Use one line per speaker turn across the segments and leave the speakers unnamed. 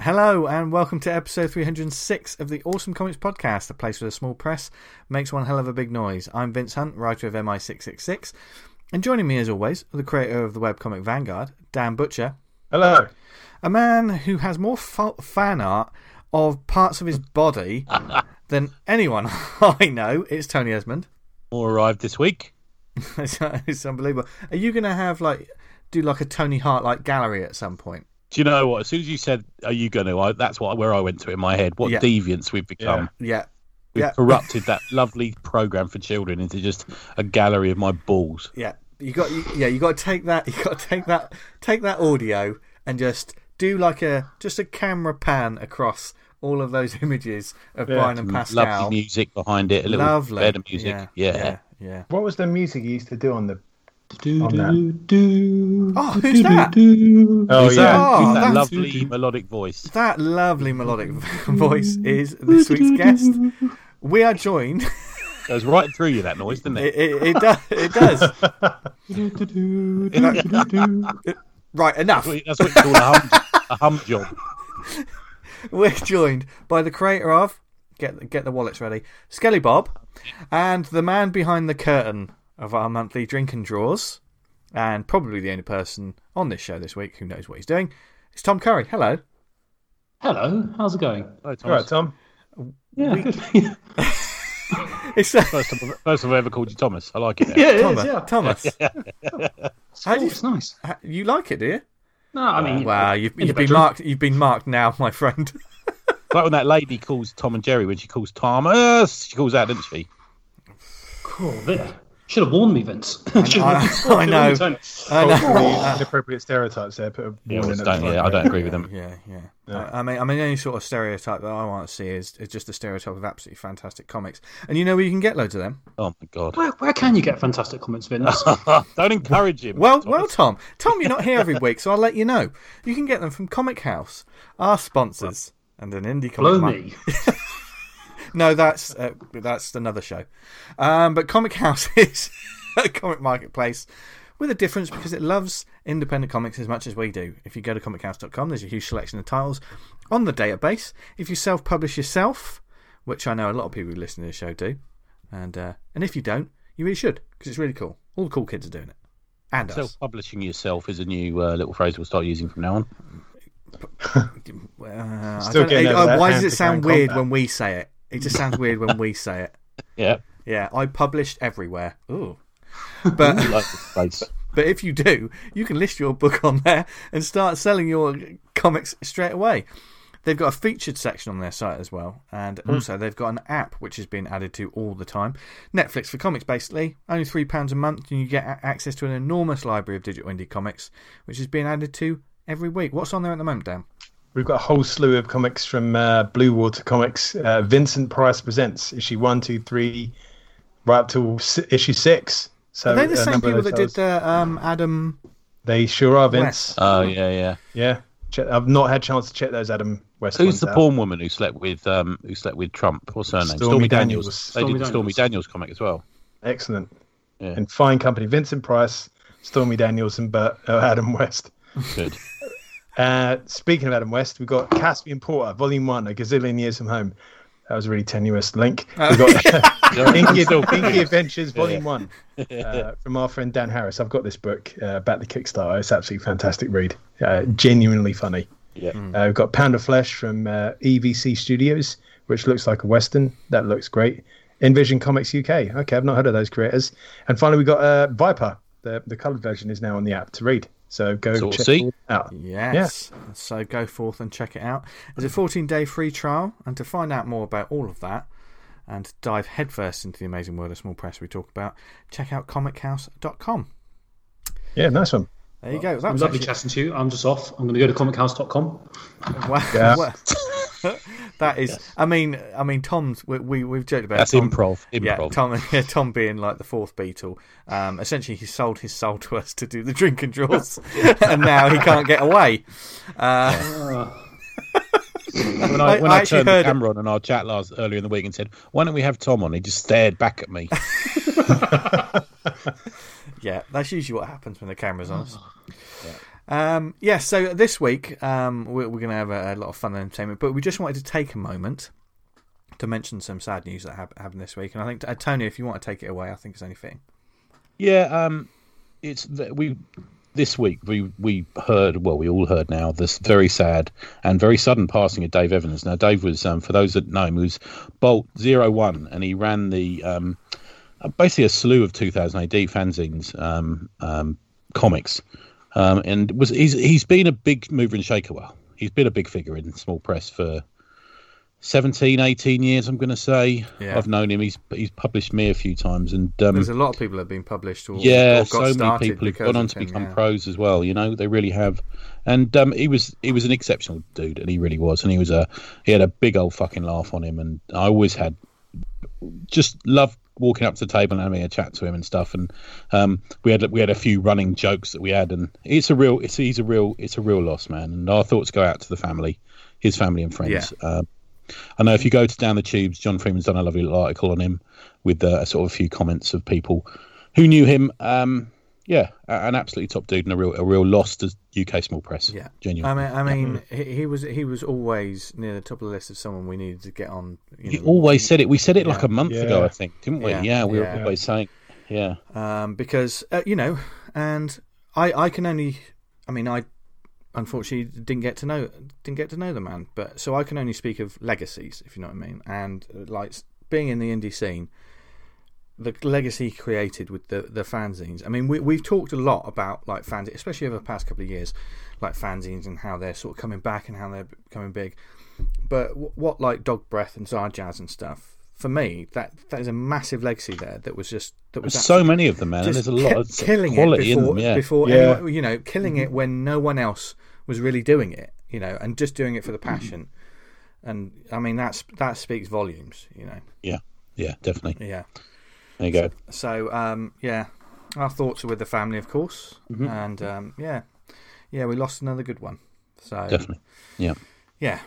Hello, and welcome to episode 306 of the Awesome Comics Podcast, a place with a small press makes one hell of a big noise. I'm Vince Hunt, writer of MI666, and joining me, as always, the creator of the webcomic Vanguard, Dan Butcher,
Hello.
a man who has more fa- fan art of parts of his body than anyone I know. It's Tony Esmond.
More arrived this week.
it's, it's unbelievable. Are you going to have, like, do like a Tony Hart like gallery at some point?
Do you know what? As soon as you said, "Are you going to?" I, that's what where I went to in my head. What
Yeah.
deviants we've become.
Yeah.
Yeah.
We've
Yeah.
corrupted that lovely program for children into just a gallery of my balls.
Yeah, you got you, yeah, you got to take that. You got to take that. Take that audio and just do like a just a camera pan across all of those images of
Yeah.
Brian and
Some
Pascal.
Lovely music behind it. A little
Lovely.
bed of music.
Yeah, yeah,
Yeah.
yeah.
What was the music you used to do on the?
Do,
on that.
do, do,
Oh,
do,
who's
do,
that?
do.
Oh
Is
yeah.
that,
Oh,
is that
that's-
lovely melodic voice.
That lovely melodic voice is this week's guest. We are joined.
Goes right through you that noise, doesn't it?
It, it, it does. It does.
Do, do, do, do, do, do.
Right. Enough.
That's what you call a hum, a hum job.
We're joined by the creator of get get the wallets ready, Skelly Bob, and the man behind the curtain of our monthly drink and draws, and probably the only person on this show this week who knows what he's doing. It's Tom Curry. Hello.
Hello, how's it going?
Hello, Thomas.
All right, Tom.
Yeah, good. yeah,
It's
First time, I've- first time I've ever called you Thomas. I like it. Now.
it is,
Thomas.
yeah.
Thomas,
Oh,
do you-
it's nice.
ha- you like it, do you?
No, I mean,
Wow, you've,
in the
you've been
bedroom.
marked. You've been marked now, my friend.
It's Like when that lady calls Tom and Jerry when she calls Thomas, she calls out, doesn't she?
Cool, there. Should have warned me, Vince. Should
I,
have-
I know.
Tony.
I know.
Probably inappropriate stereotypes there. Put a
Yeah,
warning
I
at the
don't,
front,
yeah, I
right?
don't agree with them.
Yeah, yeah.
Yeah.
I, I mean, I mean, any sort of stereotype that I want to see is, is just a stereotype of absolutely fantastic comics. And you know where you can get loads of them.
Oh my god.
Where, where can you get fantastic comments, Vince?
Oh,
Don't encourage him.
Well,
Thomas.
well, Tom. Tom, you're not here every week, so I'll let you know. You can get them from Comic House, our sponsors, and an indie comic.
Blow
mar-
me.
No, that's uh, that's another show. Um, but Comic House is a comic marketplace with a difference because it loves independent comics as much as we do. If you go to comichouse.com, there's a huge selection of titles on the database. If you self-publish yourself, which I know a lot of people who listen to the show do, and uh, and if you don't, you really should because it's really cool. All the cool kids are doing it, and us.
Self-publishing yourself is a new uh, little phrase we'll start using from now on.
Uh, I
Still
don't-
getting
it-
over
uh,
that
why does
hand
it
to
sound
hand
weird
combat.
when we say it? It just sounds weird when we say it.
Yeah,
Yeah, I published everywhere. Ooh. But
like this place.
but if you do, you can list your book on there and start selling your comics straight away. They've got a featured section on their site as well, and
Hmm.
also they've got an app which has been added to all the time. Netflix for comics, basically, only three pounds a month, and you get a- access to an enormous library of digital indie comics, which is being added to every week. What's on there at the moment, Dan?
We've got a whole slew of comics from uh, Blue Water Comics. Uh, Vincent Price presents issue one, two, three, right up to s- issue six. So
Are they the
a
same
number of
people
those
that did
titles-
the um, Adam?
They sure are, Vince.
Oh yeah, yeah.
Yeah, check, I've not had chance to check those Adam West.
Who's
ones
the
out.
porn woman who slept with um, who slept with Trump? What's her name?
Stormy Daniels.
They
Stormy
did the Stormy
Daniels.
Daniels comic as well.
Excellent.
Yeah.
And fine company. Vincent Price, Stormy Daniels, and Bert, uh, Adam West.
Good.
Uh, speaking of Adam West, we've got Caspian Porter, Volume 1, A Gazillion Years from Home. That was a really tenuous link. We've got Uh, Inky, Inky Adventures, Volume 1, uh, from our friend Dan Harris. I've got this book uh, about the Kickstarter. It's absolutely fantastic read. Uh, genuinely funny.
Yeah.
Uh, we've got Pound of Flesh from uh, EVC Studios, which looks like a Western. That looks great. Envision Comics UK. Okay, I've not heard of those creators. And finally, we got uh, Viper. The, the coloured version is now on the app to read. So go
So we'll
check
see.
it out.
Yes. So go forth and check it out. It's a 14 day free trial, and to find out more about all of that and to dive headfirst into the amazing world of small press we talk about, check out comichouse.com.
Yeah, nice one.
There you go. That was
Lovely
actually-
chatting to you. I'm just off. I'm going to go to comichouse.com.
Wow.
Yeah.
Wow. that is. I mean, I mean, Tom's. We, we we've joked about
That's
Tom-
improv. Improv.
Yeah, Tom, yeah, Tom being like the fourth Beatle. Um, essentially, he sold his soul to us to do the drink and draws, and now he can't get away.
Uh,
When I, when
I
I,
actually
turned
heard-
the camera on in our chat last earlier in the week and said, "Why don't we have Tom on?" He just stared back at me.
Yeah, that's usually what happens when the camera's on. us. Um, yeah, so this week um, we're, we're going to have a, a lot of fun and entertainment, but we just wanted to take a moment to mention some sad news that hap- happened this week. And I think, uh, Tony, if you want to take it away, I think it's only fitting.
Yeah, um, it's that we this week we we heard well we all heard now this very sad and very sudden passing of Dave Evans. Now Dave was um, for those that know him, he was Bolt 01 and he ran the um, uh, basically a slew of 2000 AD fanzines um, um, comics um, and was he's he's been a big mover and shaker. Well, he's been a big figure in small press for 17, 18 years. I'm going to say
Yeah.
I've known him. He's he's published me a few times and um,
There's a lot of people that have been published or, or
yeah,
got
so many
started
people who've
because
gone
of
on to
him,
become
yeah.
pros as well. You know, they really have. And um, he was he was an exceptional dude, and he really was. And he was a he had a big old fucking laugh on him, and I always had just loved walking up to the table and having a chat to him and stuff. And um, we had we had a few running jokes that we had, and it's a real it's he's a real it's a real loss, man. And our thoughts go out to the family, his family and friends. Um, I know if you go to down the tubes, John Freeman's done a lovely little article on him with uh, sort of a few comments of people who knew him. Um, yeah, a- an absolutely top dude and a real a real loss to UK small press.
Yeah.
genuinely.
I mean, I mean, he, he was he was always near the top of the list of someone we needed to get on. You
you
know,
always said it. We said it like a month ago,
Yeah.
I think, didn't we?
Yeah.
Yeah, we
Yeah.
were always saying, yeah,
um, because uh, you know, and I I can only, I mean, I unfortunately didn't get to know didn't get to know the man, but so I can only speak of legacies, if you know what I mean, and uh, like s- being in the indie scene, the legacy he created with the the fanzines. I mean, we we've talked a lot about like fanzines, especially over the past couple of years, like fanzines and how they're sort of coming back and how they're becoming big. But wh- what like Dog Breath and Zard Jazz and stuff. For me, that that is a massive legacy there. That was just that was
there's so many of them, man.
just
And there's a lot
ki-
of
killing
quality
it before,
in them. Yeah, Mm-hmm.
before
Yeah.
anyone- you know, killing it when no one else was really doing it, you know, and just doing it for the
Mm-hmm.
passion. And I mean, that's that speaks volumes, you know.
yeah, yeah, definitely.
Yeah.
There you go.
So um, yeah, our thoughts are with the family, of course,
Mm-hmm.
and um, yeah, yeah, we lost another good one. So
Definitely. Yeah.
yeah.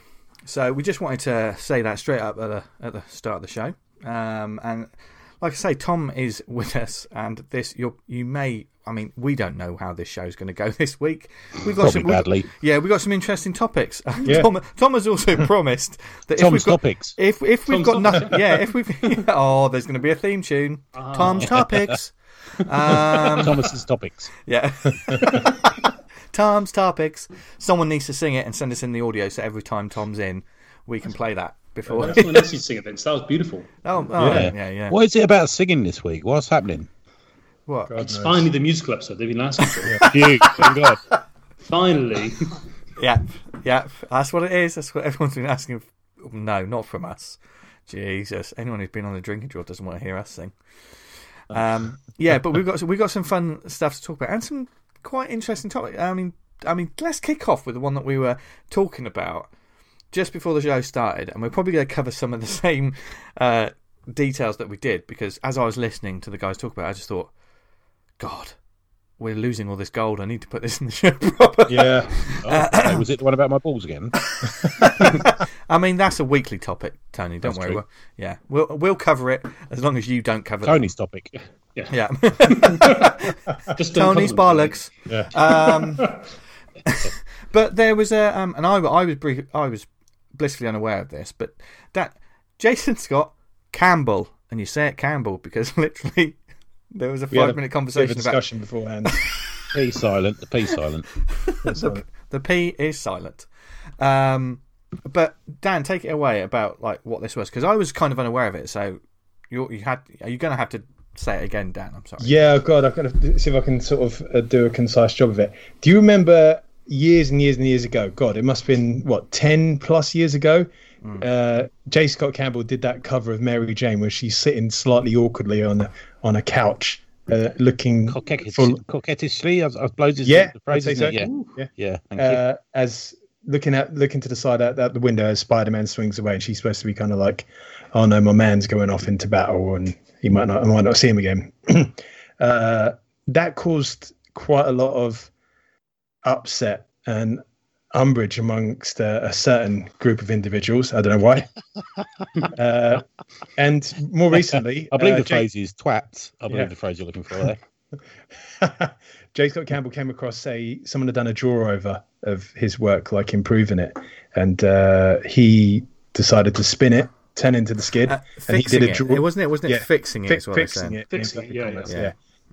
So we just wanted to say that straight up at the, at the start of the show. Um, and like I say, Tom is with us, and this you you may. I mean, we don't know how this show's going to go this week. We've got
Probably
some
badly.
We, yeah, we've got some interesting topics. And
Yeah.
Tom, Tom has also promised that if
Tom's
we've got
topics.
if if we've got
Tom's
nothing, yeah, if we've oh, there's going to be a theme tune. Tom's topics. Um,
Thomas's topics.
yeah. Tom's topics. Someone needs to sing it and send us in the audio so every time Tom's in, we can play that
Well,
before.
that's someone else's sing events. That was beautiful.
oh, oh, yeah, yeah. yeah.
What is it about singing this week? What's happening?
What?
It's finally the musical episode they've been asking for.
You, thank God.
Finally,
Yep, yep. That's what it is. That's what everyone's been asking. f- No, not from us. Jesus, anyone who's been on the drinking draw doesn't want to hear us sing. Um, yeah, but we've got we've got some fun stuff to talk about and some quite interesting topic. I mean, I mean, let's kick off with the one that we were talking about just before the show started, and we're probably going to cover some of the same uh, details that we did because as I was listening to the guys talk about, it, I just thought, God, we're losing all this gold. I need to put this in the show proper.
Yeah.
Oh, was it the one about my balls again?
I mean, that's a weekly topic, Tony. Don't worry.
true.
We'll, yeah, we'll we'll cover it as long as you don't cover it.
Tony's topic.
Yeah,
just don't
Tony's
cover them.
bollocks. Um, but there was a, um, and I, I was brief, I was blissfully unaware of this, but that Jason Scott Campbell, and you say it Campbell because literally there was a
We had
five
a
minute
bit of a
conversation about
discussion beforehand.
P silent. The P silent.
the P is silent. Um, but Dan, take it away about like what this was because I was kind of unaware of it. So you you had are you going to have to say it again, Dan? I'm sorry.
Yeah, oh God, I've got to see if I can sort of uh, do a concise job of it. Do you remember years and years and years ago? God, it must have been what ten plus years ago. Uh, J. Scott Campbell did that cover of Mary Jane where she's sitting slightly awkwardly on a, on a couch, uh, looking
Coquettish-
full-
Coquettishly. I I suppose is
Yeah,
the phrase.
I'd say
isn't it?
so.
Yeah. Yeah. Thank you.
uh, as looking at looking to the side out out the window as Spider-Man swings away, and she's supposed to be kind of like, "Oh no, my man's going off into battle, and he might not, I might not see him again." uh, that caused quite a lot of upset and umbrage amongst uh, a certain group of individuals. I don't know why. uh, and more recently,
I believe
uh,
the
Jake-
phrase is twats. I believe
uh, Yeah.
the phrase you're looking for there.
J. Scott Campbell came across a someone had done a draw over of his work, like improving it, and uh, he decided to spin it, turn into the skid,
Uh,
and he
fixing
did a
it.
draw.
it wasn't it wasn't it
Yeah.
fixing it
Fi-
is what they're
fixing
saying.
it,
Fixing
in
it, yeah,
comments,
yeah.
yeah.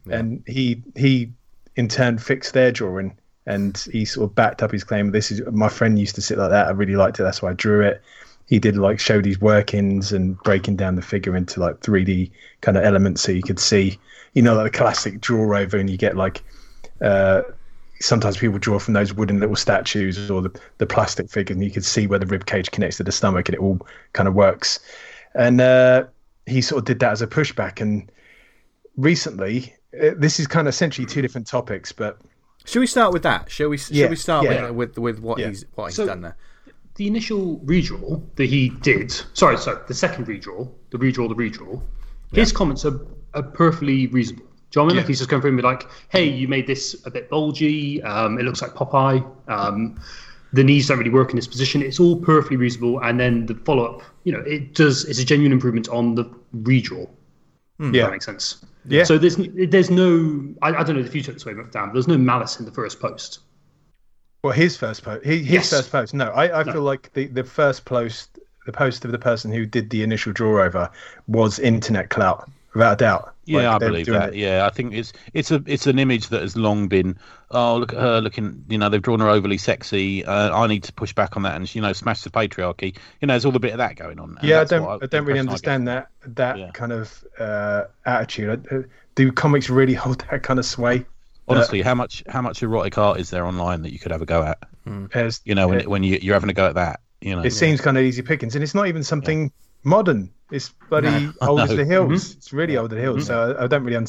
Yeah.
And he he in turn fixed their drawing, and he sort of backed up his claim. This is my friend used to sit like that. I really liked it. That's why I drew it. He did like showed his workings and breaking down the figure into like 3D kind of elements, so you could see, you know, like the classic draw over, and you get like. Uh, sometimes people draw from those wooden little statues or the, the plastic figures, and you can see where the rib cage connects to the stomach, and it all kind of works. And uh, he sort of did that as a pushback. And recently, uh, this is kind of essentially
Hmm.
two different topics, but
Shall we start with that? Shall we? Shall
Yeah,
we start
yeah.
with, with with what
Yeah.
he's what he's
So-
done there?
The initial redraw that he did, sorry, sorry, the second redraw, the redraw, the redraw, his comments are, are perfectly reasonable. Do you know what I mean? Like he's just going through and be like, hey, you made this a bit bulgy. Um, it looks like Popeye. Um, the knees don't really work in this position. It's all perfectly reasonable. And then the follow up, you know, it does, it's a genuine improvement on the redraw.
Hmm.
yeah,
That makes sense.
Yeah.
So there's there's no I, I don't know if you took this way, Dan. but There's no malice in the first post.
Well, his first post. His, his
Yes.
first post. No, I, I feel like the, the first post, the post of the person who did the initial draw over was internet clout, without a doubt.
Yeah,
Like,
I
they were
believe
doing
that.
it.
Yeah, I think it's it's a it's an image that has long been. Oh, look at her looking. You know, they've drawn her overly sexy. Uh, I need to push back on that, and you know, smash the patriarchy. You know, there's all the bit of that going on. and
Yeah, I
that's
don't.
what
I, don't really
impression I
understand
get.
that that
Yeah.
kind of uh, attitude. Uh, Do comics really hold that kind of sway?
Honestly, how much how much erotic art is there online that you could have a go at?
As
You know, when,
it,
when you you're having a go at that. You know,
seems kind of easy pickings, and it's not even something modern. It's bloody old as
know.
the hills.
Mm-hmm.
It's really old as the hills. So I, I don't really, un-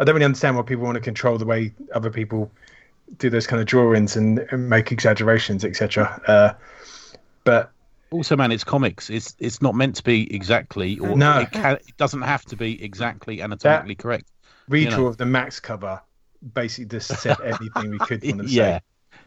I don't really understand why people want to control the way other people do those kind of drawings and, and make exaggerations, etc. Uh, but
also, man, it's comics. It's it's not meant to be exactly, or
No.
it, can, it doesn't have to be exactly anatomically correct.
redraw
know.
of the Max cover basically just said everything we could want to say.
Yeah, yeah.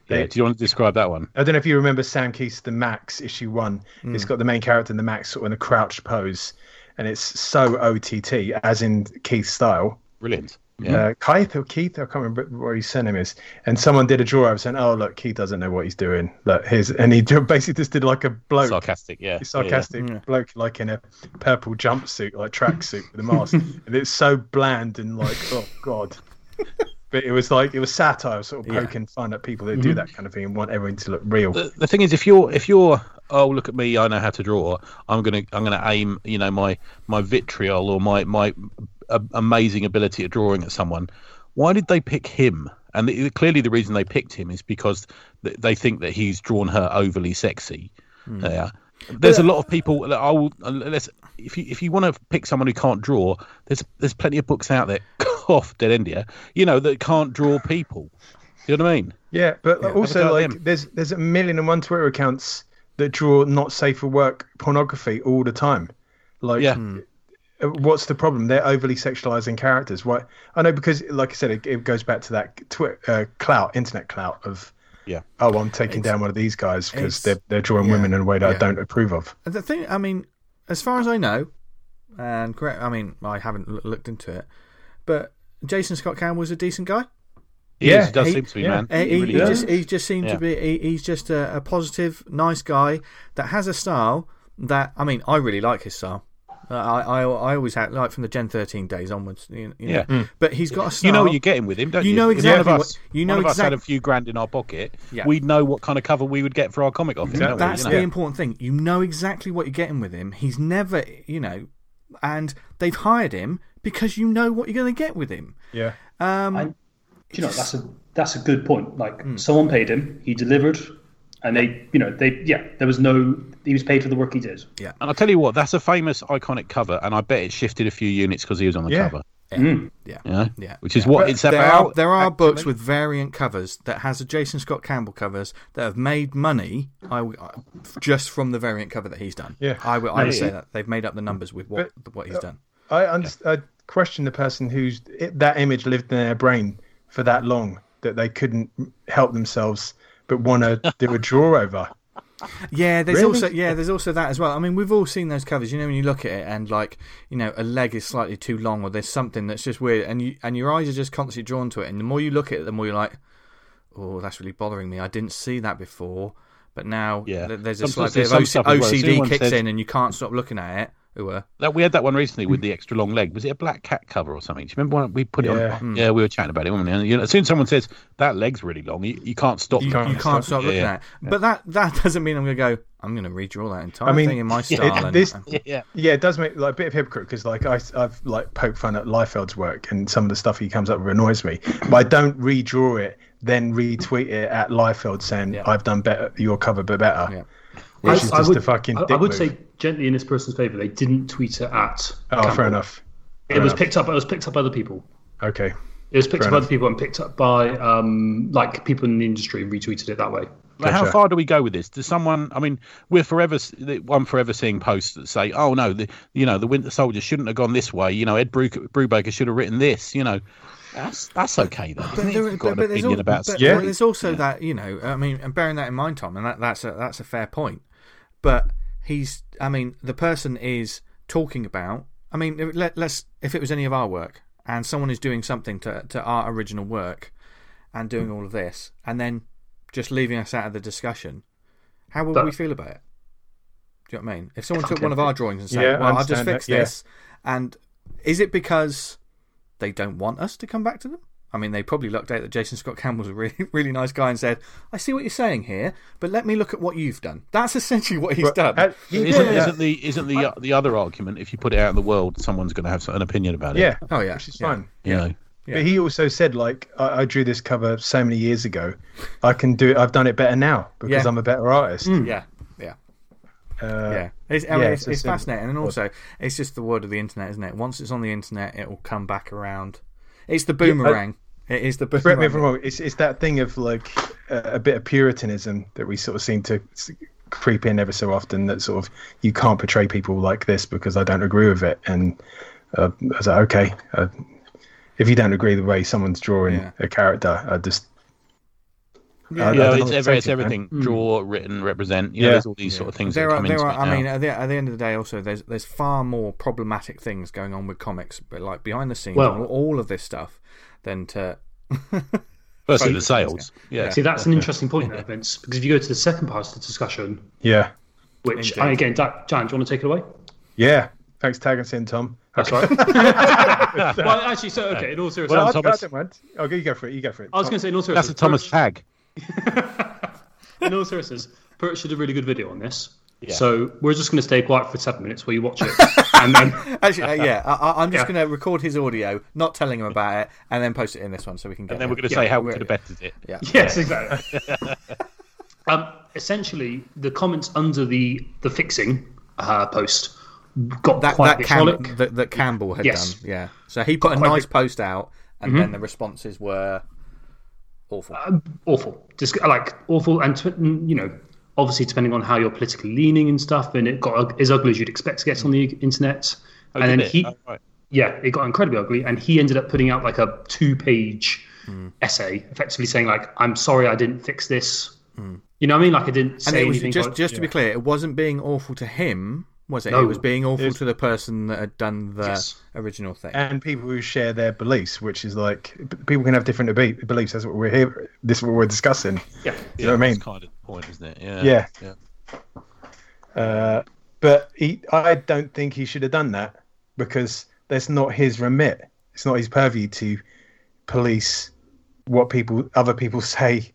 They-
Do you want to describe that one?
I don't know if you remember Sam Keith's The Max issue one.
Mm.
It's got the main character in the Max sort of in a crouched pose, and it's so OTT, as in Keith's style.
Brilliant. Yeah.
Uh, Keith or Keith, I can't remember what his surname is. And someone did a draw of saying, "Oh, look, Keith doesn't know what he's doing." Look, here's and he ju- basically just did like a bloke,
sarcastic. Yeah,
sarcastic
Mm.
bloke, like in a purple jumpsuit, like tracksuit with a mask, and it's so bland and like, oh god. But it was like it was satire, sort of poking fun at people that
Mm-hmm.
do that kind of thing and want everyone to look real.
the, the thing is, if you're if you're oh look at me, I know how to draw. I'm gonna I'm gonna aim you know my my vitriol or my my a, amazing ability at drawing at someone. Why did they pick him? And the, clearly, the reason they picked him is because th- they think that he's drawn her overly sexy. Yeah. There's a lot of people. that I will, uh, let's, if you if you want to pick someone who can't draw, there's there's plenty of books out there, off dead end here, you know, that can't draw people. You know what I mean?
Yeah, but like,
Have
also
a go at
like
them.
there's there's a million and one Twitter accounts that draw not safe for work pornography all the time. Like,
Yeah.
uh, what's the problem? They're overly sexualizing characters. Why? I know because, like I said, it, it goes back to that Twitter uh, clout, internet clout of,
Yeah.
oh, I'm taking down one of these guys
it's-
because they're they're drawing women in a way that I don't approve of.
And The thing, I mean, as far as I know, and correct, I mean, I haven't l- looked into it, but Jason Scott Campbell's a decent guy.
He
Yeah,
is, does
he-
seem to be,
yeah.
man.
He, he,
really
he
does.
just he just seemed
Yeah.
to be he, he's just a, a positive, nice guy that has a style that I mean I really like his style. Uh, I, I I always had like from the Gen 13 days onwards. You, you know.
Yeah. Mm.
but he's got a style.
You know what you're getting with him, don't
You
you?
know
If one of
exactly what-
us-
you know
one of us had
exact-
a few grand in our pocket.
Yeah.
We'd know what kind of cover we would get for our comic off him. don't we?
That's
You know?
the important thing. You know exactly what you're getting with him. He's never, you know, and they've hired him because you know what you're going to get with him.
Yeah.
Do you know that's a that's a good point. Like someone paid him, he delivered, and they you know they yeah there was no he was paid for the work he did.
And I'll tell you what, that's a famous iconic cover, and I bet it shifted a few units because he was on the
Yeah.
cover. Hmm.
Yeah.
You know?
Yeah.
Which is what
But
it's
There
about.
are, there are books with variant covers that has a Jason Scott Campbell covers that have made money I, I- just from the variant cover that he's done.
Yeah.
I would, I would say that they've made up the numbers with what what he's done.
I, underst I question the person who's it, that image lived in their brain for that long that they couldn't help themselves but want to do a draw over.
Yeah, there's
Really?
also yeah, there's also that as well. I mean, we've all seen those covers. You know, when you look at it and like you know a leg is slightly too long, or there's something that's just weird, and you and your eyes are just constantly drawn to it. And the more you look at it, the more you're like, oh, that's really bothering me. I didn't see that before, but now
Yeah.
th- there's a
Sometimes
slight bit
there's
of
some stuff as well.
OCD
Someone
kicks
said-
in, and you can't stop looking at it. Ooh, uh,
That we had that one recently with the extra long leg. Was it a black cat cover or something? Do you remember when we put it
Yeah.
Hmm.
on? Yeah, we were chatting about it. Wasn't we? And, you know, as soon as someone says that leg's really long, you, you can't stop.
You,
looking
you
at it.
can't stop
Yeah,
looking
yeah.
at it. But that that doesn't mean I'm going to go. I'm going to redraw that entire
I mean,
thing in my
it-
style. and,
this-
Yeah, yeah.
Yeah, it does make like a bit of hypocrite because like I, I've like poked fun at Liefeld's work and some of the stuff he comes up with annoys me. But I don't redraw it, then retweet it at Liefeld saying
Yeah.
I've done better your cover, but better.
Yeah.
Which is just a fucking.
I, I
dick
would
move.
say gently in this person's favour, they didn't tweet it at.
Oh,
Campbell.
fair enough.
It was
enough.
picked up. It was picked up by other people.
Okay.
It was picked
Fair
up by
enough.
other people and picked up by um, like people in the industry and retweeted it that way.
Like, How
Gotcha.
far do we go with this? Does someone? I mean, we're forever. s- the- I'm forever seeing posts that say, "Oh no, the, you know, the Winter Soldier shouldn't have gone this way." You know, Ed Bru- Brubaker should have written this. You know, that's that's okay though. But,
there-
you've got an
there's
opinion
al-
about
but-
stuff.
Yeah.
but there's also that you know. I mean, and bearing that in mind, Tom, and that, that's a that's a fair point. But he's, I mean, the person is talking about. I mean, if- let, let's if it was any of our work, and someone is doing something to to our original work, and doing all of this, and then just leaving us out of the discussion, how would
That-
we feel about it? Do you know what I mean? If someone took
Okay.
one of our drawings and said,
Yeah, I
"Well, I'll just
understand that,
fix
yeah.
this," and is it because they don't want us to come back to them? I mean, they probably looked out that Jason Scott Campbell's a really, really nice guy and said, "I see what you're saying here, but let me look at what you've done." That's essentially what he's
Well,
done.
uh, yeah,
Isn't,
yeah.
isn't the isn't the the other argument if you put it out in the world, someone's going to have an opinion about it?
Yeah,
oh yeah,
which is
yeah.
fine.
you know.
Yeah.
But he also said, like, I, I drew this cover so many years ago. I can do it. I've done it better now because
Yeah.
I'm a better artist.
Yeah, yeah,
Uh,
yeah. It's, I mean,
yeah,
it's,
it's a
it's
sim-
fascinating, and also it's just the word of the internet, isn't it? Once it's on the internet, it will come back around. It's the boomerang. it is the
Correct me if I'm
boomerang.
wrong. It's, it's that thing of like a, a bit of puritanism that we sort of seem to s- creep in ever so often. That sort of you can't portray people like this because I don't agree with it. And uh, I was like, okay, uh, if you don't agree the way someone's drawing
Yeah.
a character, I just
Yeah.
I- I don't
Yeah,
know
it's,
what to
every,
say
it's
to it, man.
everything draw, written, represent. You
Yeah.
know, there's all these sort of things
there
that
are,
come
there
into
are.
it
I
now.
mean, at the, at the end of the day, also there's there's far more problematic things going on with comics, but like behind the scenes,
Well-
and all of this stuff, than to
firstly the sales. Yeah,
See, that's an interesting point, there, Vince, because if you go to the second part of the discussion,
yeah,
which
Indeed.
and again, Da- Jan, do you want to take it away?
yeah. Thanks, tag us in, Tom.
That's all right. well, actually, so okay. In all seriousness,
Well,
I,
Tom-
I
Thomas-
don't mind. Oh, you go for it. You go for it.
I was going to say, in all seriousness,
that's a Thomas
Perch,
Tag.
in all seriousness, Perch did a really good video on this.
Yeah.
So we're just going to stay quiet for seven minutes while you watch it, and then
Actually, uh, yeah, I- I, I'm just
Yeah.
going to record his audio, not telling him about it, and then post it in this one so we can get.
And then
it.
we're going to
Yeah,
say how we
we're-
could have bettered it.
Yeah.
yes, exactly. um, essentially, the comments under the the fixing uh, post got
that
quite
that,
vitriolic.
Cam- that that Campbell had
Yes.
done. Yeah, so he put a
Quite
nice
big- Mm-hmm.
post out, and then the responses were awful.
Uh, awful, just like awful, and tw- you know, obviously depending on how you're politically leaning and stuff, and it got as ugly as you'd expect to get on the internet. and then
Did it?
he,
Oh, right.
yeah, it got incredibly ugly, and he ended up putting out like a two-page
Hmm.
essay, effectively saying like, "I'm sorry, I didn't fix this." You know what I mean? Like I didn't
and
say
it was
anything.
just
about-
just to be clear, it wasn't being awful to him, was it?
No.
it was being awful to the person that had done the
Yes.
original thing.
and people who share their beliefs, which is like p- people can have different abe- beliefs. That's what we're here. This is what we're discussing.
yeah,
You know what I mean?
That's kind of the point, isn't it? Yeah.
Yeah.
Yeah.
Uh, but he, I don't think he should have done that because that's not his remit. It's not his purview to police what people, other people say.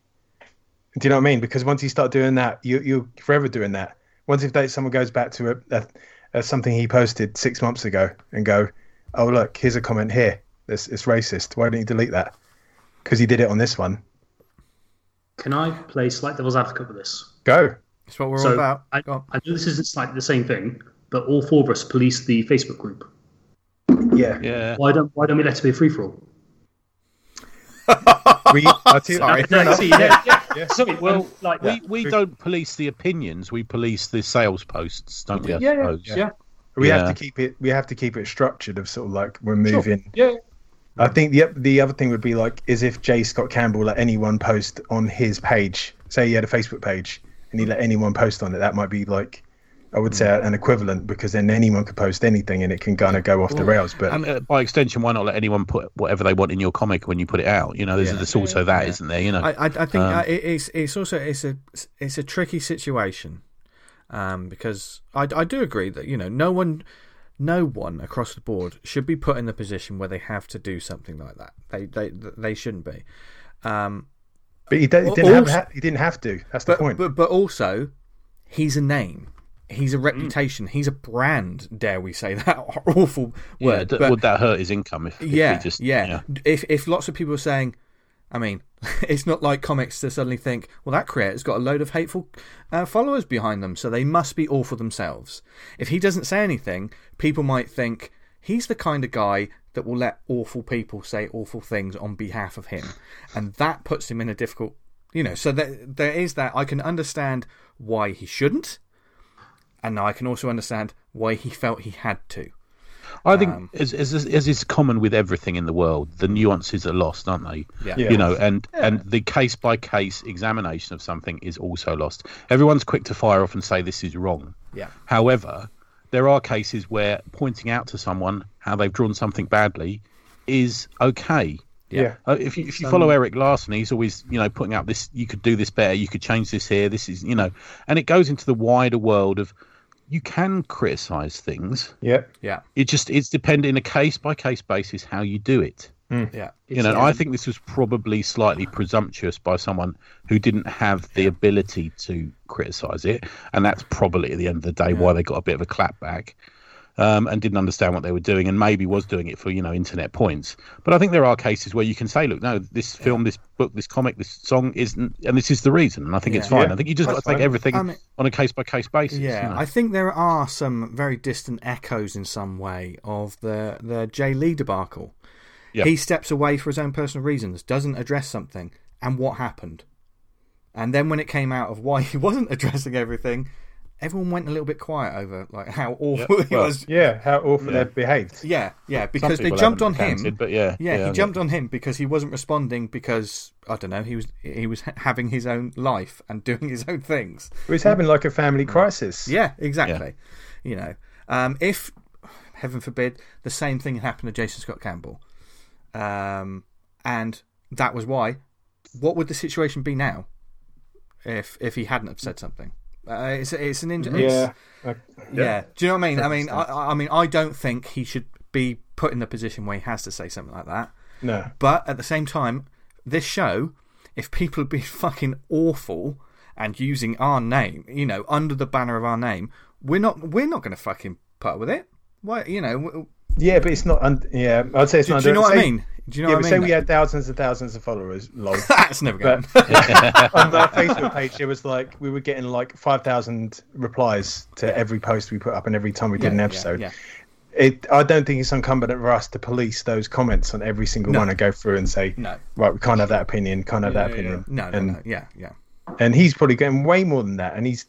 Do you know what I mean? Because once you start doing that, you, you're forever doing that. Once if they, someone goes back to a, a, a something he posted six months ago and go, "Oh look, here's a comment here. This it's racist. Why don't you delete that?" Because he did it on this one.
Can I play slight devil's advocate with this?
Go.
That's what we're all
So
about.
I,
Go on.
I know this isn't like the same thing, but all four of us police the Facebook group.
Yeah.
Yeah.
Why don't Why don't we let it be a free for all?
We, I'll tell you-
Sorry.
fair enough.
See, yeah, yeah. Sorry,
Well,
um, like
we, we don't police the opinions, we police the sales posts, don't we? I
yeah, yeah,
suppose?
yeah, yeah.
We
Yeah.
have to keep it. We have to keep it structured. Of sort of like we're moving.
Yeah.
I think the the other thing would be like is if J Scott Campbell let any one post on his page, say he had a Facebook page, and he let anyone post on it, that might be like I would say an equivalent because then anyone could post anything and it can kind of go off the rails. But
And uh, by extension, why not let anyone put whatever they want in your comic when you put it out? You know, there's,
Yeah.
there's also that, not there? You know,
I, I, I think
Um,
uh, it, it's it's also it's a it's a tricky situation um, because I, I do agree that you know no one no one across the board should be put in the position where they have to do something like that. They they they shouldn't be. Um,
but he, don't- he
Al-
didn't
also-
have he didn't have to. That's the
but,
point.
but but also, he's a name. He's
Mm.
a reputation. He's a brand. Dare we say that awful
yeah,
word?
d-
but-
would that hurt his income if, if
yeah,
he just
yeah.
you know,
If if lots of people are saying, I mean, it's not like comics to suddenly think, well, that creator's got a load of hateful uh, followers behind them, so they must be awful themselves. If he doesn't say anything, people might think he's the kind of guy that will let awful people say awful things on behalf of him, and that puts him in a difficult, you know. So there, there is that. I can understand why he shouldn't. And I can also understand why he felt he had to.
I think, as, as, as is common with everything in the world, the nuances are lost, aren't they?
Yeah.
Yeah.
You know, and, and the case by case examination of something is also lost. Everyone's quick to fire off and say this is wrong.
Yeah.
However, there are cases where pointing out to someone how they've drawn something badly is okay.
yeah.
Uh, if you, if you follow Eric Larson, he's always you know putting out this. You could do this better. You could change this here. This is you know, and it goes into the wider world of you can criticize things.
yeah,
Yeah,
It just it's dependent in a case by case basis how you do it.
yeah.
You know, and I think this was probably slightly presumptuous by someone who didn't have the ability to criticize it, and that's probably at the end of the day why they got a bit of a clapback. Um, and didn't understand what they were doing, and maybe was doing it for you know internet points. But I think there are cases where you can say, look, no, this film, this book, this comic, this song isn't, and this is the reason. And I think it's
Yeah.
fine.
Yeah,
I think you just got
that's
to take
fine.
everything
I mean-
on a case by case basis.
Yeah,
you know.
I think there are some very distant echoes in some way of the the Jay Lee debacle.
Yeah.
He steps away for his own personal reasons, doesn't address something, and what happened? And then when it came out of why he wasn't addressing everything, everyone went a little bit quiet over like how awful he
well,
was.
yeah. How awful they've behaved.
Yeah, yeah,
Some
because they
people
jumped on
haven't
him.
recanted, but yeah,
yeah,
yeah.
he jumped on him because he wasn't responding because I don't know he was he was ha- having his own life and doing his own things.
It was having like a family crisis.
Yeah, exactly. You know, um, if heaven forbid the same thing had happened to Jason Scott Campbell, um, and that was why, what would the situation be now if if he hadn't have said something? Uh, it's it's an injury.
Yeah. I-
yeah. Do you know what I mean? I mean, I, I I mean, I don't think he should be put in the position where he has to say something like that.
No.
But at the same time, this show, if people had been fucking awful and using our name, you know, under the banner of our name, we're not we're not going to fucking put up with it. Why, you know? w-
Yeah, but it's not. Un- yeah, I'd say it's
Do,
not.
do you know
under-
what I
say-
mean? Do you know
Yeah,
what
but
I
say
mean?
we had thousands and thousands of followers. Lol.
That's never going.
on our Facebook page, it was like we were getting like five thousand replies to every post we put up and every time we did an episode.
yeah.
It, I don't think it's incumbent for us to police those comments on every single one and go through and say,
No.
right, we can't have that opinion, can't have that opinion.
No, no,
and,
no. Yeah, yeah.
and he's probably getting way more than that, and he's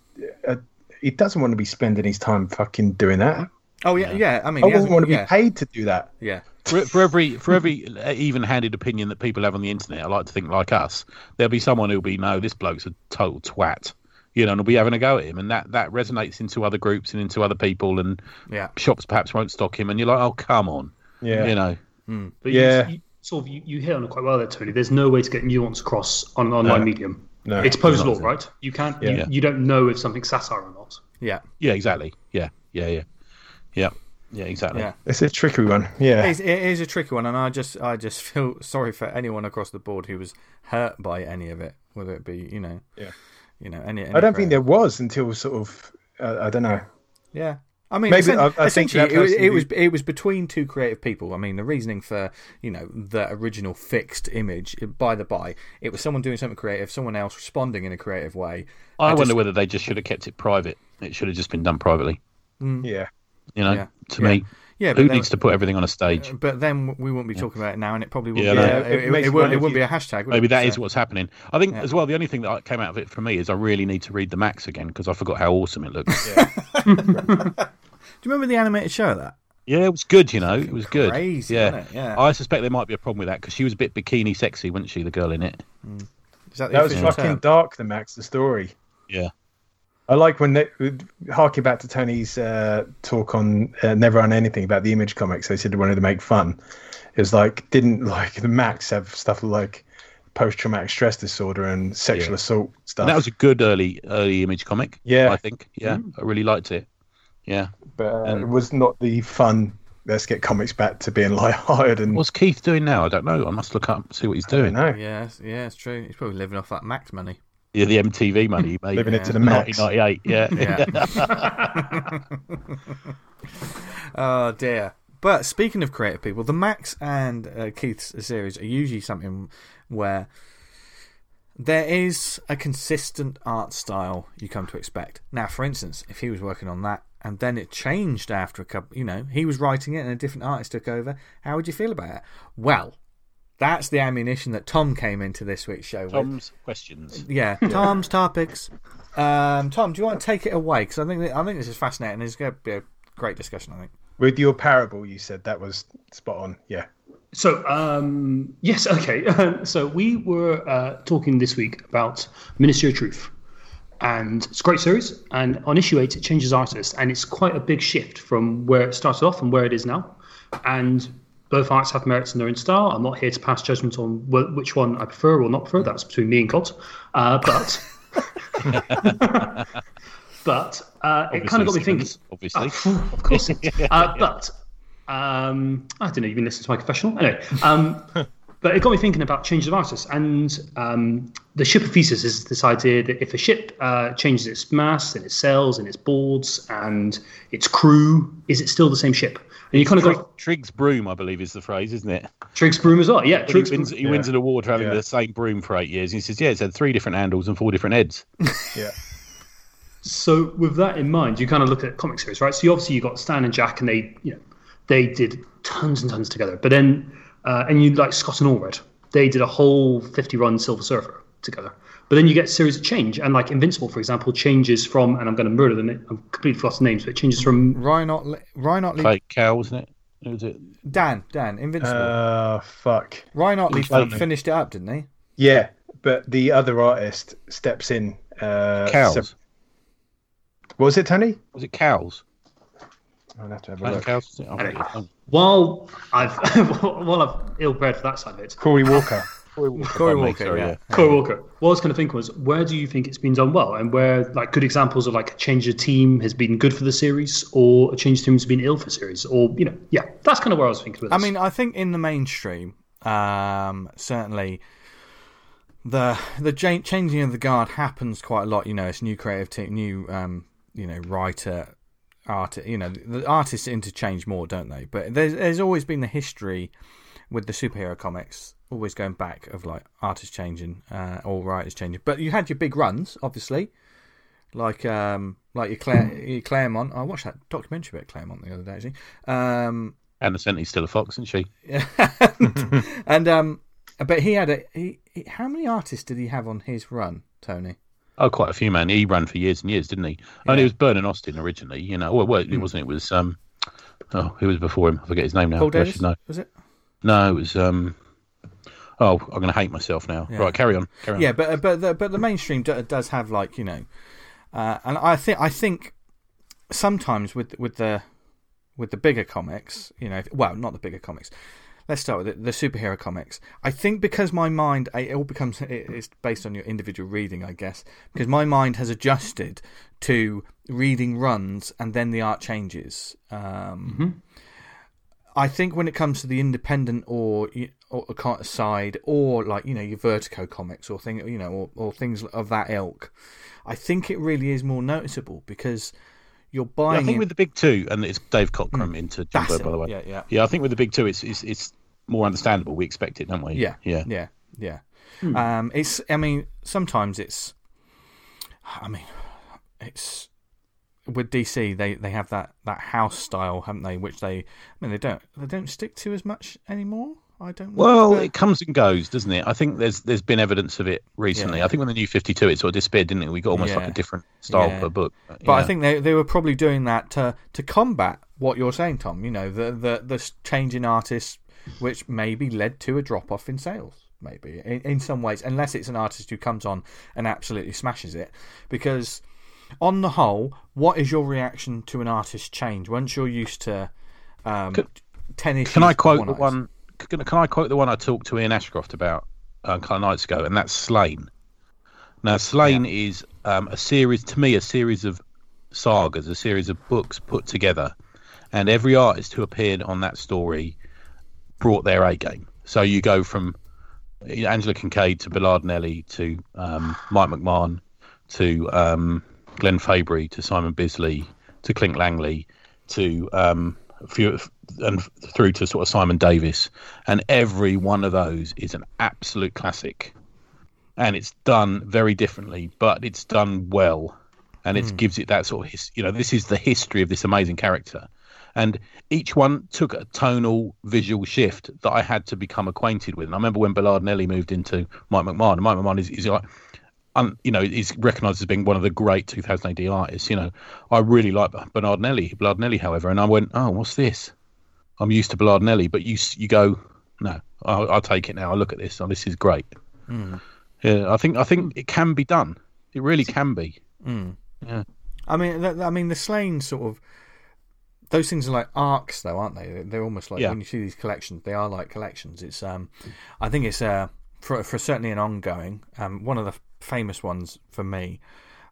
uh, he doesn't want to be spending his time fucking doing that.
Oh yeah, yeah. I mean,
I
he hasn't-
wouldn't want to be
yeah,
paid to do that.
Yeah,
for, for every for every uh, even-handed opinion that people have on the internet, I like to think like us. There'll be someone who'll be no, this bloke's a total twat, you know, and will be having a go at him, and that that resonates into other groups and into other people, and
yeah.
shops perhaps won't stock him, and you're like, oh come on,
Yeah.
you know,
But
Yeah.
you, you sort of you, you hit on it quite well there, Tony. There's no way to get nuance across on an online medium.
No.
it's post law, right? You can't.
Yeah.
You, you don't know if something's satire or not.
yeah.
yeah, exactly, yeah, yeah, yeah, yeah, yeah, exactly.
Yeah.
It's a trickery one. Yeah,
It's, it is a tricky one, and I just I just feel sorry for anyone across the board who was hurt by any of it, whether it be you know,
Yeah.
you know, any. any
I don't think there was until sort of uh, I don't know.
Yeah. I mean,
Maybe-
essen-
I- I think
essentially,
that
it, was-
person
it
who-
was it was between two creative people. I mean, the reasoning for you know the original fixed image, by the by, it was someone doing something creative, someone else responding in a creative way.
I, wonder
just-
whether they just should have kept it private. It should have just been done privately,
Mm.
Yeah.
you know.
Yeah.
To
Yeah.
me,
Yeah,
who
but,
needs to
then,
put everything on a stage?
but then we wouldn't be talking about it now, and it probably would. Yeah,
Yeah,
be, uh,
no.
it, it,
It makes
it wouldn't,
one
it
of
wouldn't be
you-
a hashtag. would
Maybe
it?
that is
So-
what's happening. I think as well. The only thing that came out of it for me is I really need to read the Max again because I forgot how awesome it looked. Yeah,
Do you remember the animated show of that?
it was good. You know, it was good.
crazy,
yeah.
wasn't it? Yeah.
I suspect there might be a problem with that because she was a bit bikini sexy, wasn't she? The girl in it.
Is that the
That was
official
fucking
term?
dark, the Max, the story.
Yeah.
I like when they harking back to Tony's uh, talk on uh, Never On Anything about the Image comics. They said they wanted to make fun. It's like didn't like the Max have stuff like post traumatic stress disorder and sexual
Yeah.
assault stuff.
And that was a good early early image comic.
Yeah.
I think. Yeah, I really liked it. Yeah,
but uh,
and-
it was not the fun. Let's get comics back to being light-hearted and
what's Keith doing now? I don't know. I must look up see what he's doing.
no
Yeah, it's- yeah, it's true. He's probably living off that Max money.
Yeah, the MTV money he made.
living
Yeah.
it to the max.
1998. Yeah.
Yeah. oh dear. But speaking of creative people, the Max and uh, Keith's series are usually something where there is a consistent art style you come to expect. Now, for instance, if he was working on that and then it changed after a couple, you know, he was writing it and a different artist took over, how would you feel about it? Well, that's the ammunition that Tom came into this week's show with.
Tom's questions.
Yeah, Tom's topics. Um, Tom, do you want to take it away? Because I think I think this is fascinating. It's going to be a great discussion. I think.
With your parable, you said that was spot on. Yeah.
So, um, yes, okay. so, we were uh, talking this week about Ministry of Truth. And it's a great series. And on issue eight, it changes artist. And it's quite a big shift from where it started off and where it is now. And both arts have merits in their own style. I'm not here to pass judgment on wh- which one I prefer or not prefer. That's between me and God. Uh, but. but uh, it kind of got me thinking.
Obviously.
Oh, of course. it is. Uh, But um, I didn't even listen to my confessional. Anyway, um, but it got me thinking about changes of artists. And um, the ship of thesis is this idea that if a ship uh, changes its mast and its sails and its boards and its crew, is it still the same ship? And you kind of go,
Triggs broom, I believe, is the phrase, isn't it?
Triggs Broom as well. Yeah,
But he
Triggs
wins,
Broom.
he wins an award for having
Yeah.
the same broom for eight years. He says, "Yeah, it's had three different handles and four different heads."
Yeah.
So with that in mind, you kind of look at comic series, right? So you obviously you got Stan and Jack, and they, you know, they did tons and tons together. But then, uh, and you like Scott and Allred, they did a whole fifty-run Silver Surfer together. But then you get series that change, and like Invincible, for example, changes from, and I'm going to murder them. I've completely forgotten names, but it changes from.
Rhinot, Rhinotley,
Clay Cow, wasn't it? Who was it?
Dan, Dan, Invincible. Uh,
Uh, fuck.
Rhinotley finished it up, didn't he?
Yeah, but the other artist steps in. Uh,
Cows.
se- what was it, Tony?
Was it cows?
I'll have to have a
Clay
look.
Cows? was it? I don't know. Oh,
While I've while I've ill-bred for that side of it,
Corey Walker.
Corey
pardon me,
Walker,
sorry,
yeah.
Corey Walker. What I was kind of thinking was, where do you think it's been done well, and where like good examples of like a change of team has been good for the series, or a change of team has been ill for the series, or you know, yeah, that's kind of where I was thinking. With
I
this.
mean, I think in the mainstream, um, certainly the the cha- changing of the guard happens quite a lot. You know, it's new creative team, new um, you know writer, artist. You know, the artists interchange more, don't they? But there's there's always been the history with the superhero comics, always going back of like artists changing uh, or writers changing. But you had your big runs, obviously. Like um, like your, Claire, your Claremont. I watched that documentary about Claremont the other day. Actually, um,
Anna Senti's still a fox, isn't she?
and, and, um, but he had a he, he- How many artists did he have on his run, Tony?
Oh, quite a few, man. He ran for years and years, didn't he? I mean, it was Bernard Austin originally, you know. Well, well
Mm.
it wasn't. It was um, oh, who was before him? I forget his name now.
Paul
I
Davis
should know.
was it?
No, it was um, oh, I'm going to hate myself now. Right, carry on. Carry on.
Yeah, but uh, but the, but the mainstream do, does have like you know, uh, and I think I think sometimes with with the with the bigger comics, you know, well, not the bigger comics. Let's start with the, the superhero comics. I think because my mind, it all becomes it- it's based on your individual reading, I guess. Because my mind has adjusted to reading runs and then the art changes. Um,
Mm-hmm.
I think when it comes to the independent or or co- side or like you know your Vertigo comics or thing you know or, or things of that ilk, I think it really is more noticeable because you're buying.
I think
in-
with the big two, and it's Dave Cockrum into Jim
Mm. That's
Bird, by
it.
the way.
Yeah, yeah.
I think with the big two, it's it's, it's more understandable. We expect it, don't we?
Yeah,
yeah.
yeah, yeah. Um, it's. I mean, sometimes it's. I mean, it's with DC. They they have that that house style, haven't they? Which they. I mean, they don't they don't stick to as much anymore. I don't. know.
Well, it comes and goes, doesn't it? I think there's there's been evidence of it recently. I think when the new Fifty Two, it sort of disappeared, didn't it? We got almost
Yeah.
like a different style
Yeah.
per book.
But I
Yeah.
think they, they were probably doing that to to combat what you're saying, Tom. You know, the the the s- change in artists, which maybe led to a drop off in sales. Maybe in, in some ways, unless it's an artist who comes on and absolutely smashes it, because on the whole, what is your reaction to an artist change once you're used to um,
Could-
ten issues?
Can I quote the
artist?
one? Can, can I quote the one I talked to Ian Ashcroft about uh, a couple of nights ago? And that's Slain. Now, Slain is um, a series to me, a series of sagas, a series of books put together, and every artist who appeared on that story brought their A game. So you go from Angela Kincaid to Billard Nelly to um, Mike McMahon to um, Glenn Fabry to Simon Bisley to Clink Langley to um, few, and through to sort of Simon Davis, and every one of those is an absolute classic, and it's done very differently, but it's done well, and it gives it that sort of his, you know this is the history of this amazing character, and each one took a tonal visual shift that I had to become acquainted with. And I remember when Bernard Nelly moved into Mike McMahon, and Mike McMahon is, is like un, you know, is recognised as being one of the great 2000 AD artists. You know, I really like Bernard Nelly. Bernard Nelly, however, and I went, oh, what's this? I'm used to Bernard Nelly, but you s- you go, no, I'll, I'll take it now. I look at this, and this is great. Yeah, I think I think it can be done. It really can be.
I mean, th- I mean, the slain sort of those things are like arcs, though, aren't they? They're almost like
Yeah.
when you see these collections, they are like collections. It's, um, I think it's uh, for for certainly an ongoing. Um, one of the f- famous ones for me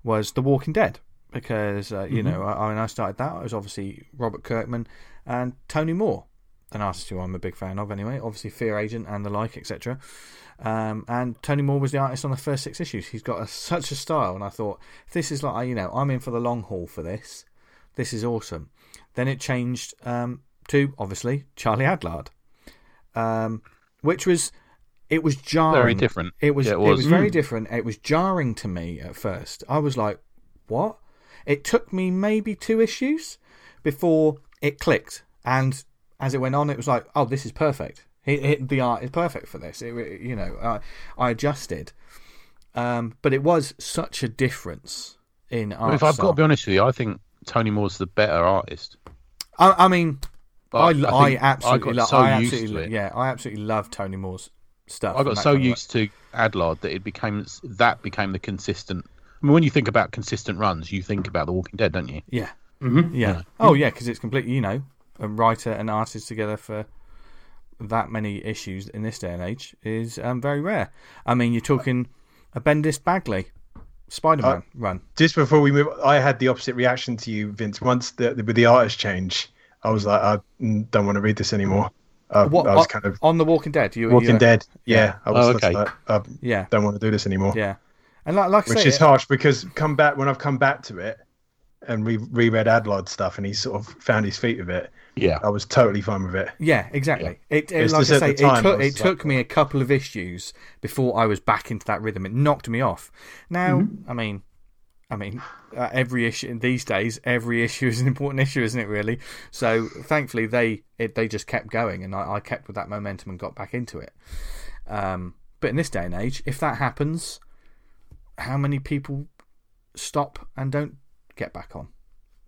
was The Walking Dead because uh,
Mm-hmm.
you know I, I mean I started that. It was obviously Robert Kirkman and Tony Moore, an artist who I'm a big fan of anyway. Obviously Fear Agent and the like, etc. Um, and Tony Moore was the artist on the first six issues. He's got a, such a style, and I thought if this is like you know I'm in for the long haul for this. This is awesome. Then it changed um, to obviously Charlie Adlard, um, which was it was jarring.
Very different.
It was
Yeah,
it
it
was,
was.
very different. It was jarring to me at first. I was like, "What?" It took me maybe two issues before it clicked, and as it went on, it was like, "Oh, this is perfect. It, it, the art is perfect for this." It, it- you know, I, I adjusted, um, but it was such a difference in art.
if I've got to
style.
be honest with you, I think Tony Moore's the better artist.
I, I mean,
But
I,
think
I, absolutely,
I
lo-
got so
I
used
absolutely,
to it.
yeah, I absolutely love Tony Moore's stuff.
I
and
got
that
so
kind of work.
used to Adlard that it became that became the consistent. I mean, when you think about consistent runs, you think about The Walking Dead, don't you?
Yeah. Mm-hmm. Yeah. Oh, yeah, because it's completely, you know, a writer and artist together for that many issues in this day and age is um, very rare. I mean, you're talking a Bendis Bagley Spider
Uh,
Man run.
Just before we move, I had the opposite reaction to you, Vince. Once the, the with the artist change, I was like, I mm, don't want to read this anymore. I,
What,
I was
on,
kind of
on The Walking Dead. You, you
Walking
know-
Dead. Yeah, I was
Oh,
just
okay.
like, I
Yeah.
don't want to do this anymore.
Yeah. And like, like I
which
say,
is harsh because come back when I've come back to it and re- reread Adlard stuff and he sort of found his feet with it.
Yeah.
I was totally fine with it.
Yeah, exactly. It, it
It's
like I
just at
say,
the
it,
time,
took,
I was
it took me a couple of issues before I was back into that rhythm. It knocked me off. Now,
Mm-hmm.
I mean, I mean, uh, every issue these days, every issue is an important issue, isn't it? Really. So, thankfully, they it, they just kept going, and I, I kept with that momentum and got back into it. Um, but in this day and age, if that happens, how many people stop and don't get back on?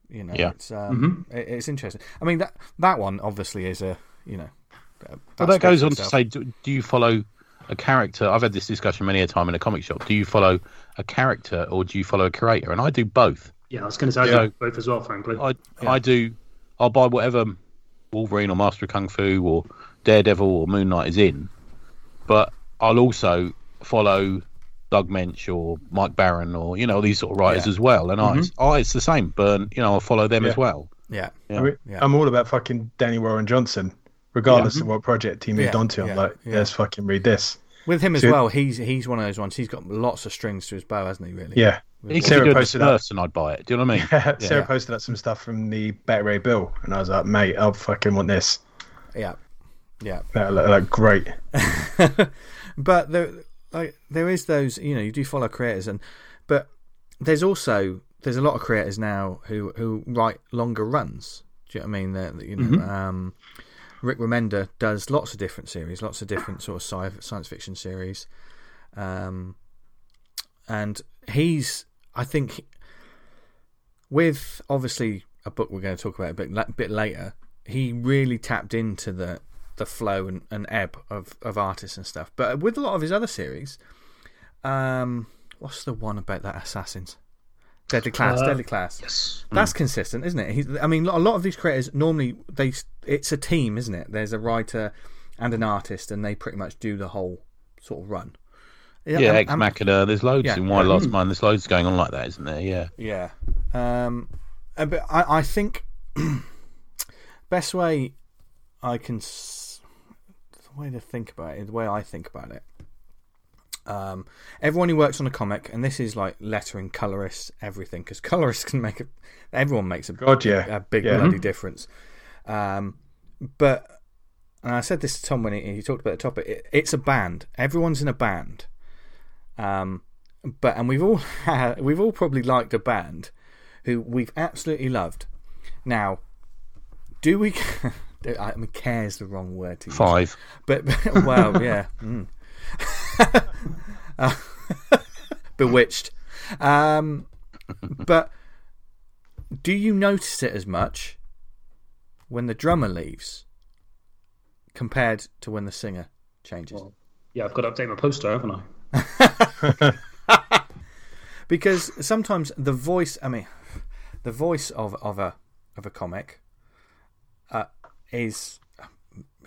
You know,
Yeah.
it's um, it, it's interesting. I mean that that one obviously is a you know
Well, that
speaks
goes
for
on
itself.
to say, do, do you follow a character? I've had this discussion many a time in a comic shop. Do you follow a character or do you follow a creator? And I do both.
Yeah, I was going to say I
Yeah.
do both as well, frankly.
I I do. I'll buy whatever Wolverine or Master of Kung Fu or Daredevil or Moon Knight is in, but I'll also follow Doug Mensch or Mike Barron or you know these sort of writers
Yeah.
as well. And I, it's, oh, it's the same. Burn, you know, I'll follow them as
Yeah.
well.
yeah,
Yeah.
I mean,
Yeah.
I'm all about fucking Danny Warren Johnson, regardless of what project he moved
Yeah,
on to. I'm
yeah,
like,
yeah.
let's fucking read this.
with him as
So-
well. He's he's one of those ones. He's got lots of strings to his bow, hasn't he? Really?
Yeah.
He could
Sarah
be doing
posted up.
first, and I'd buy it. Do you know what I mean?
Sarah posted up some stuff from the Better Ray Bill, and I was like, mate, I'll fucking want this.
yeah, yeah.
That looked like great.
but there like there is those you know you do follow creators and but there's also there's a lot of creators now who who write longer runs do you know what i mean They're- you know um rick remender does lots of different series lots of different sort of sci- science fiction series um and he's i think with obviously a book we're going to talk about a bit, la- bit later, he really tapped into the the flow and, and ebb of, of artists and stuff. But with a lot of his other series, um, what's the one about that assassins? Deadly Class, Deadly Class.
Yes.
That's consistent, isn't it? He's, I mean, a lot of these creators normally they it's a team, isn't it? There's a writer and an artist, and they pretty much do the whole sort of run.
Yeah,
am-
Ex
am-
Machina. There's loads
um, Yeah.
in Why Last Mine. There's loads going on like that, isn't there? Yeah.
Yeah. Um, uh, but I, I think best way I can s- the way to think about it, the way I think about it. Um, everyone who works on a comic, and this is like lettering, colorists, everything, because colorists can make a, everyone makes a
God, yeah.
a big
Yeah. Mm-hmm.
bloody difference. Um, but and I said this to Tom when he, he talked about the topic. It, it's a band. Everyone's in a band. Um, but and we've all had, we've all probably liked a band who we've absolutely loved. Now, do we? I mean, care's the wrong word to use.
Five.
But well, yeah. Mm. Uh, bewitched. Um, but do you notice it as much when the drummer leaves compared to when the singer changes?
Yeah, I've got to update my poster, haven't I?
because sometimes the voice i mean the voice of, of a of a comic uh, is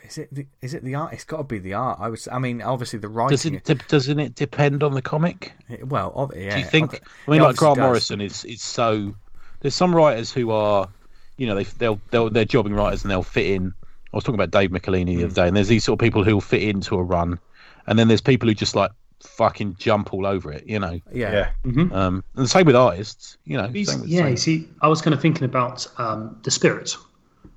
is it the, is it the art it's got to be the art i was i mean obviously the
Does
writing
it, de- doesn't it depend on the comic?
it- well ob- yeah,
Do you think?
obvi-
I mean,
it
like Grant
obviously does.
Morrison is is so. There's some writers who are, you know, they they'll, they'll they're jobbing writers and they'll fit in. I was talking about Dave McElhinney the other day, and there's these sort of people who'll fit into a run, and then there's people who just like fucking jump all over it, you know.
yeah
Yeah.
Um, and the same with artists, you know.
He's-
Same with,
yeah,
same-
you see, I was kind of thinking about um, the spirit.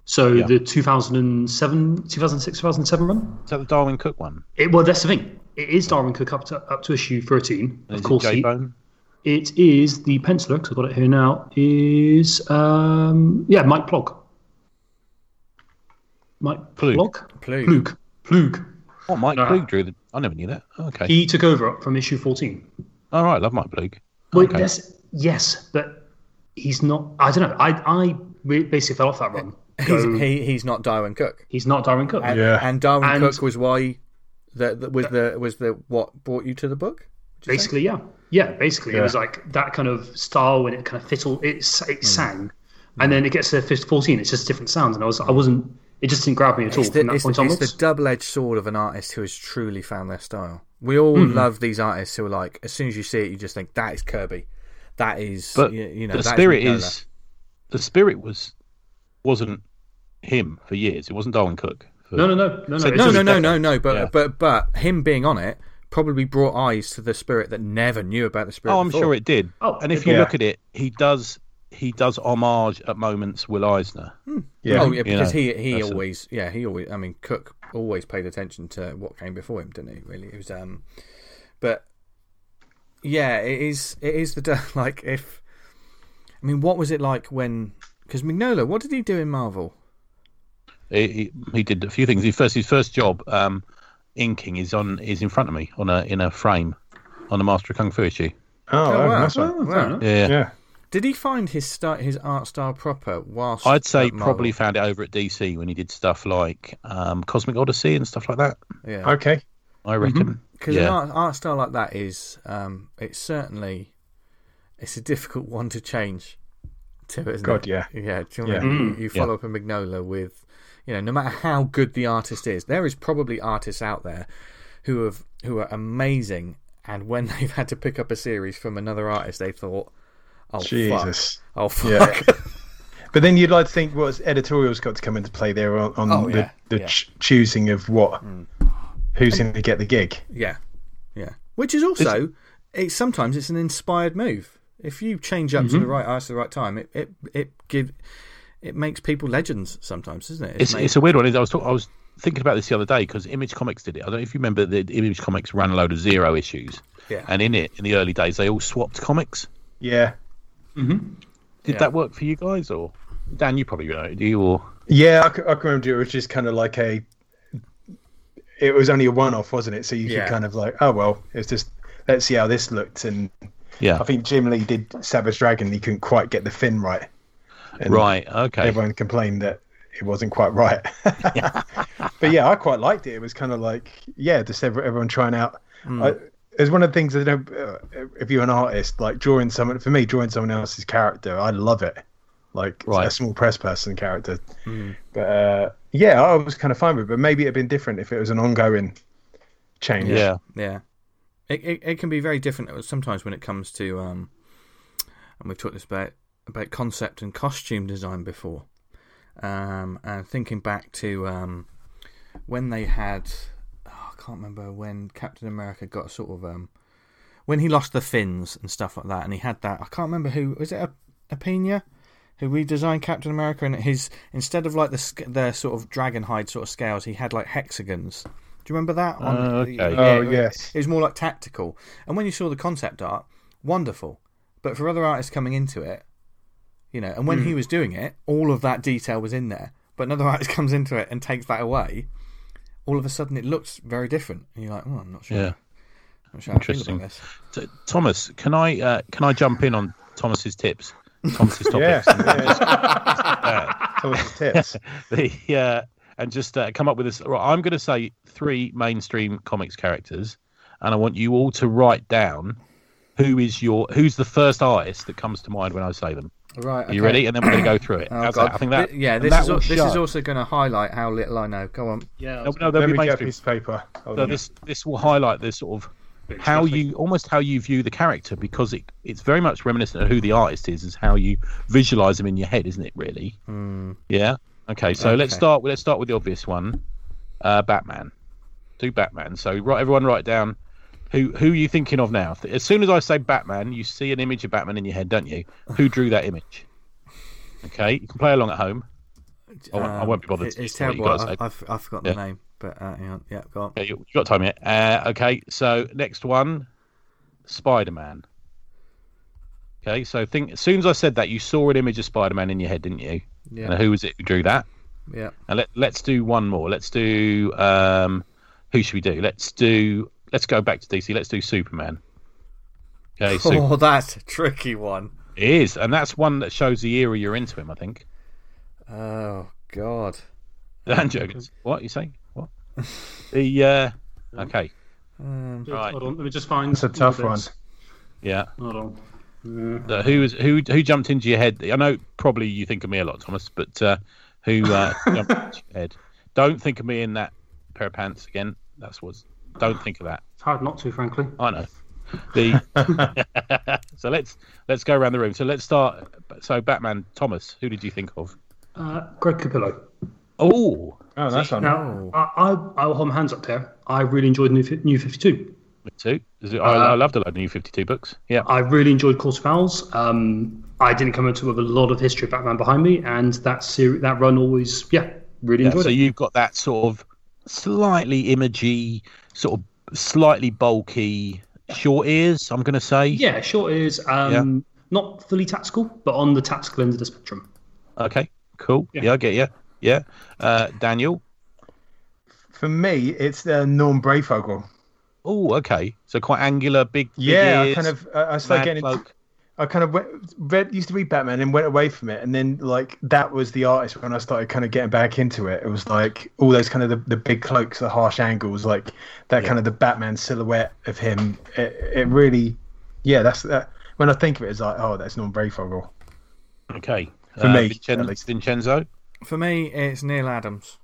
So the 2007, 2006, 2007 run.
Is that the Darwin Cook one?
It, well, that's the thing. It is Darwin Cook up to up to issue thirteen. Of
Is it
course, he-
J-Bone?
it is the penciler. Cause I've got it here now. Is um, yeah, Mike Plog. Mike
Plug.
Plog.
Plug.
Plug. Plug.
Oh, Mike
No.
Plug drew the. I never knew that. Oh, Okay.
He took over from issue fourteen.
All right, love Mike Plug.
Well,
Okay.
yes, yes, but he's not. I don't know. I I re- basically fell off that run.
he's,
So
he, he's not darwin cook
he's not Darwin Cook.
and,
Yeah.
and darwin
And-
cook was why that that was the was the what brought you to the book
Basically, yeah, yeah. Basically, it
Yeah.
was like that kind of style when it kind of fit all. It, s- it sang, and then it gets to fifth fourteen. It's just different sounds, and I was I wasn't. It just didn't grab me at all
it's
from
the,
that
it's,
point
the- it's
onwards.
the double-edged sword of an artist who has truly found their style. We all
Hmm.
love these artists who are like, as soon as you see it, you just think that is Kirby, that is,
but
you, you know,
the
that
spirit
Nicola."
is the spirit was wasn't him for years. It wasn't Darwin Cook. For,
No, no, no, no, no.
So
it's
no,
just-
no, no, no, no. But
Yeah.
but but him being on it probably brought eyes to the spirit that never knew about the spirit.
Oh, I'm
before.
sure it did.
Oh,
and if
yeah.
you look at it, he does he does homage at moments Will Eisner.
Yeah.
Oh yeah, because
know,
he he
that's it.
always yeah he always I mean Cook always paid attention to what came before him, didn't he? Really, it was um, but yeah, it is it is the d- like if I mean what was it like when because Mignola what did he do in Marvel?
He, he, he did a few things. His first his first job um, inking is on is in front of me on a in a frame on a Master of Kung Fu issue.
Oh,
Oh, wow.
nice one.
Wow.
Yeah.
Yeah.
Did he find his style, his art style proper whilst
I'd say
at Marvel?
probably found it over at DC when he did stuff like um, Cosmic Odyssey and stuff like that.
yeah
Okay.
Mm-hmm.
I reckon.
because an
yeah.
art, art style like that is um it's certainly it's a difficult one to change to isn't
God,
it?
yeah.
yeah do you know what I mean? You- you follow up a Mignola with you know no matter how good the artist is there is probably artists out there who have who are amazing and when they've had to pick up a series from another artist they thought oh fuck
Jesus.
oh fuck
Yeah. But then you'd like to think what's editorial's got to come into play there on, on
Oh,
the,
yeah,
the
yeah. Mm.
Ch- choosing of what who's going to get the gig.
Yeah, yeah. Which is also, it's sometimes it's an inspired move. If you change up to the right artist at the right time, it it it give it makes people legends sometimes, isn't it?
It's,
made-
it's a weird one. I was talk, I was thinking about this the other day because Image Comics did it. I don't know if you remember that Image Comics ran a load of zero issues.
Yeah.
And in it, in the early days, they all swapped comics.
Yeah.
Did
Yeah.
that work for you guys or Dan? You probably know, do you? Or
Yeah, I, c- I can remember it was just kind of like a. It was only a one-off, wasn't it? So you
Yeah.
could kind of like, oh well, it's just let's see how this looked. And
yeah,
I think Jim Lee did Savage Dragon. He couldn't quite get the fin right. And
right, okay.
Everyone complained that it wasn't quite right.
Hmm.
but yeah, I quite liked it. It was kind of like yeah, just every- everyone trying out. I, It's one of the things that you know, uh, if you're an artist, like drawing someone for me, drawing someone else's character, I love it. Like
Right. Hmm.
a small press person character, but uh, yeah, I was kind of fine with. it. But maybe it'd been different if it was an ongoing change.
Yeah.
Yeah, it, it it can be very different uh, sometimes when it comes to um, and we've talked this about about concept and costume design before, um, and thinking back to um, when they had oh, I can't remember when Captain America got sort of um, when he lost the fins and stuff like that, and he had that I can't remember who was it a, a Pena? Who redesigned Captain America and his instead of like the sc- the sort of dragon hide sort of scales, he had like hexagons. Do you remember that? On,
Oh, okay.
yeah,
Oh,
it-
yes.
it was more like tactical. And when you saw the concept art, wonderful. But for other artists coming into it, you know, and when
Hmm.
he was doing it, all of that detail was in there. But another artist comes into it and takes that away. All of a sudden, it looks very different, and you're like, "Oh, I'm not sure.
Yeah.
I'm not sure how I feel
Interesting.
about this."
T- Thomas, can I uh, can I jump in on Thomas's tips? Thomas's
yeah.
topics.
yeah. Thomas's tips.
the uh, and just uh, come up with this. Right, I'm going to say three mainstream comics characters, and I want you all to write down who is your who's the first artist that comes to mind when I say them.
Right.
Are you ready? And then we're going to go through it. How's that? I think that
Oh, yeah,
and
this
that
is
will
al- this
show-
is also going to highlight how little I know. Go on.
Yeah.
no, no,
Let
they'll be
me get a
mainstream.
piece of paper.
Oh,
Hold
So
on.
this this will highlight the sort of
Big
how
stuff,
you almost how you view the character because it it's very much reminiscent of who the artist is, is how you visualize them in your head, isn't it? Really? Yeah. Okay. So
Hmm.
let's
Okay.
start. with Let's start with the obvious one, uh, Batman. Do Batman. So right, everyone, write down who who you thinking of now. As soon as I say Batman, you see an image of Batman in your head, don't you? Who drew that image? Okay, you can play along at home. I won't, I
Um,
won't be bothered.
it-
to
it's
see what you
terrible.
guys
I,
say.
I've I've forgotten the name, but uh, hang on. yeah, go on.
Okay, you, you got time yet? Uh, okay, so next one, Spider Man. Okay, so think as soon as I said that, you saw an image of Spider Man in your head, didn't you?
Yeah.
And who was it who drew that?
Yeah.
And let let's do one more. Let's do um, who should we do? Let's do let's go back to DC. Let's do Superman. Okay, so
Oh, that's a tricky one.
it is, and that's one that shows the era you're into him. I think.
Oh God.
And Jurgens, what you say? What the? Uh, okay, right.
Hold on, let me just find.
That's a tough one.
yeah.
Hold on.
Uh, who was who who jumped into your head? I know probably you think of me a lot, Thomas, but uh, who uh, jumped into your head? Don't think of me in that pair of pants again. That's what. Don't think of that.
It's hard not to, frankly.
I know. The so let's let's go around the room. So let's start. So Batman, Thomas, who did you think of?
Uh, Greg Capillo.
Oh,
Oh, that's one.
Now, I, I, I'll hold my hands up there. I really enjoyed New, Fi- New 52.
me too. Is it- I, I loved a lot of New Fifty Two books. Yeah,
Uh, I really enjoyed Course of Owls. Um, I didn't come into it with a lot of history of Batman behind me, and that series, that run always, yeah, really
Yeah,
enjoyed
so
it.
you've got that sort of slightly imagey, sort of slightly bulky, short ears. I'm going to say.
yeah, sure is. Um, Not fully tactical, but on the tactical end of the spectrum.
Okay, cool. Yeah, I get you. Yeah, uh, Daniel.
For me, it's uh, Norm Brayfogle.
Oh, okay. So quite angular, big. big
Yeah, I
ears,
kind of, I, I started
mad
getting,
bloke.
I kind of went, read, used to read Batman and went away from it, and then like that was the artist when I started kind of getting back into it. It was like all those kind of the, the big cloaks, the harsh angles, like that kind of the Batman silhouette of him. It, it really, yeah, that's that. When I think of it, it's like, oh, that's Norm Brayfogle.
Okay. Uh,
For me,
Vincenzo.
at least.
Vincenzo.
For me, it's Neil Adams.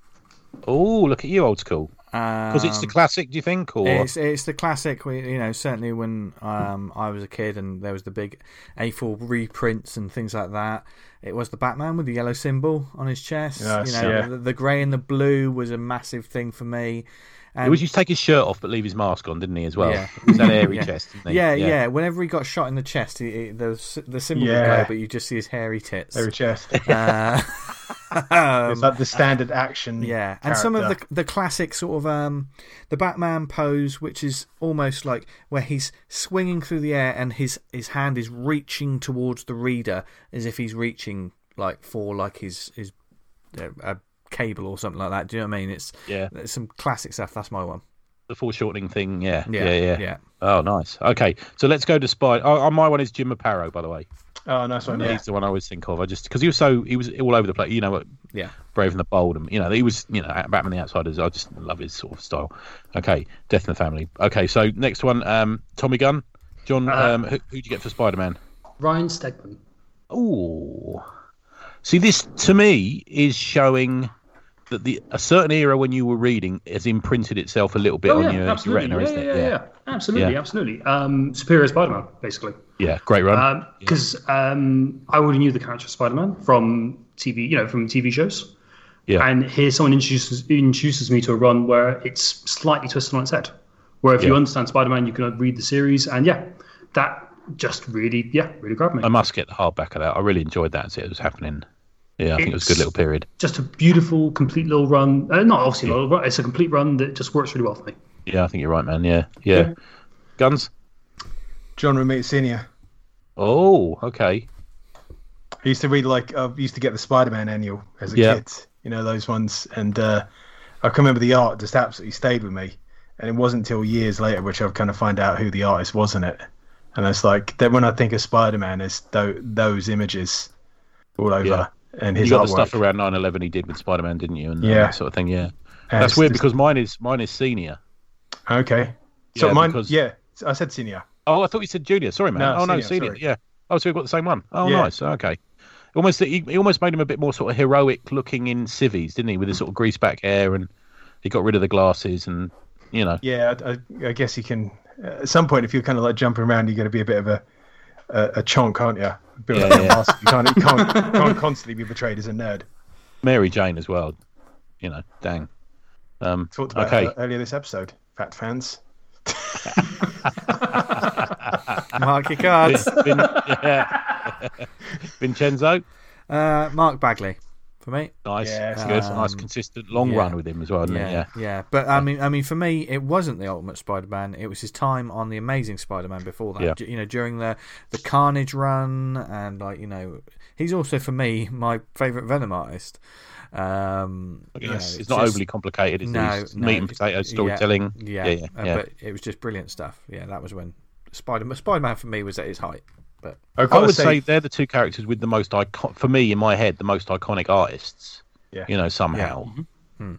Oh, look at you, old school. Because it's the
Um,
classic, do you think? Or
eh,
It's it's the classic. We you know certainly when um, I was a kid and there was the big A4 reprints and things like that. It was the Batman with the yellow symbol on his chest.
Yes,
you know
yeah.
the, the grey and the blue was a massive thing for me.
he was used to take his shirt off but leave his mask on, didn't he? As well,
Yeah.
He's that airy chest. Didn't he?
Yeah, yeah, Whenever he got shot in the chest, he, he- the s- the symbol would
Yeah.
go, but you just see his hairy tits.
Every chest.
Uh, um,
it's like the standard action.
Yeah, and some of the
character.
the classic sort of um the Batman pose, which is almost like where he's swinging through the air and his his hand is reaching towards the reader as if he's reaching like for like his his uh, a cable or something like that. Do you know what I mean? It's
Yeah.
there's some classic stuff. That's my one.
The foreshortening thing. Yeah.
Yeah,
Yeah. Yeah.
yeah.
uh, Oh, nice. Okay, so let's go to Spider. Oh, oh, my one is Jim Aparo, by the way.
Oh, nice one. Yeah.
He's the one I always think of. I just because he was so he was all over the place. You know what?
Yeah.
Brave and the Bold, and you know he was you know Batman the Outsiders. I just love his sort of style. Okay, Death in the Family. Okay, so next one, um, Tommy Gunn, John.
Uh-huh.
um, who who do you get for Spider Man?
Ryan Stegman.
Oh, see, this to me is showing that the a certain era when you were reading has imprinted itself a little bit
Oh
on
yeah,
your, your
absolutely.
retina,
yeah,
isn't
yeah,
it?
yeah, yeah. absolutely,
Yeah.
absolutely. Um, Superior Spider-Man, basically.
Yeah, great run.
Uh, because um, I already knew the character of Spider-Man from TV, you know, from TV shows.
Yeah.
And here, someone introduces introduces me to a run where it's slightly twisted on its head. Where if you
Yeah.
understand Spider-Man, you can uh, read the series, and yeah, that just really, yeah, really grabbed me.
I must get the hardback of that. I really enjoyed that as it was happening. Yeah, I think it was a good
It's-
little period.
just a beautiful, complete little run. Uh, not obviously a little run. It's a complete run that just works really well for me.
Yeah, I think you're right, man. Yeah, yeah. Guns.
John Romita Senior.
Oh, okay.
I used to read like I used to get the Spider-Man annual as a
Yeah.
kid. You know those ones, and uh, I can remember the art just absolutely stayed with me. And it wasn't until years later, which I've kind of find out who the artist was in it. And it's like that when I think of Spider-Man, it's tho- those images all over
Yeah.
and his
you got
artwork.
the stuff around 9/11 he did with Spider-Man, didn't you? And uh,
Yeah.
that sort of thing. Yeah,
And
that's
it's
weird
just-
because mine is mine is senior.
okay, so
Yeah,
mine,
because-
yeah, I said senior.
Oh, I thought you said junior. Sorry, man.
No,
oh no,
senior,
senior.
sorry.
Yeah. Oh, so we've got the same one. Oh,
Yeah.
nice. Okay. Almost, he, he almost made him a bit more sort of heroic looking in civvies, didn't he? With his sort of greased back hair, and he got rid of the glasses, and you know,
Yeah, I, I- I guess you can. uh, At some point, if you're kind of like jumping around, you're going to be a bit of a a, a chonk, aren't you? A bit
Yeah,
like a
yeah.
bastard. You can't, you can't, can't constantly be portrayed as a nerd.
Mary Jane as well. You know, dang. Um,
Talked about
okay.
it earlier this episode, fact fans.
Mark your cards.
Vin- yeah. Vincenzo,
Uh, Mark Bagley for me.
nice,
Yes, um,
that's good, nice, consistent, long
yeah.
run with him as well. Isn't
Yeah,
yeah.
yeah,
yeah,
But I mean, I mean, for me, it wasn't the Ultimate Spider-Man. It was his time on the Amazing Spider-Man before that.
Yeah.
D- You know, during the the Carnage run, and like you know, he's also for me my favorite Venom artist. Um, you know,
It's, not
just-
overly complicated. It's
no,
it's
no,
meat and
just-
potato
yeah,
storytelling.
Yeah,
yeah, yeah.
uh,
yeah.
But it was just brilliant stuff. Yeah, that was when Spider Spider-Man for me was at his height. But
I've
I
gotta
would say they're the two characters with the most icon for me in my head, the most iconic artists.
Yeah.
You know, somehow.
I've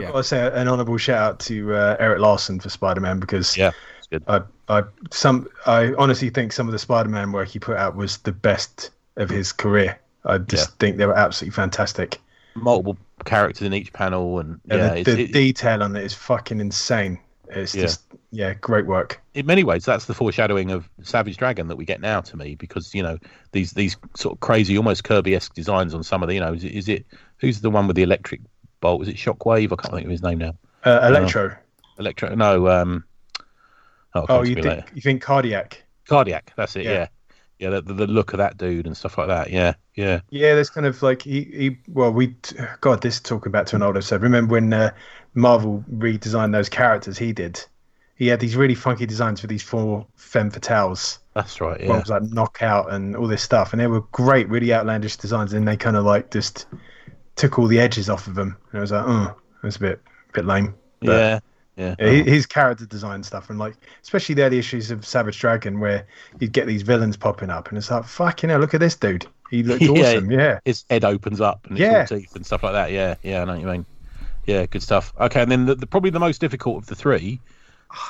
yeah.
got to say an honourable shout out to uh, Eric Larson for Spider Man because
Yeah. It's good.
I, I some I honestly think some of the Spider Man work he put out was the best of his career. I just
Yeah.
think they were absolutely fantastic.
Multiple characters in each panel and
And
yeah,
the,
it's,
the
it-
detail on it is fucking insane. It's
Yeah.
just yeah, great work.
in many ways that's the foreshadowing of Savage Dragon that we get now to me because you know these these sort of crazy almost Kirby-esque designs on some of the you know is it, is it who's the one with the electric bolt is it Shockwave I can't think of his name now
Uh, Electro.
Electro no um oh, it
Oh,
comes
you
to me
think
later.
you think cardiac?
cardiac that's it
Yeah.
yeah yeah, the, the, the look of that dude and stuff like that yeah yeah
Yeah, there's kind of like he, he well we God this talking back to an old episode. Remember when uh, Marvel redesigned those characters? He did. He had these really funky designs for these four femme fatales.
that's right yeah
One was like knockout and all this stuff, and they were great, really outlandish designs. And they kind of like just took all the edges off of them. And I was like, oh, that's a bit bit lame. But-
yeah yeah
yeah, hi- his character design stuff and like especially the early issues of Savage Dragon where you'd get these villains popping up and it's like fucking hell, look at this dude. He looked
Yeah.
awesome. Yeah.
his head opens up and it's
Yeah.
all teeth and stuff like that. Yeah, yeah, I know what you mean. Yeah, good stuff. Okay, and then the, the probably the most difficult of the three,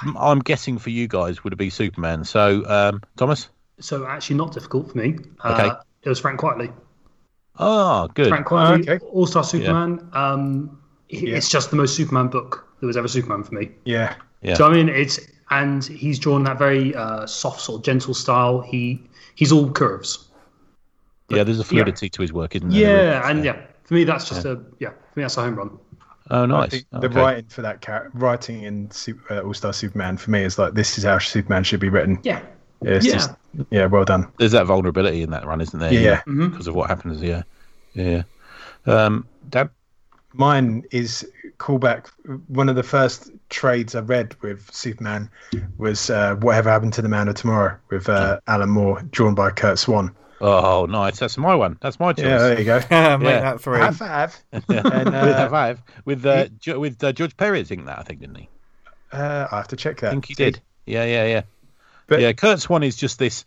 m- I'm guessing for you guys would be Superman. So, um, Thomas.
So actually, not difficult for me. Uh,
Okay.
It was Frank Quitely.
Ah, good.
Frank Quitely,
Oh, okay.
All Star Superman. Um, it- It's just the most Superman book that was ever Superman for me.
Yeah.
Yeah.
So I mean, it's and he's drawn that very uh, soft, sort of gentle style. He he's all curves.
yeah, there's a fluidity to his work, isn't there?
Yeah, and yeah, for me that's just a yeah. For me that's a home run.
Oh,
I
nice.
think
Okay.
The writing for that character, writing in Sup- uh, All Star Superman for me is like this is how Superman should be written.
Yeah.
Yeah, it's
Yeah.
just- yeah, well done.
There's that vulnerability in that run, isn't there?
Yeah, yeah.
Because
Mm-hmm.
of what happens. Yeah, yeah. Um, Dan.
Mine is callback. One of the first trades I read with Superman was uh, Whatever Happened to the Man of Tomorrow with uh, Alan Moore, drawn by Kurt Swan.
Oh, nice. That's my one. That's my choice.
Yeah, there you go.
make
Yeah.
that three.
High five.
and,
uh,
with five, with uh, Ju- with uh, George Perry, I think that I think didn't he?
Uh, I have to check that.
I think he did. Yeah, yeah, yeah.
But-
yeah, Kurt Swan is just this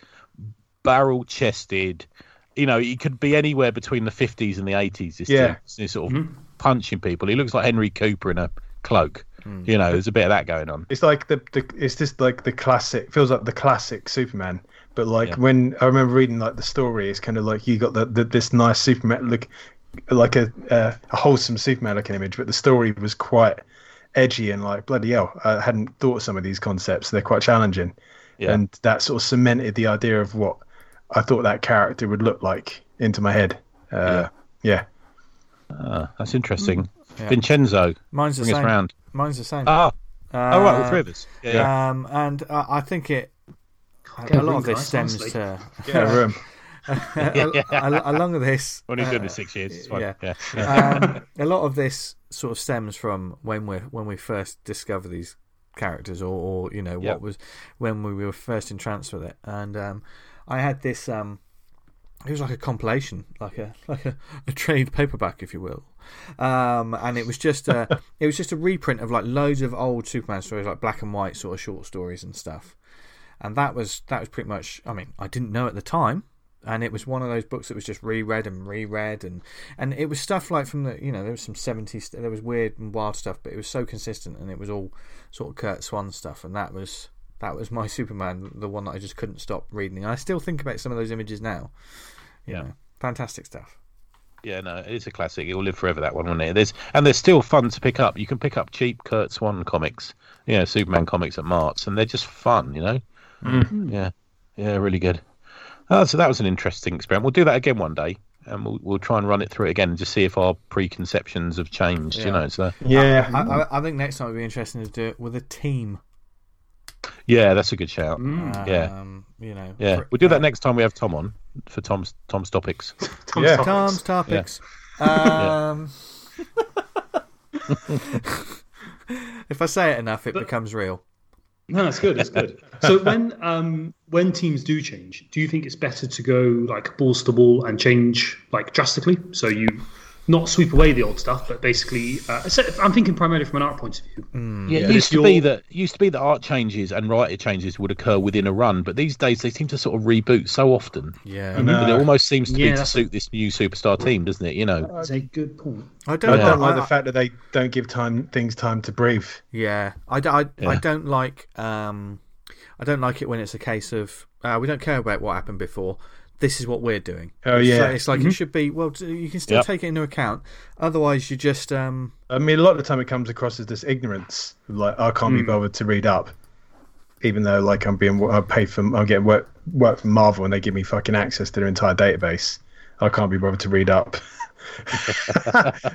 barrel chested. You know, he could be anywhere between the 50s and the 80s. This
Yeah. Mm-hmm.
dude. He's sort of punching people. He looks like Henry Cooper in a cloak.
Mm.
You know, there's a bit of that going on.
It's like the, the it's just like the classic feels like the classic Superman. But like
Yeah.
when I remember reading like the story, it's kind of like you got the, the this nice Superman look, like a uh, a wholesome Superman looking image. But the story was quite edgy and like bloody hell, I hadn't thought of some of these concepts. They're quite challenging,
Yeah.
and that sort of cemented the idea of what I thought that character would look like into my head. Uh, yeah.
That's
Mm.
interesting. Vincenzo,
Mine's the
bring us
same. Uh,
round.
Mine's the same.
Ah, all right, we're three of us. Yeah, yeah.
Um, and uh, I think it.
get
A lot
a
of
ring,
this
guys,
stems
honestly.
to.
Yeah, room.
a, a, a lot of this
We're only doing this six years. It's fine.
Uh, yeah.
Yeah.
um, a lot of this sort of stems from when we when we first discover these characters, or, or you know what
Yeah.
was when we were first entranced with it. And um, I had this. Um, it was like a compilation, like a like a, a trade paperback, if you will. Um, and it was just a it was just a reprint of like loads of old Superman stories, like black and white sort of short stories and stuff. And that was that was pretty much. I mean, I didn't know at the time and it was one of those books that was just reread and reread and and it was stuff like from the you know there was some 70s there was weird and wild stuff but it was so consistent and it was all sort of Kurt Swan stuff and that was that was my Superman the one that I just couldn't stop reading and I still think about some of those images now you
Yeah.
know, fantastic stuff
Yeah, no, it's a classic. It will live forever. That one, won't it? There's and they're still fun to pick up. You can pick up cheap Kurt Swan comics, you know, Superman comics at Marts, and they're just fun, you know. Yeah, yeah, really good. Uh, so that was an interesting experiment. We'll do that again one day, and we'll we'll try and run it through it again and just see if our preconceptions have changed. You know, so
Yeah.
I, I, I think next time would be interesting to do it with a team
yeah, that's a good shout. Yeah.
um, you know
Yeah,
for-
we'll do that next time we have Tom on for Tom's Tom's topics.
Tom's
Yeah.
topics.
Tom's topics. Um, if I say it enough, it becomes real.
No, it's good. It's good. so when um when teams do change, do you think it's better to go like balls to ball and change like drastically? So you not sweep away the old stuff, but basically, uh, so I'm thinking primarily from an art point of view.
Yeah, it
But
used
if
to be
you're-
that it used to be that art changes and writer changes would occur within a run, but these days they seem to sort of reboot so often.
Yeah.
that it almost seems to
Yeah,
be to
that's Uh,
suit this new superstar team, doesn't it? You know,
That's a good point.
I
I
don't,
don't like
I-
the fact that they don't give time things time to breathe.
Yeah, I, d- I- I don't like um, I don't like it when it's a case of uh, we don't care about what happened before. This is what we're doing.
Oh,
It's
yeah.
like- it's like it should be. Well, t- you can still
Yep.
take it into account. Otherwise, you just um,
I mean, a lot of the time it comes across as this ignorance, like I can't be bothered to read up, even though like I'm being I pay for I'm getting work work from Marvel and they give me fucking access to their entire database. I can't be bothered to read up.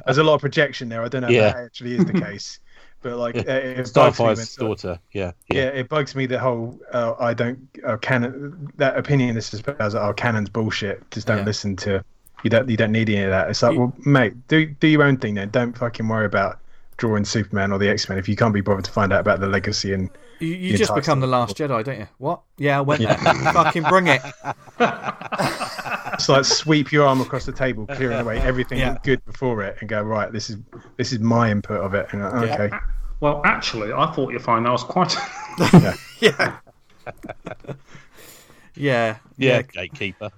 There's a lot of projection there. I don't know
Yeah.
if that actually is the case, but like uh, it, it bugs me when
Starfire's
sort of-
daughter. Yeah,
uh, yeah, it bugs me the whole uh, I don't uh, canon that opinion this is as oh canon's bullshit. Just don't
Yeah.
listen to you don't you don't need any of that. It's like well mate, do do your own thing then. Don't fucking worry about drawing Superman or the X Men if you can't be bothered to find out about the legacy and
you, you
You're
just
tight
become the last Jedi, don't you? What? Yeah, I went there. Fucking bring it.
it's like sweep your arm across the table, clearing away everything
Yeah.
good before it, and go right. This is this is my input of it. And uh, okay,
Well, actually, I thought you'd find that was quite.
Yeah. yeah.
yeah, gatekeeper.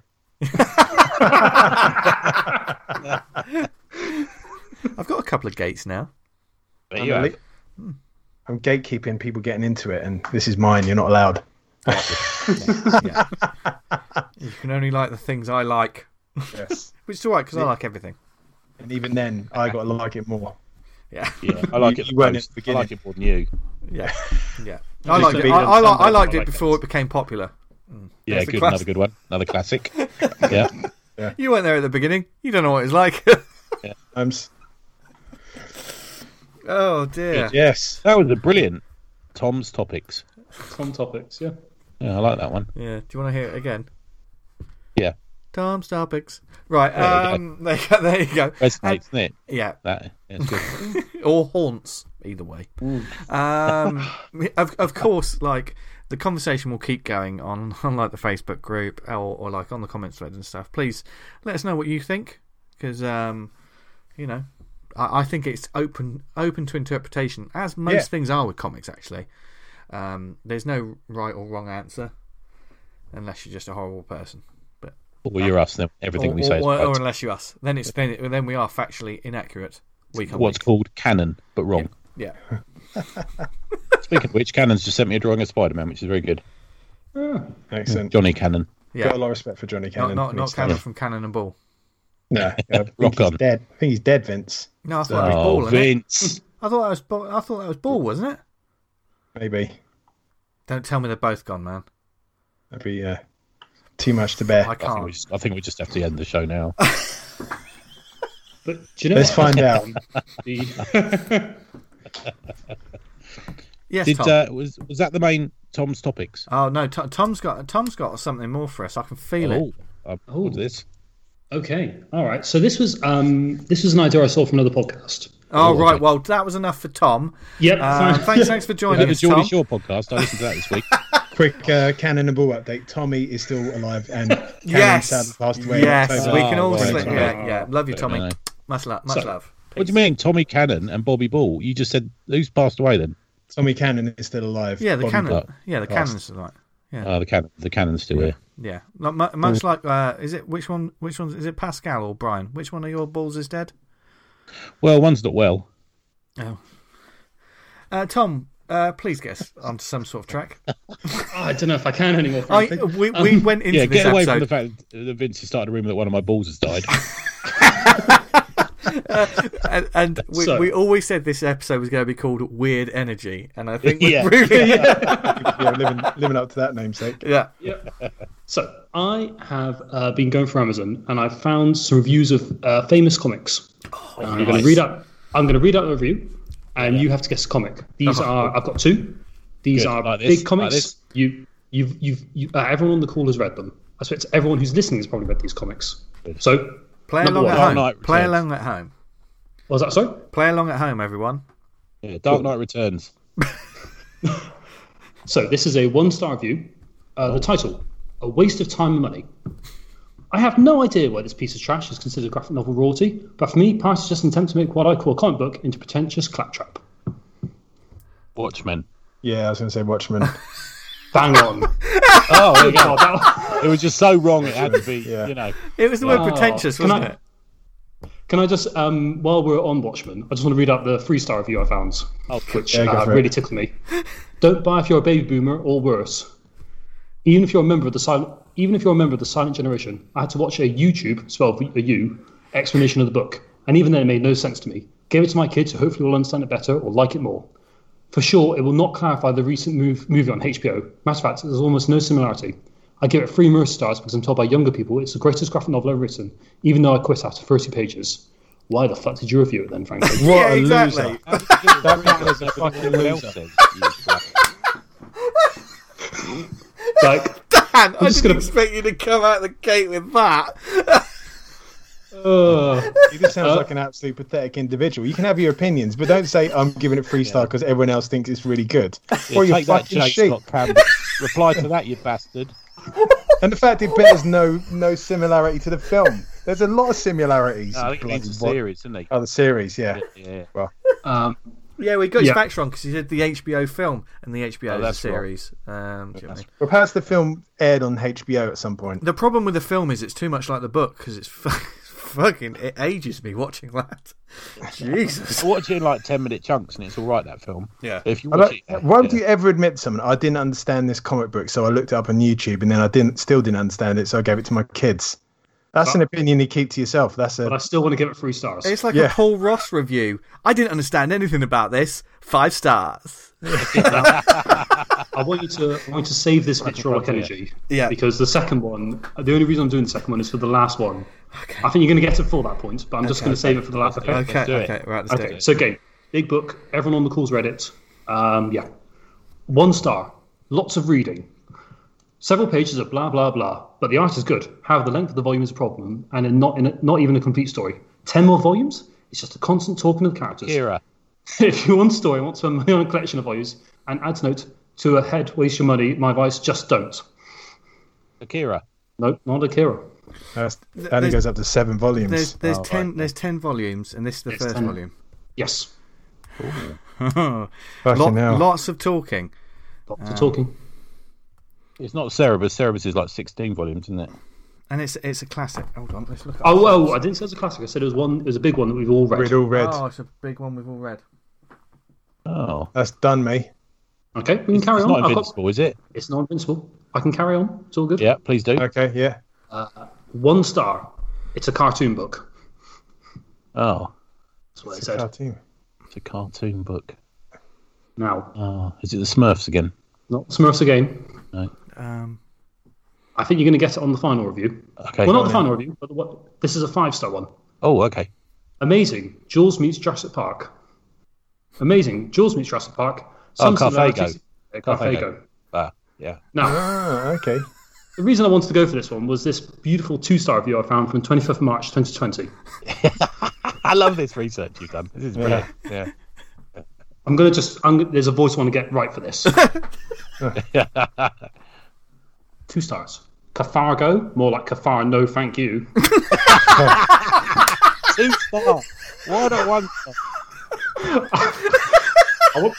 I've got a couple of gates now.
There
I'm,
you
le-
are.
I'm gatekeeping people getting into it, and this is mine. You're not allowed.
You can only like the things I like,
Yes.
which is alright because I like everything.
and even then, I got to like it more.
Yeah.
Yeah, I like
You-
it.
you
the
weren't
most.
at the
I like it more than you.
Yeah. Yeah. I liked
to
it.
be
I, I, li- I
somebody
liked
like
it
that.
before it became popular.
Yeah,
That's the
good.
class-
Another good one. Another classic. yeah.
You weren't there at the beginning. You don't know what it's like.
I'm s-
oh dear.
yes.
That was a brilliant Tom's topics.
Tom topics, yeah.
Yeah, I like that one.
Yeah. Do you want to hear it again?
Yeah.
Tom's topics. Right.
There you
um. There you go. There you go.
Resonates, doesn't it?
Yeah.
That, that's good.
or haunts either way um, of, of course like the conversation will keep going on on like the facebook group or, or like on the comments thread and stuff please let us know what you think because um, you know I, I think it's open open to interpretation as most
Yeah.
things are with comics actually um, there's no right or wrong answer unless you're just a horrible person. But
Or you're us, then everything
or,
we say is
or, or,
right.
or unless you're us, then it's then, it- then we are factually inaccurate. Week on
what's
week.
called canon, but wrong.
Yeah.
Speaking of which, Cannon's just sent me a drawing of Spider Man, which is very good.
Excellent.
Johnny Cannon.
Yeah.
Got a lot of respect for Johnny
Not
Cannon.
not, not
Vince Staples.
Cannon from Cannon and Ball.
No, I
Rock
think he's
on.
dead. I think he's dead, Vince.
No, I thought that was Ball.
Oh,
wasn't it?
Vince.
I thought that was Ball, I thought that was Ball, wasn't it?
Maybe
Don't tell me they're both gone, man.
that'd be uh, too much to bear.
I
I think, we
can't.
just, I think we just have to end the show now.
But do you know
Let's
what?
find out.
The-
Yes,
Did
Tom.
uh, was was that the main Tom's topics?
Oh no, Tom, Tom's got Tom's got something more for us. I can feel it.
Oh, I'm bored of this.
okay, all right. So this was um, this was an idea I saw from another podcast.
Oh,
Oh,
right,
okay.
well that was enough for Tom.
Yep.
Uh,
fine.
thanks, thanks for
The
joining us,
Geordie
Tom.
Shore podcast. I listened to that this week.
Quick uh, cannon and ball update. Tommy is still alive, and Cannon
Yes,
sadly passed away. in
yes,
October.
we can all
Oh,
sleep.
right.
Yeah, yeah. Love you, Tommy.
no.
Much love. Much
So-
love.
what do you mean, Tommy Cannon and Bobby Ball? You just said who's passed away then?
Tommy Cannon is still alive.
Yeah, the
Bobby
cannon.
Clark.
Yeah, the cannons are right.
Uh, the cannon. The cannon's still here.
Yeah, Not mu- much like uh, is it which one? Which one is it? Pascal or Brian? Which one of your balls is dead?
Well, one's not well.
Oh, uh, Tom. Uh, please get us onto some sort of track.
I don't know if I can anymore.
I,
frankly.
we we went into
yeah,
this
get away
episode.
from the fact that Vince has started a rumour that one of my balls has died.
and, and we,
So-
we always said this episode was going to be called Weird Energy, and I think we're
Yeah.
proving it.
yeah, living, living up to that namesake.
Yeah.
Yep. So I have uh, been going for Amazon, and I've found some reviews of uh, famous comics.
Oh,
And I'm going to read out. I'm going to read out a review, and you have to guess a comic. These
Uh-huh.
are. I've got two. These
Good.
are
Like this,
big
like
comics.
this.
you, you've, you've, you, uh, everyone on the call has read them. I suspect everyone who's listening has probably read these comics. So,
Play
Number
along
one.
at
Dark
home.
Knight
Play
Returns.
along at home.
what was that sorry?
Play along at home, everyone.
Yeah, Dark Knight Returns.
So this is a one-star review. Uh, The title: A Waste of Time and Money. I have no idea why this piece of trash is considered graphic novel royalty, but for me, part is just an attempt to make what I call a comic book into pretentious claptrap.
Watchmen.
Yeah, I was going to say Watchmen.
Bang on!
Oh, there you go.
God, that-
it was just so wrong. It had to be.
Yeah.
You know.
It was the word pretentious,
Can
wasn't
I-
it?
Can I just, um, while we're on Watchmen, I just want to read out the three-star review I found, which
go
uh,
for it.
really tickled me. Don't buy if you're a baby boomer or worse. Even if you're a member of the silent, even if you're a member of the silent generation, I had to watch a YouTube spelled with a U explanation of the book, and even then it made no sense to me. Gave it to my kids, who hopefully will understand it better or like it more. For sure, it will not clarify the recent move, movie on HBO. Matter of fact, there's almost no similarity. I give it three Mercer stars because I'm told by younger people it's the greatest graphic novel ever written, even though I quit after 30 pages. Why the fuck did you review it then, frankly?
What
Yeah,
a
exactly.
loser.
that
man is a fucking loser.
like,
Dan, I didn't
just gonna-
expect you to come out the gate with that.
uh,
He just sounds like an absolute pathetic individual. You can have your opinions, but don't say I'm giving it three star because everyone else thinks it's really good.
Yeah,
or you
take that,
fucking
Jake
sheep.
Scott Campbell. Reply to that, you bastard.
And the fact it bears no no similarity to the film. There's a lot of similarities.
I think he
Bloody
means a
what-
series, isn't he?
Oh, the series, yeah.
Yeah.
um,
Yeah, we got his
Yeah.
facts wrong because he did the HBO film and the HBO
that's
series. Um, do you know what I mean?
Well, perhaps the film aired on HBO at some point.
The problem with the film is it's too much like the book because it's fu- fucking it ages me watching that. Jesus.
I watch it in like 10 minute chunks and it's all right, that film.
Yeah.
But if you
I
watch
don't,
it. uh, yeah,
why would
yeah.
you ever admit to someone I didn't understand this comic book, so I looked it up on YouTube, and then I didn't still didn't understand it, so I gave it to my kids. That's an opinion you keep to yourself. That's
but I
a
still want to give it three stars.
It's like a
Yeah.
Paul Ross review. I didn't understand anything about this. Five stars.
I want you to I want you to save this vitriolic energy.
Yeah.
Because the second one, the only reason I'm doing the second one is for the last one. I think you're going to get it for that point, but I'm just going to save it for the last. Okay.
Okay,
do it.
okay, right, let's do
Okay.
it.
So, okay, big book. Everyone on the call's read it. Um, yeah. One star. Lots of reading. Several pages of blah blah blah, but the art is good. However, the length of the volume is a problem, and in not in a, not even a complete story. Ten more volumes? It's just a constant talking of characters.
Kira.
if you want story, want to spend money on a collection of volumes, and adds note to a head waste your money. My advice: just don't.
Akira.
No, not Akira.
that's, that only
there's-
goes up to seven volumes. Oh,
There's there's ten there's ten volumes and this is the first
ten.
volume.
Yes,
Fucking
Lot,
hell.
lots of talking.
lots of talking.
It's not Cerebus. Cerebus is like 16 volumes, isn't it?
And it's it's a classic. Hold on, let's look. At
Oh well, I didn't say it was a classic. I said it was one. It was a big one that we've all read.
Riddle Red.
Oh, it's a big one we've all read.
Oh.
That's done me.
Okay, we can carry
It's
on.
not
I've got-
invincible, is it?
it's not invincible. I can carry on. It's all good.
Yeah, please do.
Okay, yeah.
One star. It's a cartoon book.
Oh,
That's what it
It's a
said.
cartoon.
it's a cartoon book.
Now,
Oh, is it the Smurfs again?
not Smurfs again.
Um,
I think you're going to get it on the final review.
Okay.
well, not the final review, but what, this is a five star one.
Oh, okay.
Amazing. Jules meets Jurassic Park. Amazing. Jules meets Jurassic Park.
Oh, Carthago.
similarities- Uh,
Carthago.
Carthago.
Ah, yeah.
Now,
Ah, okay.
the reason I wanted to go for this one was this beautiful two star review I found from 25th March 2020.
I love this research you've done. This is brilliant. Yeah.
I'm going to just, I'm, gonna- there's a voice I want to get right for this. two stars. Cafargo, more like Cafar, no thank you.
Two star. What a one.
I want,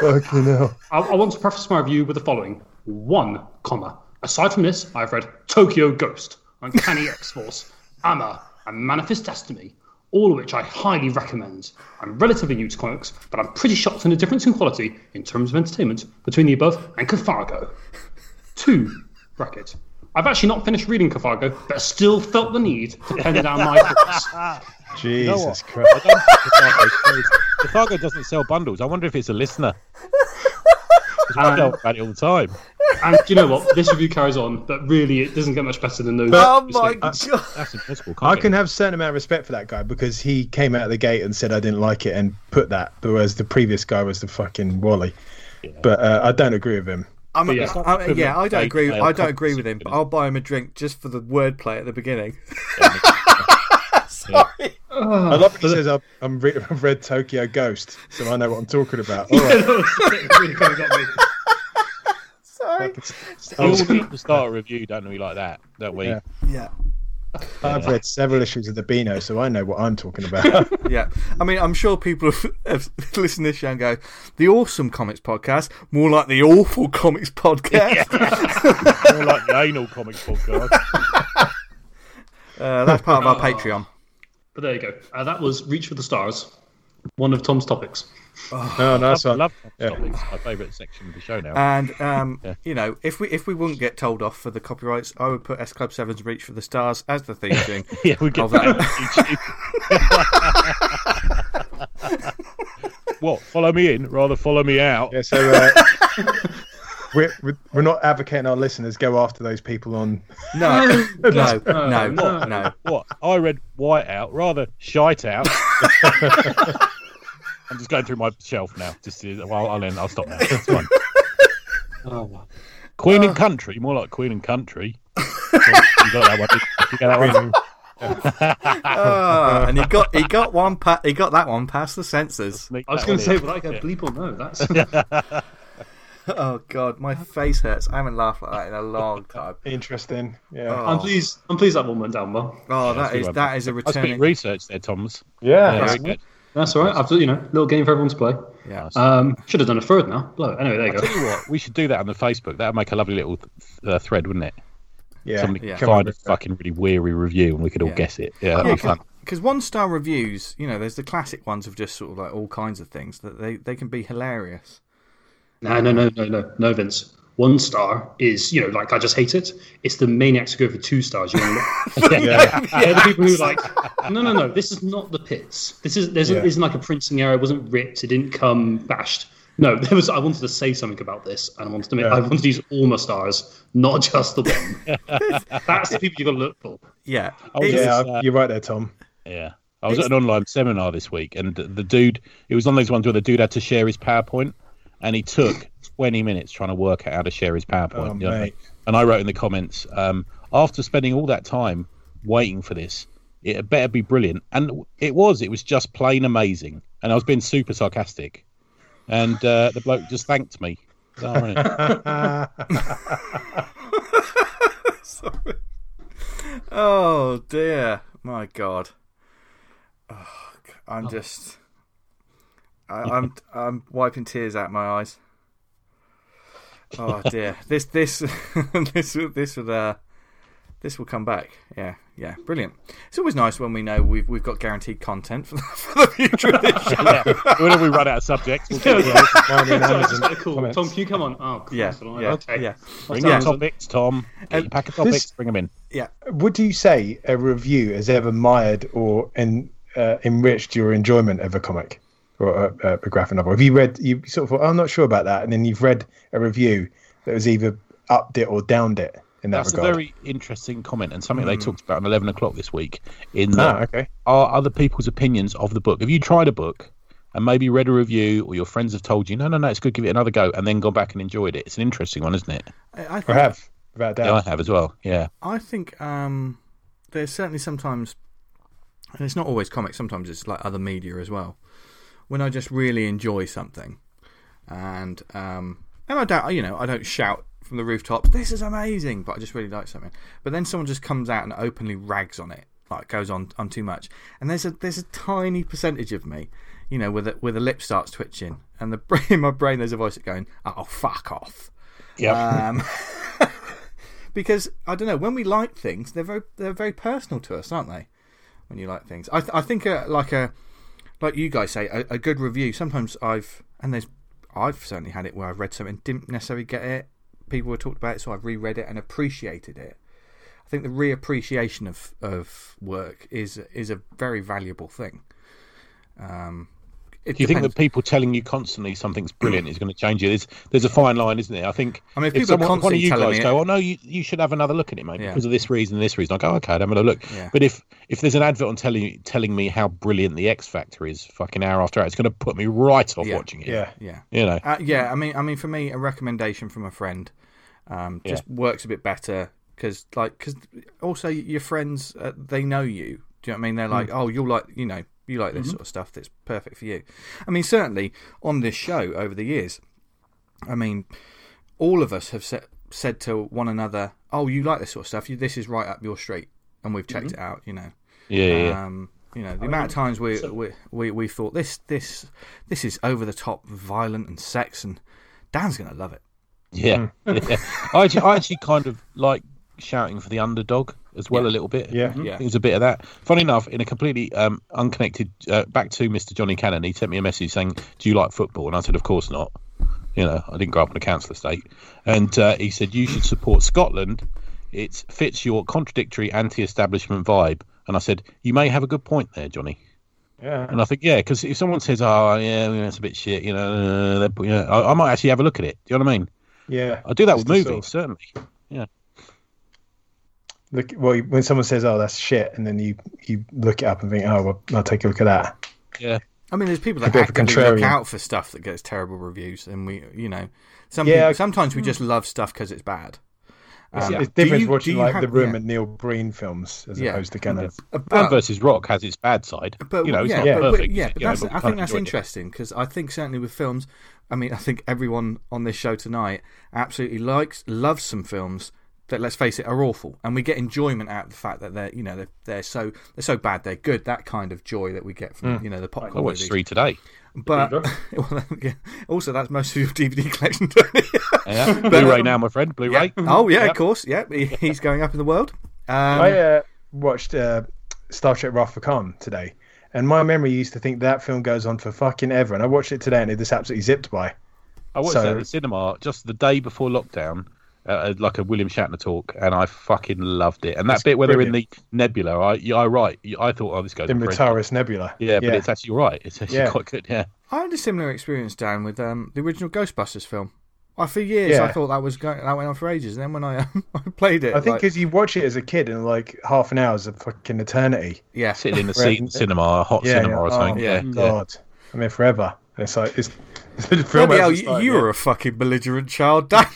Fucking hell.
I, I want to preface my review with the following one comma. Aside from this, I've read Tokyo Ghost, Uncanny X Force, Amma, and Manifest Destiny, all of which I highly recommend. I'm relatively new to comics, but I'm pretty shocked in the difference in quality in terms of entertainment between the above and Cathargo. Two bracket. I've actually not finished reading Cathargo, but still felt the need to pen down my thoughts.
Jesus Christ.
Chicago doesn't sell bundles. I wonder if it's a listener. 'Cause we
Um,
know about it all the time.
And do you know what? This review carries on, but really it doesn't get much better than those.
oh my
Uh,
statements.
god!
That's impossible.
I
Can't
can have a certain amount of respect for that guy because he came out of the gate and said I didn't like it and put that, whereas the previous guy was the fucking Wally. But uh, I don't agree with him.
I'm,
yeah.
yeah, I, yeah, I don't
They-
agree.
they
I
are
don't agree with him, but
competition.
I'll buy him a drink just for the wordplay at the beginning.
I love when he says I've, I'm re- I've read Tokyo Ghost, so I know what I'm talking about. All right.
It really kind of got me.
Sorry.
We all need to start a review, don't we, like that? Don't we?
Yeah.
Yeah,
I've read several issues of the Beano, so I know what I'm talking about.
yeah. I mean, I'm sure people have, have listened to this show and go, "The awesome comics podcast," more like the awful comics podcast.
More like the anal comic podcast.
uh, that's part of our Patreon.
But there you go. Uh, that was Reach for the Stars, one of Tom's topics.
oh, nice
I
one.
love
Yeah. Uh,
topics. My favourite section of the show now.
And um, you know, if we if we wouldn't get told off for the copyrights, I would put S Club 7's "Reach for the Stars" as the theme tune.
yeah, we get
of that.
what? Follow me in, rather follow me out.
Yeah, so uh, we're, we're- we're not advocating our listeners go after those people on.
No, no, no,
no.
no.
What? I read white out, rather shite out. I'm just going through my shelf now. Just to, well, I'll end. I'll stop now. It's fine. Queen and country, more like Queen and country. you got that one? didn't you? You got that one?
Ah, and he got he got one pa- he got that one past the censors.
Sneak
I was
that
going
one
to
in.
say, would I go bleep or no? That's
Oh god, my face hurts. I haven't laughed like that in a long time.
Interesting. Yeah.
Oh.
I'm pleased. I'm pleased that one went down well.
Oh, that is
won't
that is a
That's been
returning.
research there, Thomas.
yeah.
Very
that's-
good.
That's all right. I've you know little game for everyone to play.
Yeah.
Um, should have done a third now. Blow. it. Anyway, there you
Tell
go.
you what, we should do that on the Facebook. That'd make a lovely little th- uh, thread, wouldn't it?
yeah.
Somebody
Yeah.
could find a fucking really weary review, and we could all
Yeah.
guess it. Yeah, that'd be fun.
Because one star reviews, you know, there's the classic ones of just sort of like all kinds of things that they, they can be hilarious.
No, no, no, no, no, no, Vince. One star is you know like I just hate it. It's the maniacs who go for two stars. You know,
Yeah.
they're the people who like no, no, no. This is not the pits. This is there's
Yeah.
isn't like a printing error. It wasn't ripped. It didn't come bashed. No, there was. I wanted to say something about this, and I wanted to make.
Yeah.
I wanted to use all my stars, not just the one. That's the people you got to look for.
Yeah.
Oh,
It's-
Yeah,
It's, uh,
you're right there, Tom.
Yeah. I was at an online seminar this week, and the- the dude, it was one of those ones where the dude had to share his PowerPoint, and he took 20 minutes trying to work out how to share his PowerPoint.
Oh,
you know what I mean?
mate.
And I wrote in the comments, um, after spending all that time waiting for this, it had better be brilliant. And it was, it was just plain amazing. And I was being super sarcastic. And uh, the bloke just thanked me. Oh, right.
Oh dear, my god. Oh, I'm just, I, I'm I'm wiping tears out my eyes. Oh dear, this this this will- this would uh, this will come back. Yeah, yeah, brilliant. It's always nice when we know we've we've got guaranteed content for the, for the future of this show.
Whenever we run out of subjects, we'll
Yeah,
get
yeah.
Mine in
Sorry,
Amazon
that's kinda cool.
comments.
Tom, can you come on? Oh, God,
Yeah,
that's all right.
yeah,
okay.
yeah,
bring
Yeah.
up topics, Tom. Get your pack of topics,
this-
bring them in.
yeah.
Would you say a review has ever mired or en- uh, enriched your enjoyment of a comic or a, a graphic novel? Have you read, you sort of thought, "Oh, I'm not sure about that, and then you've read a review that was either upped it or downed it in that
That's a
regard?
very interesting comment and something they talked about on 11 o'clock this week. In that,
Ah, okay.
are other people's opinions of the book? Have you tried a book and maybe read a review or your friends have told you, no, no, no, it's good, give it another go, and then gone back and enjoyed it? It's an interesting one, isn't it?
I, I
I
think,
have, without doubt.
Yeah, I have as well. Yeah.
I think um, there's certainly sometimes, and it's not always comics. Sometimes it's like other media as well. When I just really enjoy something, and um, and I don't, you know, I don't shout from the rooftops, "This is amazing!" But I just really like something. But then someone just comes out and openly rags on it, like goes on on too much. And there's a there's a tiny percentage of me, you know, where the where the lip starts twitching, and the brain, in my brain, there's a voice that's going, "Oh, fuck off."
Yeah.
Um, because I don't know when we like things, they're very they're very personal to us, aren't they? When you like things, I th- I think uh like a like you guys say a, a good review. Sometimes I've and there's I've certainly had it where I've read something didn't necessarily get it. People were talked about it, so I've reread it and appreciated it. I think the reappreciation of of work is is a very valuable thing. Um, it
Do you think
depends.
that people telling you constantly something's brilliant is going to change it? There's, there's a fine line, isn't there? I think
I mean, if
if
people are
someone, if one
constantly
of you
telling
guys
me
go, oh no, you, you should have another look at it, mate,
Yeah.
because of this reason, this reason, I go, okay, I'm going to look.
Yeah.
But if if there's an advert on telling telling me how brilliant the X Factor is, fucking hour after hour, it's going to put me right off
Yeah.
watching it.
Yeah.
yeah.
you know,
Uh, yeah, I mean, I mean, for me, a recommendation from a friend um, just works a bit better because, like, because also your friends uh, they know you. Do you know what I mean? They're like, oh, you'll like, you know, you like this sort of stuff that's perfect for you. I mean, certainly on this show over the years, I mean, all of us have said said to one another, oh, you like this sort of stuff. You, this is right up your street, and we've checked it out. You know.
yeah, yeah, yeah.
Um, you know, the amount of times we, we we we thought this this this is over the top, violent and sex, and Dan's gonna love it.
Yeah.
Hmm.
yeah. I, actually, I actually kind of like shouting for the underdog as well a little bit.
Yeah.
Yeah.
It was a bit of that. Funny enough, in a completely um, unconnected, uh, back to Mr. Johnny Cannon, he sent me a message saying, "Do you like football?" And I said, "Of course not." You know, I didn't grow up in a council estate. And uh, he said, "You should support Scotland. It fits your contradictory anti-establishment vibe." And I said, "You may have a good point there, Johnny."
Yeah.
And I think, yeah, because if someone says, "Oh, yeah, you know, it's a bit shit," you know, uh, that- you know, I, I might actually have a look at it. Do you know what I mean?
Yeah.
I do that
Just
with
to
movies,
sort of
certainly.
Look, well, you- when someone says, "Oh, that's shit," and then you you look it up and think, "Oh, well, I'll take a look at that."
Yeah,
I mean, there's people that
bit of a
actively look
contrarian.
out for stuff that gets terrible reviews, and we, you know, some
Yeah.
people- sometimes we just love stuff because it's bad.
It's,
Um,
it's
do
different
you-
watching
do you
like
have-
The Room
yeah.
and Neil Breen films as
Yeah.
opposed to kind of
Man
But-
versus Rock has its bad side.
But
you know, it's
yeah,
not
but,
perfect.
yeah,
is it?
but
You know,
that's,
but
I
we
think
can't
that's
enjoy it.
interesting because I think certainly with films, I mean, I think everyone on this show tonight absolutely likes loves some films that, let's face it, are awful, and we get enjoyment out of the fact that they're you know they're, they're so they're so bad they're good. That kind of joy that we get from
Mm.
you know the popcorn
I watched
movies.
three today.
But well, yeah. also that's most of your DVD collection, Tony.
Yeah. Blu-ray now, my friend. Blu-ray.
oh yeah, of course. Yeah, he- he's going up in the world. Um,
I uh, watched uh, Star Trek Wrath of Khan today, and my memory used to think that film goes on for fucking ever. And I watched it today, and it just absolutely zipped by.
I watched
So-
that at the cinema just the day before lockdown, uh, like a William Shatner talk, and I fucking loved it. And that
That's
bit where they're in the nebula, I, yeah, I right, I thought, oh, this goes.
The
on forever.
Mutaris Nebula.
Yeah, but it's actually all right. It's actually
Yeah.
quite good. Yeah.
I had a similar experience, Dan, with um, the original Ghostbusters film. I, for years,
Yeah.
I thought that was going, that went on for ages, and then when I, um, I played it,
I think
like-
because you watch it as a kid, and like half an hour is a fucking eternity.
yeah,
Sitting in the
Right.
seat in the cinema, a hot
Yeah,
cinema
yeah.
or something.
Oh,
yeah. yeah.
God, I'm here forever. And it's like it's. it's the film
bloody hell,
hasn't
you,
started
you
yet.
were a fucking belligerent child, Dan.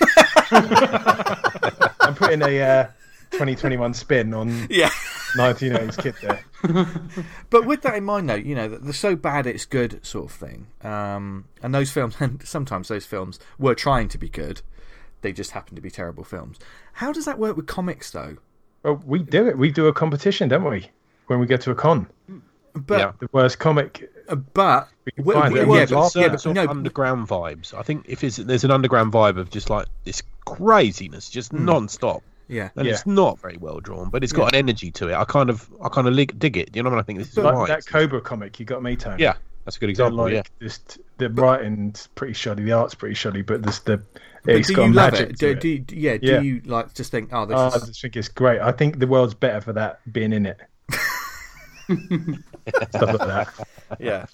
I'm putting a uh, 2021 spin on
yeah,
1980s kid there.
but with that in mind, though, you know, the, the so bad it's good sort of thing, um, and those films, and sometimes those films were trying to be good, they just happen to be terrible films. How does that work with comics, though?
Well, we do it. We do a competition, don't we? When we go to a con,
But uh,
Yeah.
the worst comic
but
We find
yeah,
it. Well,
yeah,
it's
but- yeah,
certain
but
sort
no,
of underground vibes. I think if it's, there's an underground vibe of just like this craziness, just non-stop,
yeah.
and
Yeah.
it's not very well drawn, but it's got an energy to it. I kind of, I kind of lig- dig it. You know what I think? This is
Like
right.
that Cobra comic you got me, Tony.
yeah, that's a good
They're
example.
Oh,
like
yeah,
just the writing's pretty shoddy, the art's pretty shoddy, but this the
But
it's
do
got
you love
magic.
it?
to
Do,
it.
do, you- do- yeah, do
Yeah.
you like just think, oh, this
Oh, I
is
just think it's great. I think the world's better for that being in it. Stuff like that.
yeah.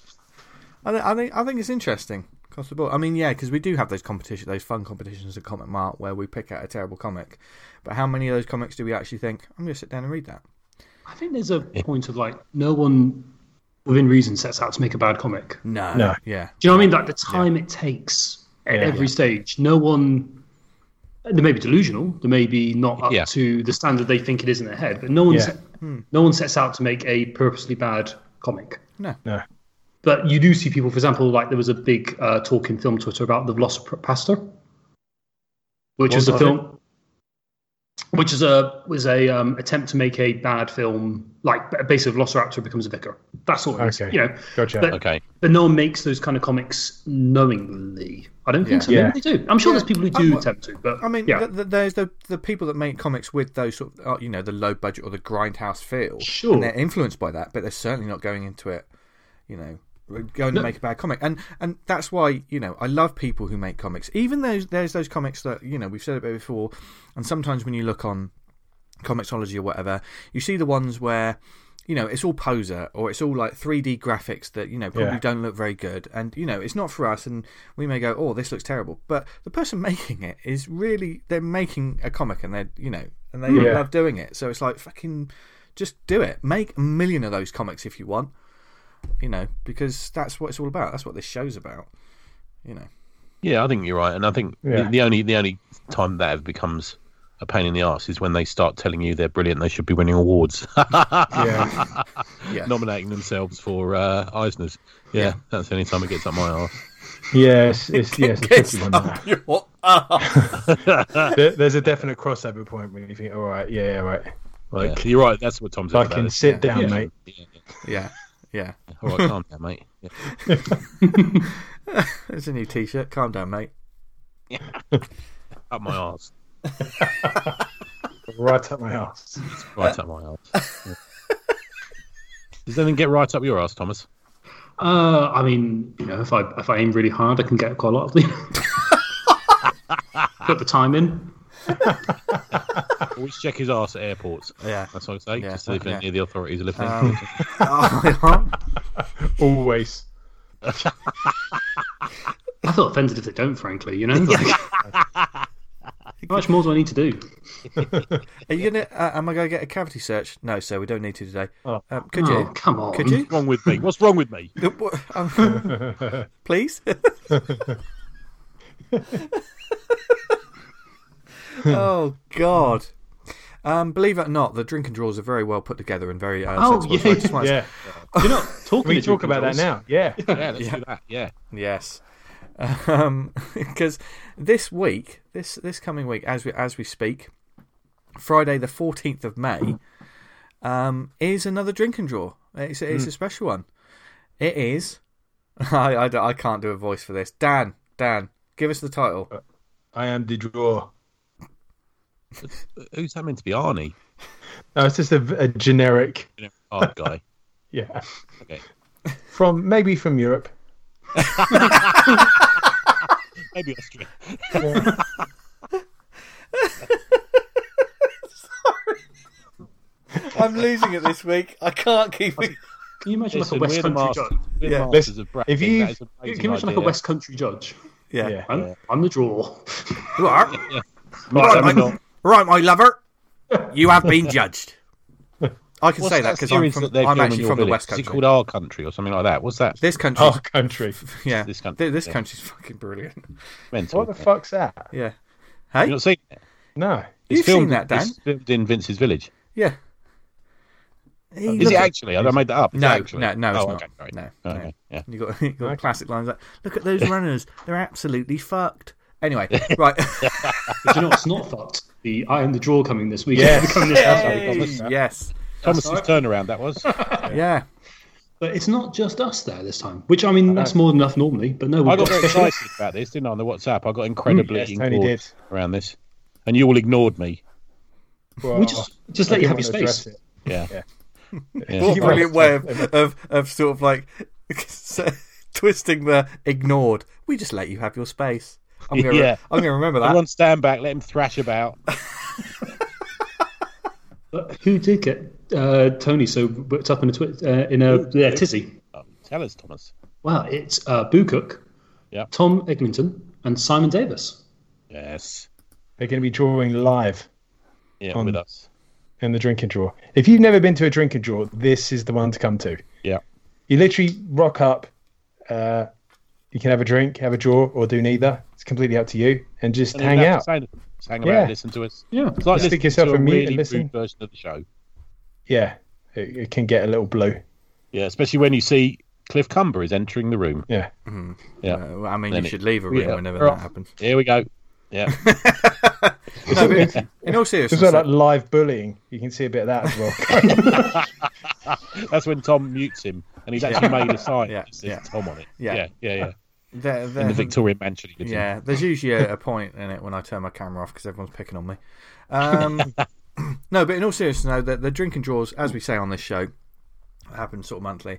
I, thi- I think I think it's interesting across the board. I mean, yeah, because we do have those competition, those fun competitions at Comic Mart where we pick out a terrible comic, but how many of those comics do we actually think I'm going to sit down and read that?
I think there's a point of like no one within reason sets out to make a bad comic.
No,
No.
yeah,
Do you know what I mean? Like the time it takes at
Yeah.
every stage. No one. They may be delusional. They may be not up
Yeah.
to the standard they think it is in their head. But no one,
Yeah.
set- no one sets out to make a purposely bad comic.
no,
No.
But you do see people, for example, like there was a big uh, talk in film Twitter about the Velocipaster, which is a
was
film, which is a was a um, attempt to make a bad film, like basically a Velociraptor becomes a vicar. That's all. It is,
Okay.
You know,
Gotcha.
But,
okay.
but no one makes those kind of comics knowingly. I don't think so.
Yeah.
Maybe they do. I'm sure
Yeah.
there's people who
I'm-
do attempt to. But
I mean,
yeah,
th- th- there's the the people that make comics with those sort of, uh, you know, the low budget or the grindhouse feel.
Sure.
And they're influenced by that, but they're certainly not going into it, you know, going to make a bad comic. And and that's why you know I love people who make comics. Even those there's those comics that you know we've said about before, and sometimes when you look on Comixology or whatever, you see the ones where. You know, it's all poser, or it's all like 3D graphics that you know probably
Yeah.
don't look very good, and you know it's not for us, and we may go, "Oh, this looks terrible," but the person making it is really they're making a comic, and they're you know, and they
Yeah.
love doing it. So it's like fucking, just do it. Make a million of those comics if you want, you know, because that's what it's all about. That's what this show's about, you know.
Yeah, I think you're right, and I think
Yeah.
the, the only the only time that ever becomes a pain in the arse is when they start telling you they're brilliant, they should be winning awards,
yeah.
Yeah.
nominating themselves for uh, Eisners. Yeah, that's the only time it gets up my arse.
Yes, it's, yes, it's a tricky one. that.
Up your arse.
There, there's a definite crossover point where you think, all right, yeah, yeah, right. Like,
Yeah, you're right. That's what Tom's
I
like.
can sit down,
yeah.
mate.
Yeah, yeah.
yeah, yeah.
All right, calm down, mate. Yeah.
It's a new T-shirt. Calm down, mate.
Up my arse.
Right up my ass.
Right up my arse. Yeah. Does anything get right up your arse, Thomas?
uh, I mean, you know, if I if I aim really hard, I can get quite a lot of them. Put the time in.
Always check his arse at airports.
Yeah.
That's what I say.
Yeah,
Just leave
yeah.
it near the authorities are listening.
Um, oh,
Always.
I feel offended if they don't, frankly, you know? Like, how much more do I need to do?
Are you gonna? Uh, am I gonna get a cavity search? No, sir. We don't need to today.
Oh.
Um, could
oh,
you?
come on.
Could you?
What's wrong with me? What's wrong with me?
Uh, what- um, Please. oh God. Um, believe it or not, the drink and draws are very well put together and very. Uh,
Oh,
sensible. So I
yeah.
just want to-
Yeah.
You're not talking
We
to
talk
people,
about that
Jules.
now. Yeah.
Yeah, let's do that. Yeah.
Yes. Um, because this week, this this coming week, as we as we speak, Friday the fourteenth of May, um, is another drink and draw. It's it's a special one. It is. I, I, don't- I can't do a voice for this. Dan, Dan, give us the title.
I am the draw.
Who's that meant to be? Arnie.
No, it's just a, a generic.
You know, Hard guy.
Yeah.
Okay.
From maybe from Europe.
Maybe Australia.
I'm losing it this week. I can't keep it.
Can you imagine
Listen,
like a
we're
West
the
Country
masters,
judge?
we're
Yeah.
the masters of
If
branding.
you-
That is an
Can you
amazing
imagine like a
idea.
West Country judge?
Yeah.
Yeah.
I'm, I'm the draw.
You are.
Right,
Right,
I'm
my, right, my lover. You have been judged. I can
What's
say that
that
because I'm,
series
from,
that they're
I'm
filming
actually
your
from the
village?
West
Is
Country.
it called uh, Oh. Our Country or something like that? What's that?
This country,
Our country.
yeah,
this country,
Th- this
yeah.
country's fucking brilliant.
Mental.
What the fuck's that?
Yeah,
You not seen it?
No.
It's
You've seen
filmed,
that, Dan.
It's filmed in Vince's village.
yeah. He
Is
look-
it actually? I made that up. Is
No,
it actually?
no, no, it's
oh,
not.
Okay, sorry.
No,
Oh,
no.
okay. Yeah.
You got, you got classic lines like, "Look at those runners; they're absolutely fucked." Anyway, right?
But you know what's not fucked? The I am the draw coming this week.
Yes.
coming this
Yay.
Saturday.
yes,
Thomas's turnaround. That was.
yeah.
But it's not just us there this time, which I mean that's more than enough normally. But no,
I
we've
got very
got
excited about this, didn't I? On the WhatsApp, I got incredibly
Mm, Yes, Tony
ignored
did.
around this, and you all ignored me.
Well,
we just just
I
let you
didn't
have
want
your
to address
space.
it.
Yeah,
What a brilliant way of, of, of sort of like twisting the ignored. We just let you have your space. I'm gonna,
Yeah.
I'm gonna remember that.
everyone stand back, let him thrash about.
But who did get uh, Tony so whipped up in a twi- uh, in a yeah, tizzy?
Oh, tell us, Thomas.
Well, it's uh, Boo Cook,
Yeah.
Tom Eglinton, and Simon Davis.
Yes,
They're going to be drawing live
yeah,
On-
with us.
in the drinking draw. If you've never been to a drinking draw, this is the one to come to.
Yeah,
You literally rock up. Uh, you can have a drink, have a draw, or do neither. It's completely up to you, and just
And
hang
then
out.
that's the same. Just hang about,
Yeah.
listen to us. It's
Yeah,
like
Just
listening
stick yourself
to a
on mute and
really
listen.
rude version of the show.
Yeah, it, it can get a little blue.
Yeah, especially when you see Cliff Cumber is entering the room.
Yeah,
Yeah,
Uh, I mean,
Then
you
it-
should leave a room
yeah.
whenever
We're
that
off.
happens.
here we go. Yeah,
No, but in- in all seriousness,
it's like live bullying. You can see a bit of that as well.
that's when Tom mutes him, and he's actually made a sign
Yeah,
that says
yeah.
Tom on it.
Yeah.
yeah, yeah, yeah.
there-
In the
there-
Victorian mansion. he lives in.
Yeah, there's usually a, a point in it when I turn my camera off because everyone's picking on me. Um, no, but in all seriousness, no, the, the drink and draws, as we say on this show, happen sort of monthly.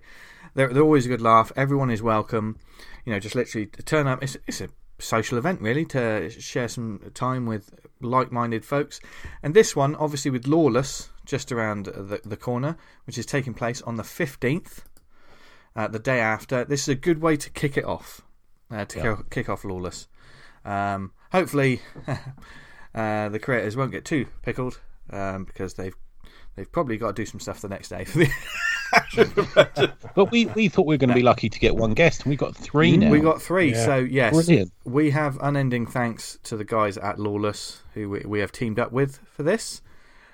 They're, they're always a good laugh. Everyone is welcome. You know, just literally to turn up. It's, it's a social event, really, to share some time with like minded folks. And this one, obviously, with Lawless just around the, the corner, which is taking place on the 15th. Uh, the day after, this is a good way to kick it off, uh, to kick- kick off Lawless. Um, hopefully, uh, the creators won't get too pickled um, because they've they've probably got to do some stuff the next day. For the,
But we, we thought we were going to be lucky to get one guest, and we've got three now.
Mm-hmm. we got three,
Yeah.
so yes,
Brilliant.
we have unending thanks to the guys at Lawless who we, we have teamed up with for this.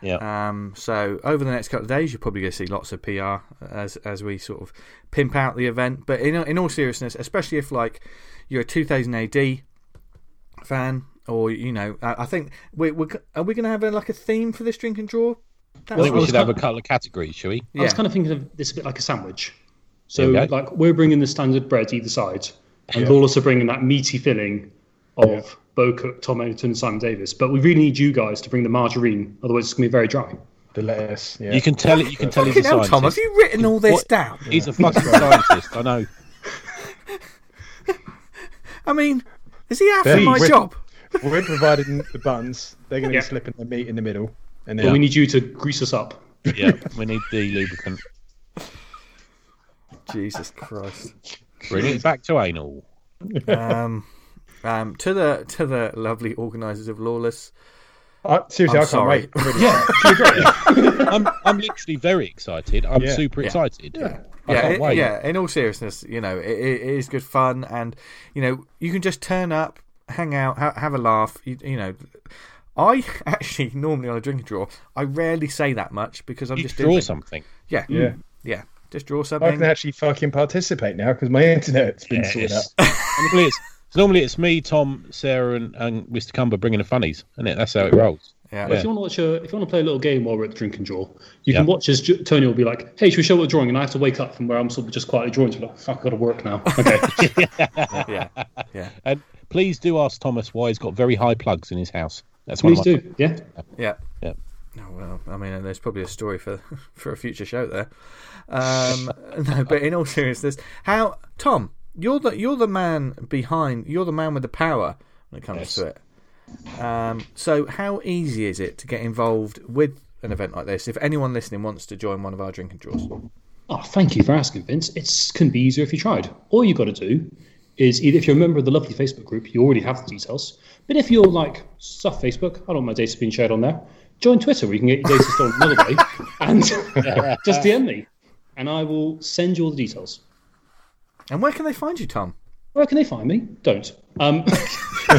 yeah.
Um, so over the next couple of days, you're probably going to see lots of PR as as we sort of pimp out the event. But in in all seriousness, especially if like you're a 2000 AD fan, or you know, I, I think we we are we going to have a, like a theme for this drink and draw?
I think
I
we
was
should have a
kind-
couple of categories, shall we?
I was kind of thinking of this a bit like a sandwich. So
There we go.
like we're bringing the standard bread either side, and Lawless are bringing that meaty filling of Bo Cook, Tom Edgerton, and Simon Davis. But we really need you guys to bring the margarine, otherwise it's gonna be very dry.
the lettuce. Yeah,
You can tell it. You can tell he's a
Fucking hell,
scientist.
Tom, have you written all this
What-
down?
He's a fucking scientist. I know.
I mean, is he after
Very
my
written.
job?
We're providing the buns. They're going to
Yeah.
be slipping the meat in the middle, and
But
then
we need you to grease us up.
Yeah, we need the lubricant.
Jesus Christ.
Bring it back to anal.
Um, um, to the to the lovely organisers of Lawless.
I, seriously,
I'm
I can't
sorry.
wait. Really.
I'm I'm literally very excited. I'm
Yeah.
super excited. I
yeah,
can't
it-
wait.
yeah. In all seriousness, you know, it, it it is good fun, and you know, you can just turn up, hang out, ha- have a laugh. You, you know, I actually normally on a drink and draw, I rarely say that much because I'm
You
just
draw
doing
something.
Yeah, Mm.
Yeah.
yeah. Just draw
I can
something.
actually fucking participate now because my internet's been sorted out.
Yes. And normally it's, normally it's me, Tom, Sarah, and, and Mr. Cumber bringing the funnies, isn't it? That's how it rolls.
Yeah.
If you want to watch a, if you want to play a little game while we're at the drink and draw, you
Yeah.
can watch as J- Tony will be like, "Hey, should we show what we're drawing?" And I have to wake up from where I'm sort of just quietly drawing. So I'm like, "Fuck, I've got to work now." Okay.
yeah, yeah,
And please do ask Thomas why he's got very high plugs in his house. That's one
Please
of my
do. Yeah.
yeah.
Yeah.
Oh, well, I mean, there's probably a story for for a future show there. Um, no, but in all seriousness, how Tom, you're the you're the man behind, you're the man with the power when it comes to it. Um, so, how easy is it to get involved with an event like this? If anyone listening wants to join one of our drink and draws,
Oh, thank you for asking, Vince. It can be easier if you tried. All you got to do is either if you're a member of the lovely Facebook group, you already have the details. But if you're like stuff Facebook, I don't want my data being shared on there. Join Twitter where you can get your data stolen another way, and just DM me, and I will send you all the details.
and where can they find you, Tom?
Where can they find me? Don't. Um,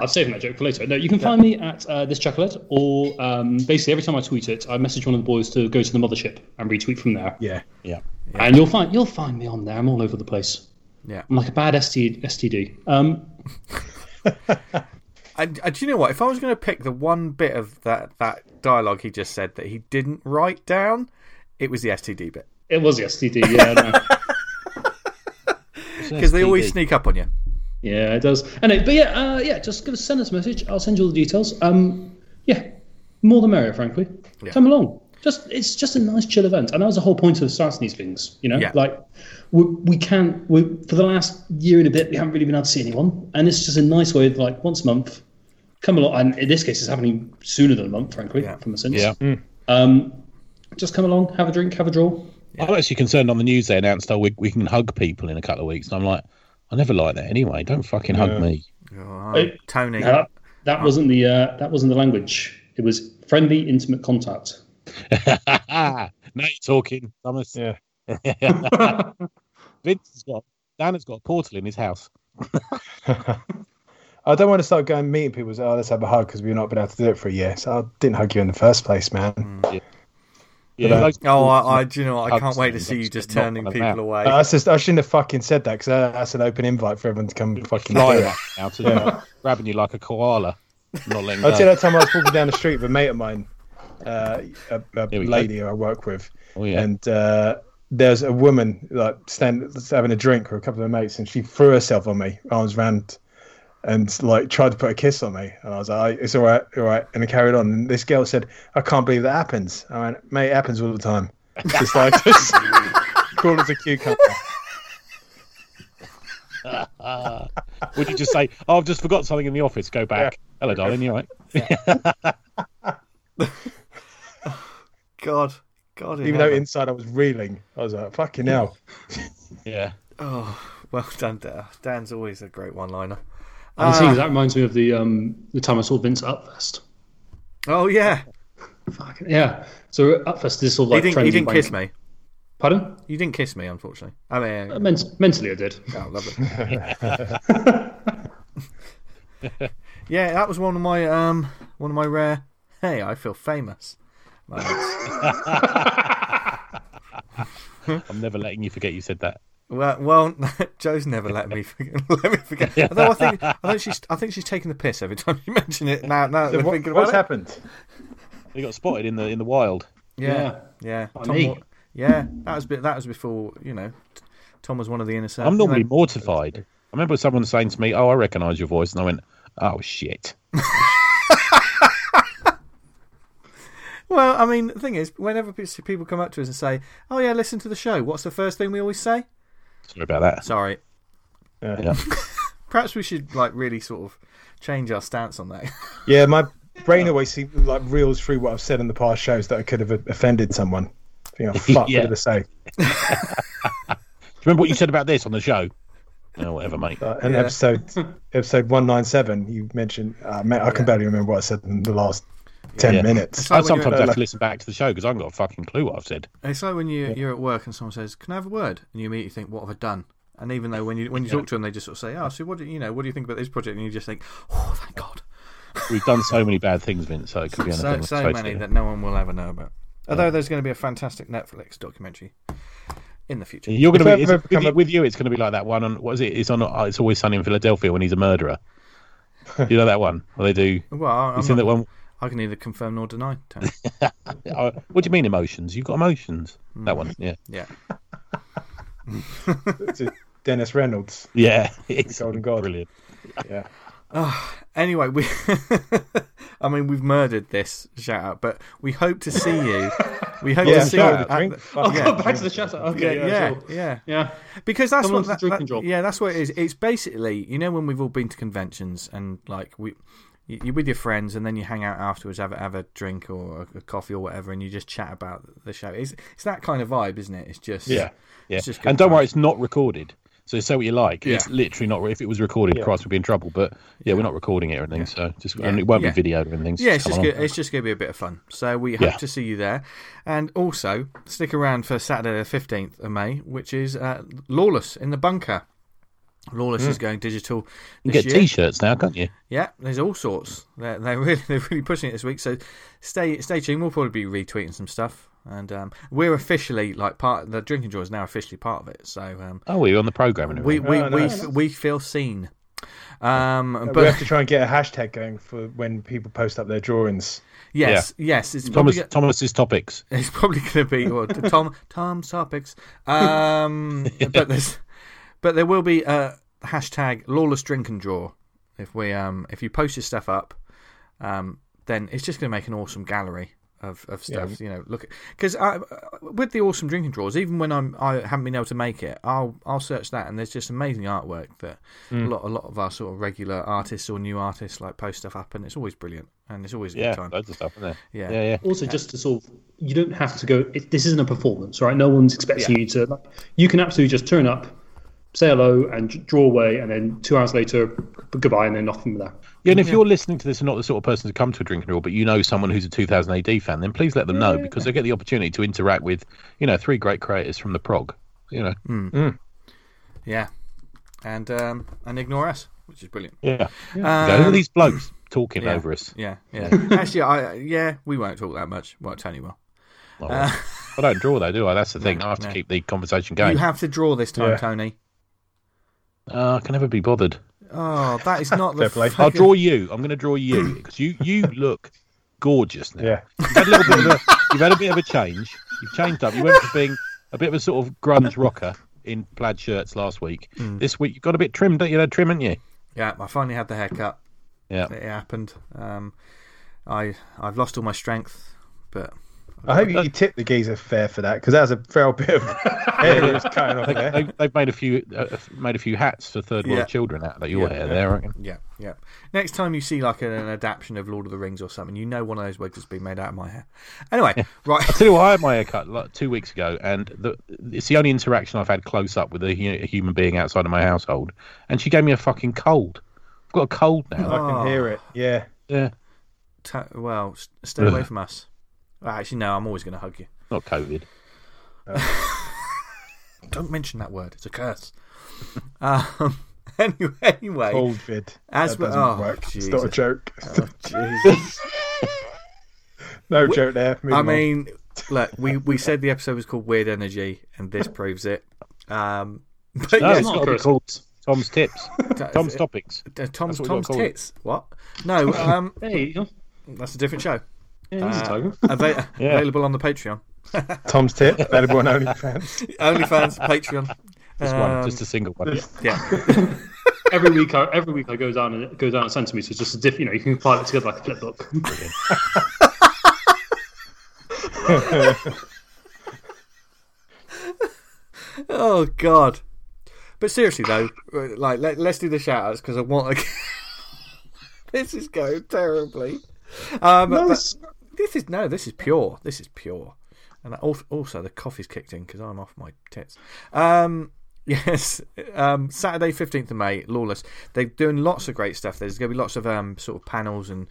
I'm saving that joke for later. No, you can find me at uh, this chocolate, or um, basically every time I tweet it, I message one of the boys to go to the mothership and retweet from there.
Yeah.
Yeah.
And you'll find you'll find me on there. I'm all over the place.
Yeah.
I'm like a bad ST, STD. Um,
And, and do you know what? If I was going to pick the one bit of that that dialogue he just said that he didn't write down, it was the STD bit.
It was the STD, yeah. no.
Because they always sneak up on you.
yeah, it does. Anyway, but yeah, uh, yeah, just give us send us a message. I'll send you all the details. Um, yeah, more the merrier, frankly. Come along. Just it's just a nice chill event, and that was the whole point of starting these things. You know,
Yeah.
like we, we can't. We for the last year and a bit, we haven't really been able to see anyone, and it's just a nice way of like once a month, come along. And in this case, it's happening sooner than a month, frankly,
Yeah. Mm.
from a sense.
Yeah.
Um, just come along, have a drink, have a draw.
I'm actually concerned on the news they announced, oh, we, we can hug people in a couple of weeks. And I'm like, I never like that anyway. Don't fucking hug me.
Oh,
Hey.
Tony.
No, that, that wasn't the uh, that wasn't the language. It was friendly, intimate contact.
now you're talking, Thomas.
Yeah.
Vince has got, Dan has got a portal in his house.
I don't want to start going meeting people. and Say, oh, let's have a hug because we've not been able to do it for a year. So I didn't hug you in the first place, man.
Yeah. those
Oh,
portals
I, I, do you know what? I
Hugs
can't wait to
and
see you
that's
just
not
turning
one of
people
that.
away.
Uh, that's just, I shouldn't have fucking said that because that's an open invite for everyone to come fucking do
fly
it.
right now, so they're grabbing you like a koala, not letting
I
go.
tell you that time I was walking down the street with a mate of mine, uh, a, a
Here we go.
lady I work with,
Oh, yeah.
and uh, there's a woman like stand having a drink with a couple of her mates, and she threw herself on me, arms round, and like tried to put a kiss on me, and I was like, "It's all right, all right," and I carried on. And this girl said, "I can't believe that happens." I went, "Mate, it happens all the time." Just like just cool as a cucumber.
Would you just say, "Oh, I've just forgot something in the office. Go back." Hello, darling. You all right?
God. God. in
Even though
heaven.
inside I was reeling, I was like, "Fucking hell."
Yeah.
Oh, well done, Dan. Dan's always a great one liner.
And seeing as that reminds me of the um, the time I saw Vince at Upfest.
Oh, yeah.
Fucking yeah. So at Upfest is sort of
He
like
didn't,
friendly
he didn't
wank-
kiss me.
Pardon?
You didn't kiss me, unfortunately. I mean,
Uh, men- mentally, I did.
Oh, lovely. yeah, that was one of my um, one of my rare. Hey, I feel famous. moments.
I'm never letting you forget you said that.
well, well, Joe's never let me forget, let me forget. Although I think I think she's I think she's taking the piss every time you mention it. Now, now that
So
we're
what-
thinking about
what's
it.
happened?
You got spotted in the in the wild.
Yeah, yeah.
On
Tom
me.
wa- yeah, that was bit. That was before you know. t- Tom was one of the innocent.
I'm normally
you know.
mortified. I remember someone saying to me, "Oh, I recognise your voice," and I went, "Oh shit."
Well, I mean, the thing is, whenever pe- people come up to us and say, "Oh yeah, listen to the show," what's the first thing we always say?
Sorry about that.
Sorry,
Yeah.
Perhaps we should like really sort of change our stance on that.
Yeah, my brain always see, like reels through what I've said in the past shows that I could have offended someone. Think, oh, fuck,
Yeah.
what did I say?
Do you remember what you said about this on the show? Oh, whatever, mate.
Uh, in
Yeah.
episode episode one nine seven, you mentioned. Uh, mate, I can barely remember what I said in the last ten
Yeah.
minutes.
like
I
when you're-
sometimes have to listen back to the show because I haven't got a fucking clue what I've said.
it's like when you you're at work and someone says, "Can I have a word?" and you immediately think, "What have I done?" And even though when you when you talk to them, they just sort of say, "Oh, so what do you you know? What do you think about this project?" and you just think, "Oh, thank God."
We've done so many bad things, Vince. So it could be anything.
So
Let's
so
face
many
it.
that no one will ever know about. Although there's going to be a fantastic Netflix documentary in the future.
You're
If I
going to
ever
be it's- with,
become
you,
a-
with you. It's going to be like that one on what is it? It's on. uh, It's always sunny in Philadelphia when he's a murderer. you know that one? Well, they do.
Well, I-
You
I'm
seen
not-
that one?
I can either confirm nor deny. Tony.
Uh, what do you mean emotions? You've got emotions.
Hmm.
That one. Yeah.
yeah,
To Dennis Reynolds.
Yeah. It's
Golden God.
Brilliant.
Yeah,
anyway, we I mean we've murdered this shout out, but we hope to see you. We hope
yeah.
to see you.
sure,
at
drink,
the-
fuck
yeah.
yeah.
Oh, back to the chat.
yeah,
Okay, yeah,
yeah,
sure.
yeah.
yeah.
Because that's
Come
what
along to
that,
the drinking
that-
job.
yeah, that's what it is. It's basically you know when we've all been to conventions and like we you- you're with your friends and then you hang out afterwards, have a, have a drink or a, a coffee or whatever, and you just chat about the show. It's it's that kind of vibe, isn't it? It's just
Yeah. Yeah.
It's just good
And don't
fun.
worry, it's not recorded. So say what you like.
Yeah.
It's literally not. If it was recorded, Christ, we'd be in trouble. But yeah, we're not recording it or anything. So just and it won't
Yeah.
be videoed or anything. so
Yeah, it's
come
just
along.
good, it's just going to be a bit of fun. So we hope
Yeah.
to see you there, and also stick around for Saturday the fifteenth of May, which is uh, Lawless in the bunker. Lawless is going digital.
Mm. You
This
can get
year.
T-shirts now, can't you?
Yeah, there's all sorts. They're, they're really they're really pushing it this week. So stay stay tuned. We'll probably be retweeting some stuff, and um, we're officially like part. The drinking draw is now officially part of it. So um,
Oh, we're on the program and
we
everything.
we
Oh,
we,
nice.
f- we feel seen. Um,
we
but
have to try and get a hashtag going for when people post up their drawings.
yes, yes, it's probably
Thomas
go-
Thomas's topics.
it's probably going to be or Tom Tom's topics. Um, But there's but there will be a hashtag lawless drink and draw if we um if you post your stuff up, um then it's just going to make an awesome gallery of of stuff. You know, look because with the awesome drinking draws, even when I'm I haven't been able to make it, I'll I'll search that and there's just amazing artwork that a lot a lot of our sort of regular artists or new artists like post stuff up and it's always brilliant and it's always a
Yeah,
good time.
loads of stuff, isn't there?
Yeah.
yeah, yeah.
Also, just to sort of, you don't have to go. It, this isn't a performance, right? No one's expecting you to. Like, you can absolutely just turn up, say hello, and j- draw away, and then two hours later, b- goodbye, and then off from there.
Yeah, and if you're listening to this and not the sort of person to come to a drinking hall, but you know someone who's a 2000 AD fan, then please let them know because they get the opportunity to interact with, you know, three great creators from the prog. You know,
Yeah, and um, and ignore us, which is brilliant.
yeah. Yeah, Who are these blokes talking
Um, yeah.
over us?
Yeah, yeah. Actually, I yeah, we won't talk that much. Well, Tony will.
Oh, well. I don't draw though, do I? That's the thing. I have to
Uh, no.
keep the conversation
You
going.
have to draw this time,
Yeah.
Tony.
Uh, I can never be bothered.
Oh, that is not the.
Fair play.
fucking-
I'll draw you. I'm going to draw you because you you look gorgeous now.
Yeah.
You've had a little bit of a, you've had a bit of a change. You've changed up. You went from being a bit of a sort of grunge rocker in plaid shirts last week.
Mm.
This week you got a bit trimmed, don't you? You had a trim, haven't you?
Yeah, I finally had the haircut.
Yeah.
It happened. Um, I I've lost all my strength, but
I hope you tip the geezer fair for that because that was a fair bit of hair that was cutting off there.
They've, they've made a few uh, made a few hats for third world
Yeah.
children out of your
Yeah.
hair there, I reckon.
yeah, yeah. Next time you see like an, an adaptation of Lord of the Rings or something, you know one of those wigs has been made out of my hair. Anyway, right.
Tell you what, I had my hair cut like, two weeks ago, and the, it's the only interaction I've had close up with a, hu- a human being outside of my household. And she gave me a fucking cold. I've got a cold now.
I can hear it. Yeah.
Yeah,
Ta well, s- stay away from us. Well, actually, no. I'm always going to hug you.
not COVID.
Don't mention that word. It's a curse. um, anyway, anyway.
Old vid.
Oh. As
that
we-
doesn't
oh,
work. It's not a
Jesus. Oh,
joke.
Jesus.
no joke there. Moving
I
on.
mean, look, we, we said the episode was called Weird Energy, and this proves it. Um, but
No,
yes,
it's
not
got to be
cursed.
called Tom's tips,
t-
Tom's
uh,
topics.
uh, Tom's,
what we
Tom's
gotta call it.
tits. What? No, um,
Hey, you know,
that's a different show. Uh,
yeah,
Ah,
he's a tiger.
Ava-
Yeah.
Available on the Patreon.
Tom's tip. Available on OnlyFans.
OnlyFans, Patreon.
Just
um,
one, just a single one.
Yeah.
every week, I, every week I go down and it goes down and sends to me. So it's just a diff. You know, you can compile it together like a flip book.
Oh, God. But seriously, though, uh, like let, let's do the shout outs because I want to. this is going terribly. Um, but- This is no, this is pure. This is pure. And that al- also the coffee's kicked in because I'm off my tits. Um, yes, um, Saturday fifteenth of May, Lawless. They're doing lots of great stuff. There's going to be lots of um, sort of panels and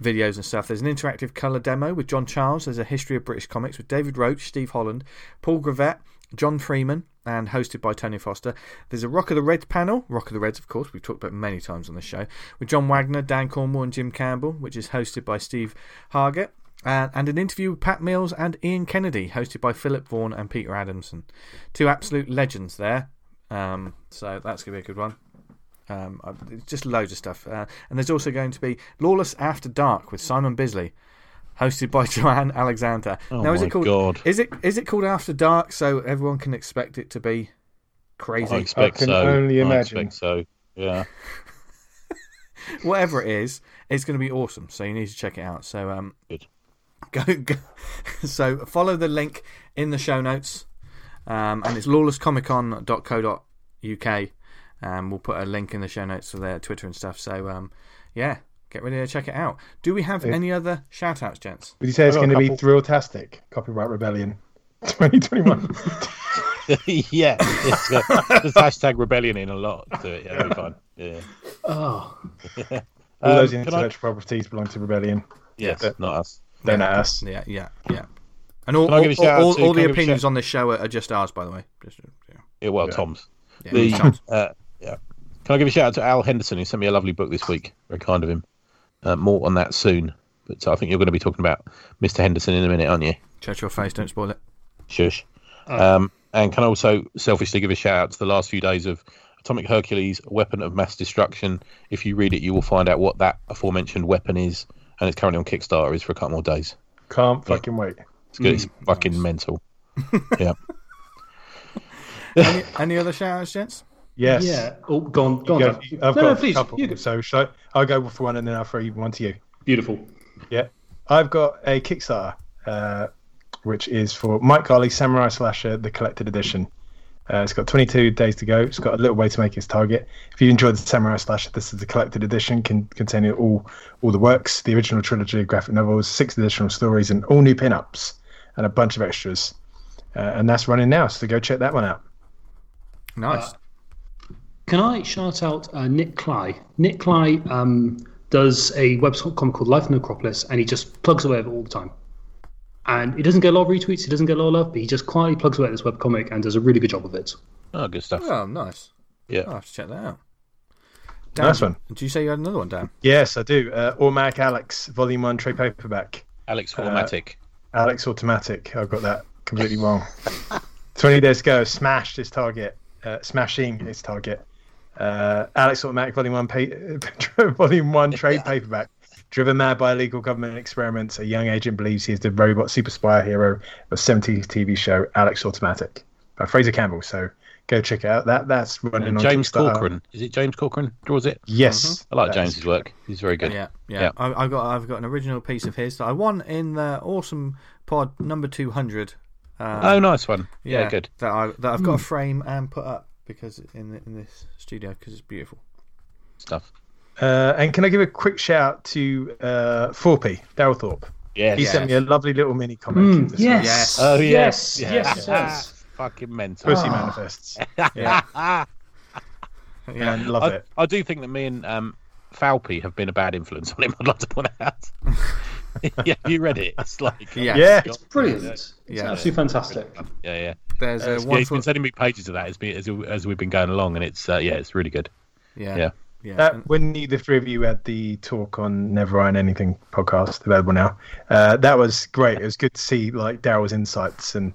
videos and stuff. There's an interactive colour demo with John Charles. There's a history of British comics with David Roach, Steve Holland, Paul Gravett, John Freeman, and hosted by Tony Foster. There's a Rock of the Reds panel, Rock of the Reds, of course, we've talked about many times on this show, with John Wagner, Dan Cornwall, and Jim Campbell, which is hosted by Steve Hargett. Uh, and an interview with Pat Mills and Ian Kennedy, hosted by Philip Vaughan and Peter Adamson. Two absolute legends there. Um, so that's going to be a good one. Um, I- it's just loads of stuff. Uh, and there's also going to be Lawless After Dark with Simon Bisley, hosted by Joanne Alexander.
Oh
now, is
my
it called?
God.
Is it is it called After Dark so everyone can expect it to be crazy?
I
I
expect
can
so.
only
I
imagine.
expect so. Yeah.
Whatever it is, it's going to be awesome. So you need to check it out. So um,
Good.
go, go so follow the link in the show notes um, and it's lawlesscomiccon.co.uk um, we'll put a link in the show notes for their twitter and stuff so um, yeah get ready to check it out do we have any other shout outs gents
Would you say it's
I've got
going
a
to be
couple.
thrilltastic? Copyright Rebellion 2021.
yeah. It's got, there's hashtag rebellion in a lot to it. Yeah, it'll be fine. Yeah.
Oh,
All those
Um, can I-
intellectual properties belong to Rebellion.
Yes,
Yeah.
not us.
They're not us.
yeah yeah yeah and all,
Can I
all,
give a shout-out
all-
to-
all
can I
the
give a
opinions
shout-
on this show are, are just ours by the way just, yeah.
Yeah, well, Tom's.
Yeah,
The,
just ours.
uh, yeah. Can I give a shout out to Al Henderson, who sent me a lovely book this week? Very kind of him. Uh, more on that soon. But I think you're going to be talking about Mr. Henderson in a minute, aren't you?
Shut your face don't spoil it
Shush. Um, and can I also selfishly give a shout out to the last few days of Atomic Hercules, a weapon of mass destruction. If you read it, you will find out what that aforementioned weapon is, and it's currently on Kickstarter. Is for a couple more days.
Can't fucking wait.
It's good. it's fucking mental. yeah.
Any, any other shout outs, gents?
Yes.
Yeah. Oh, gone.
You
Gone.
go- I've got
no, no,
a
please.
couple.
You go.
So shall I, I'll go for one and then I'll throw you one to you.
Beautiful.
Yeah. I've got a Kickstarter, uh, which is for Mike Carley Samurai Slasher, the collected edition. Uh, it's got 22 days to go. It's got a little way to make its target. If you enjoyed the Samurai Slasher, this is the collected edition con- containing all all the works, the original trilogy, graphic novels, six additional stories, and all new pinups and a bunch of extras. Uh, and that's running now, so go check that one out.
Uh,
Nice.
Can I shout out uh, Nick Cly? Nick Cly um, does a website comic called Life in Necropolis, and he just plugs away at it all the time. And he doesn't get a lot of retweets, he doesn't get a lot of love, but he just quietly plugs away at this webcomic and does a really good job of it.
Oh, good stuff.
oh, nice.
Yeah.
I'll have to check that out.
Nice one.
Did you say you had another one, Dan?
Yes, I do. Uh, Ormac Alex, Volume 1 trade paperback.
Alex Automatic.
Alex Automatic. I've got that completely wrong. 20 days ago, smashed his target, uh, smashing his target. Uh, Alex Automatic Volume 1, pa- Volume 1 trade paperback. Driven mad by illegal government experiments, a young agent believes he is the robot super spy hero of 70s TV show Alex Automatic by Fraser Campbell. So go check it out. That That's running on
James
Kickstarter.
Corcoran. Is it James Corcoran? Draws it.
uh, Yes.
I like
that is-
James's work. He's very good.
Yeah, yeah.
Yeah.
I, I've got I've got an original piece of his that I won in the awesome pod number two hundred. Um,
Oh, nice one. Yeah, good. Hmm.
That I that I've got a frame and put up because in the, in this studio because it's beautiful.
Stuff.
Uh, and can I give a quick shout out to uh, 4P, Daryl Thorpe?
Yeah.
He sent me a lovely little mini comic.
Mm,
this week.
Yes.
Oh,
yes. Yes. yes,
Fucking mental.
Pussy manifests.
Yeah.
And love
I,
it.
I do think that me and um, Falpy have been a bad influence on him. I'd like to point out. yeah, you read it. It's like
Yeah.
Yeah.
It's
Brilliant. It's
Yeah.
absolutely fantastic.
yeah, yeah.
There's a
yeah he's
wonderful.
been sending me pages of that as, we- as, we- as we've been going along, and it's uh, yeah, it's really good.
Yeah.
Yeah.
yeah.
That, when you, the three of you had the talk on Never Iron Anything podcast available now, uh, that was great. It was good to see like Daryl's insights and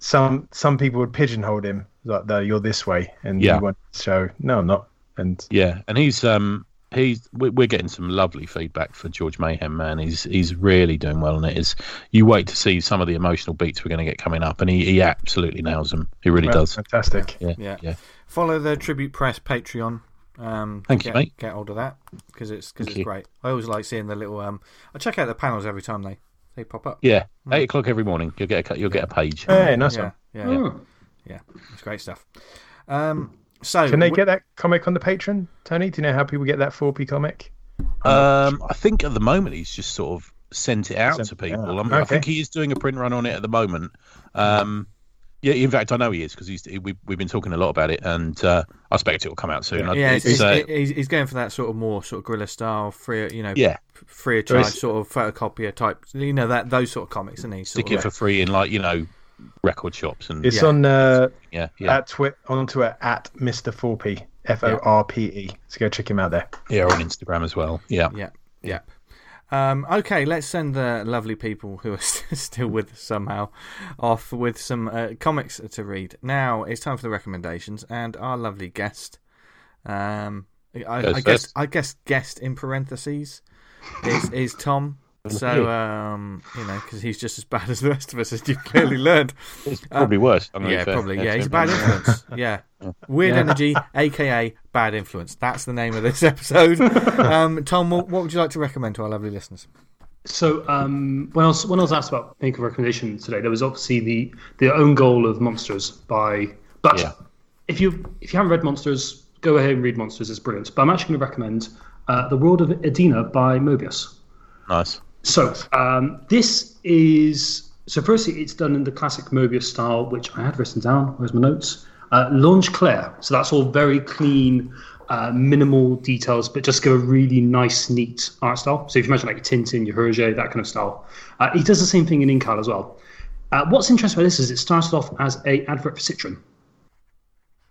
some some people would pigeonhole him like, "No, you're this way," and
Yeah.
you want to show, "No, I'm not." And
Yeah, and he's um he's we- we're getting some lovely feedback for George Mayhem. Man, he's he's really doing well on it. Is you wait to see some of the emotional beats we're going to get coming up, and he, he absolutely nails them. He really
that's
does.
fantastic.
Yeah,
Yeah.
yeah,
Follow the Tribute Press Patreon. Um,
Thank you,
get,
mate.
Get hold of that because it's because
Thank
it's
you.
great. I always like seeing the little. Um, I check out the panels every time they they pop up.
yeah. Eight o'clock every morning, you'll get a cut- you'll get a page.
Hey, nice
Hmm. yeah,
one.
yeah,
Oh.
yeah. It's great stuff. Um, so
Can they
we-
get that comic on the Patreon, Tony? Do you know how people get that 4P comic?
Um, I think at the moment he's just sort of sent it out
Sent
to
it out.
people. I'm- I
Okay.
think he is doing a print run on it at the moment. Um, yeah, in fact, I know he is because he's we, we've been talking a lot about it, and uh, I expect it will come out soon. I-
Yeah, it's, it's,
uh,
he's, he's going for that sort of more sort of guerrilla style, free, you know,
yeah.
free of
There
charge
is-
sort of photocopier type, you know, that those sort of comics, isn't he? Sort
Stick it
of-
for free in like you know record shops and
It's
Yeah.
on uh,
yeah, yeah,
at twi- on Twitter at Mr. 4P, F O R P E. So go check him out there.
yeah, on Instagram as well. Yeah,
Yeah, yeah. Um, okay, let's send the lovely people who are still with us somehow off with some uh, comics to read. Now it's time for the recommendations, and our lovely guest, um, I,
Goes
I guess,
first.
I guess, guest in parentheses is is Tom. So um, you know, because he's just as bad as the rest of us, as you've clearly learned.
it's probably worse. I'm
Uh,
gonna
Yeah,
be fair.
probably. Yeah,
to
he's a
him.
bad influence. Yeah. Weird Energy, aka Bad Influence. That's the name of this episode. Um, Tom, what, what would you like to recommend to our lovely listeners?
So um, when I was when I was asked about making a recommendation today, there was obviously the the own goal of Monsters by. But
Yeah.
if you if you haven't read Monsters, go ahead and read Monsters. It's brilliant. But I'm actually going to recommend uh, The World of Edina by Mobius.
Nice.
So um, this is so firstly, it's done in the classic Mobius style, which I had written down. Where's my notes? Uh, Launch Claire. So that's all very clean, uh, minimal details, but just give a really nice, neat art style. So if you imagine like Tintin, your Hergé, that kind of style. Uh, he does the same thing in Incal as well. Uh, what's interesting about this is it started off as a advert for Citroen,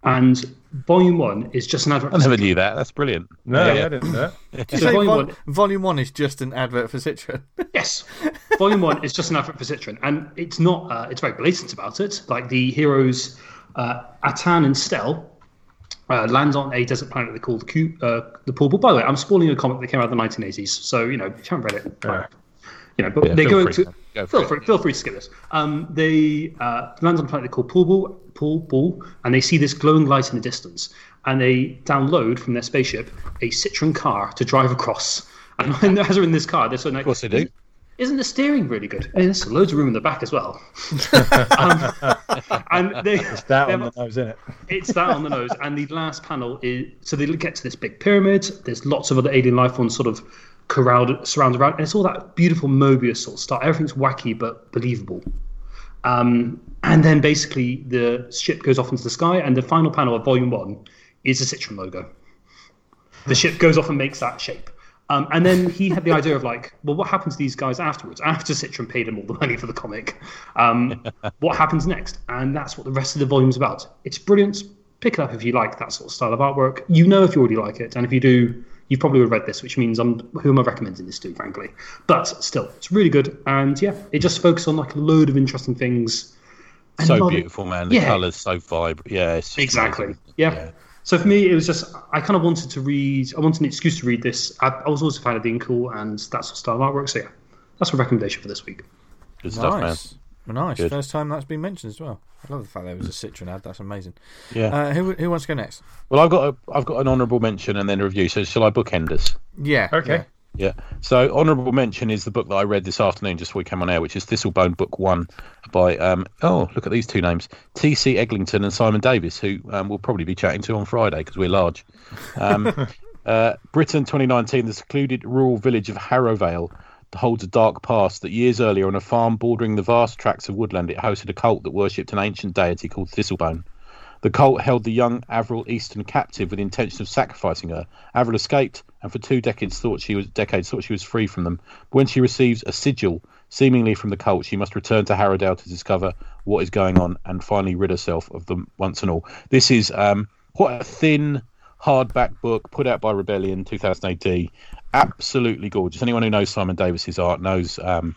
and Volume One is just an advert.
I
For
never
Citroen.
knew that. That's brilliant.
No,
Yeah, yeah.
I didn't know that.
You
So
say
volume
vol-
one-
volume one is just an advert for Citroen.
Yes, Volume One is just an advert for Citroen, and it's not. Uh, it's very blatant about it. Like the heroes, uh, Atan and Stel, uh, lands on a desert planet they call the Cube, uh, the Portal. By the way, I'm spoiling a comic that came out in the 1980s, so you know if you haven't read it,
Yeah.
you know, but
Yeah,
they
feel
go
free.
to
Go for
feel
it.
free, feel free to skip this. Um, they uh, land on a planet they call Pool Pool Ball, and they see this glowing light in the distance, and they download from their spaceship a Citroen car to drive across. And when as they're in this car, they're sort of like,
Of course they do.
isn't the steering really good? And there's loads of room in the back as well. um, and they,
That
they
one
have-
that knows in it.
it's that on the nose. And the last panel is so they get to this big pyramid. There's lots of other alien life on sort of corralled, surrounded around, and it's all that beautiful Mobius sort of style. Everything's wacky but believable. Um, and then basically the ship goes off into the sky, and the final panel of volume one is the Citroen logo. The ship goes off and makes that shape. Um, and then he had the idea of like, well, what happened to these guys afterwards? After Citroen paid him all the money for the comic, um, what happens next? And that's what the rest of the volume's about. It's brilliant. Pick it up if you like that sort of style of artwork. You know if you already like it, and if you do, you probably would have read this, which means I'm who am I recommending this to, frankly. But still, it's really good, and yeah, it just focuses on like a load of interesting things. And
So
not-
beautiful, man. The
Yeah.
colours so vibrant. Yeah, it's just
Exactly.
amazing.
Yeah. So for me, it was just I kind of wanted to read. I wanted an excuse to read this. I, I was always a fan of the Inkle and that sort of style of artwork. So yeah, that's my recommendation for this week.
Good stuff, man.
Nice. Nice.
Good.
First time that's been mentioned as well. I love the fact there was a Citroen ad. That's amazing.
Yeah.
Uh, who who wants to go next?
well, I've got a, I've got an honourable mention and then a review. So shall I bookend us?
Yeah.
Okay.
yeah.
Yeah. So honourable mention is the book that I read this afternoon just before we came on air, which is Thistlebone Book One by um oh look at these two names T. C. Eglinton and Simon Davis, who um, we'll probably be chatting to on Friday because we're large. Um, uh, Britain 2019, the secluded rural village of Harrowvale holds a dark past that years earlier on a farm bordering the vast tracts of woodland it hosted a cult that worshipped an ancient deity called Thistlebone. The cult held the young Avril Easton captive with the intention of sacrificing her. Avril escaped and for two decades thought she was decades thought she was free from them. But when she receives a sigil, seemingly from the cult, she must return to Harrowdale to discover what is going on and finally rid herself of them once and all. This is um, quite a thin hardback book put out by Rebellion 2008. D. Absolutely gorgeous. Anyone who knows Simon Davis's art knows um,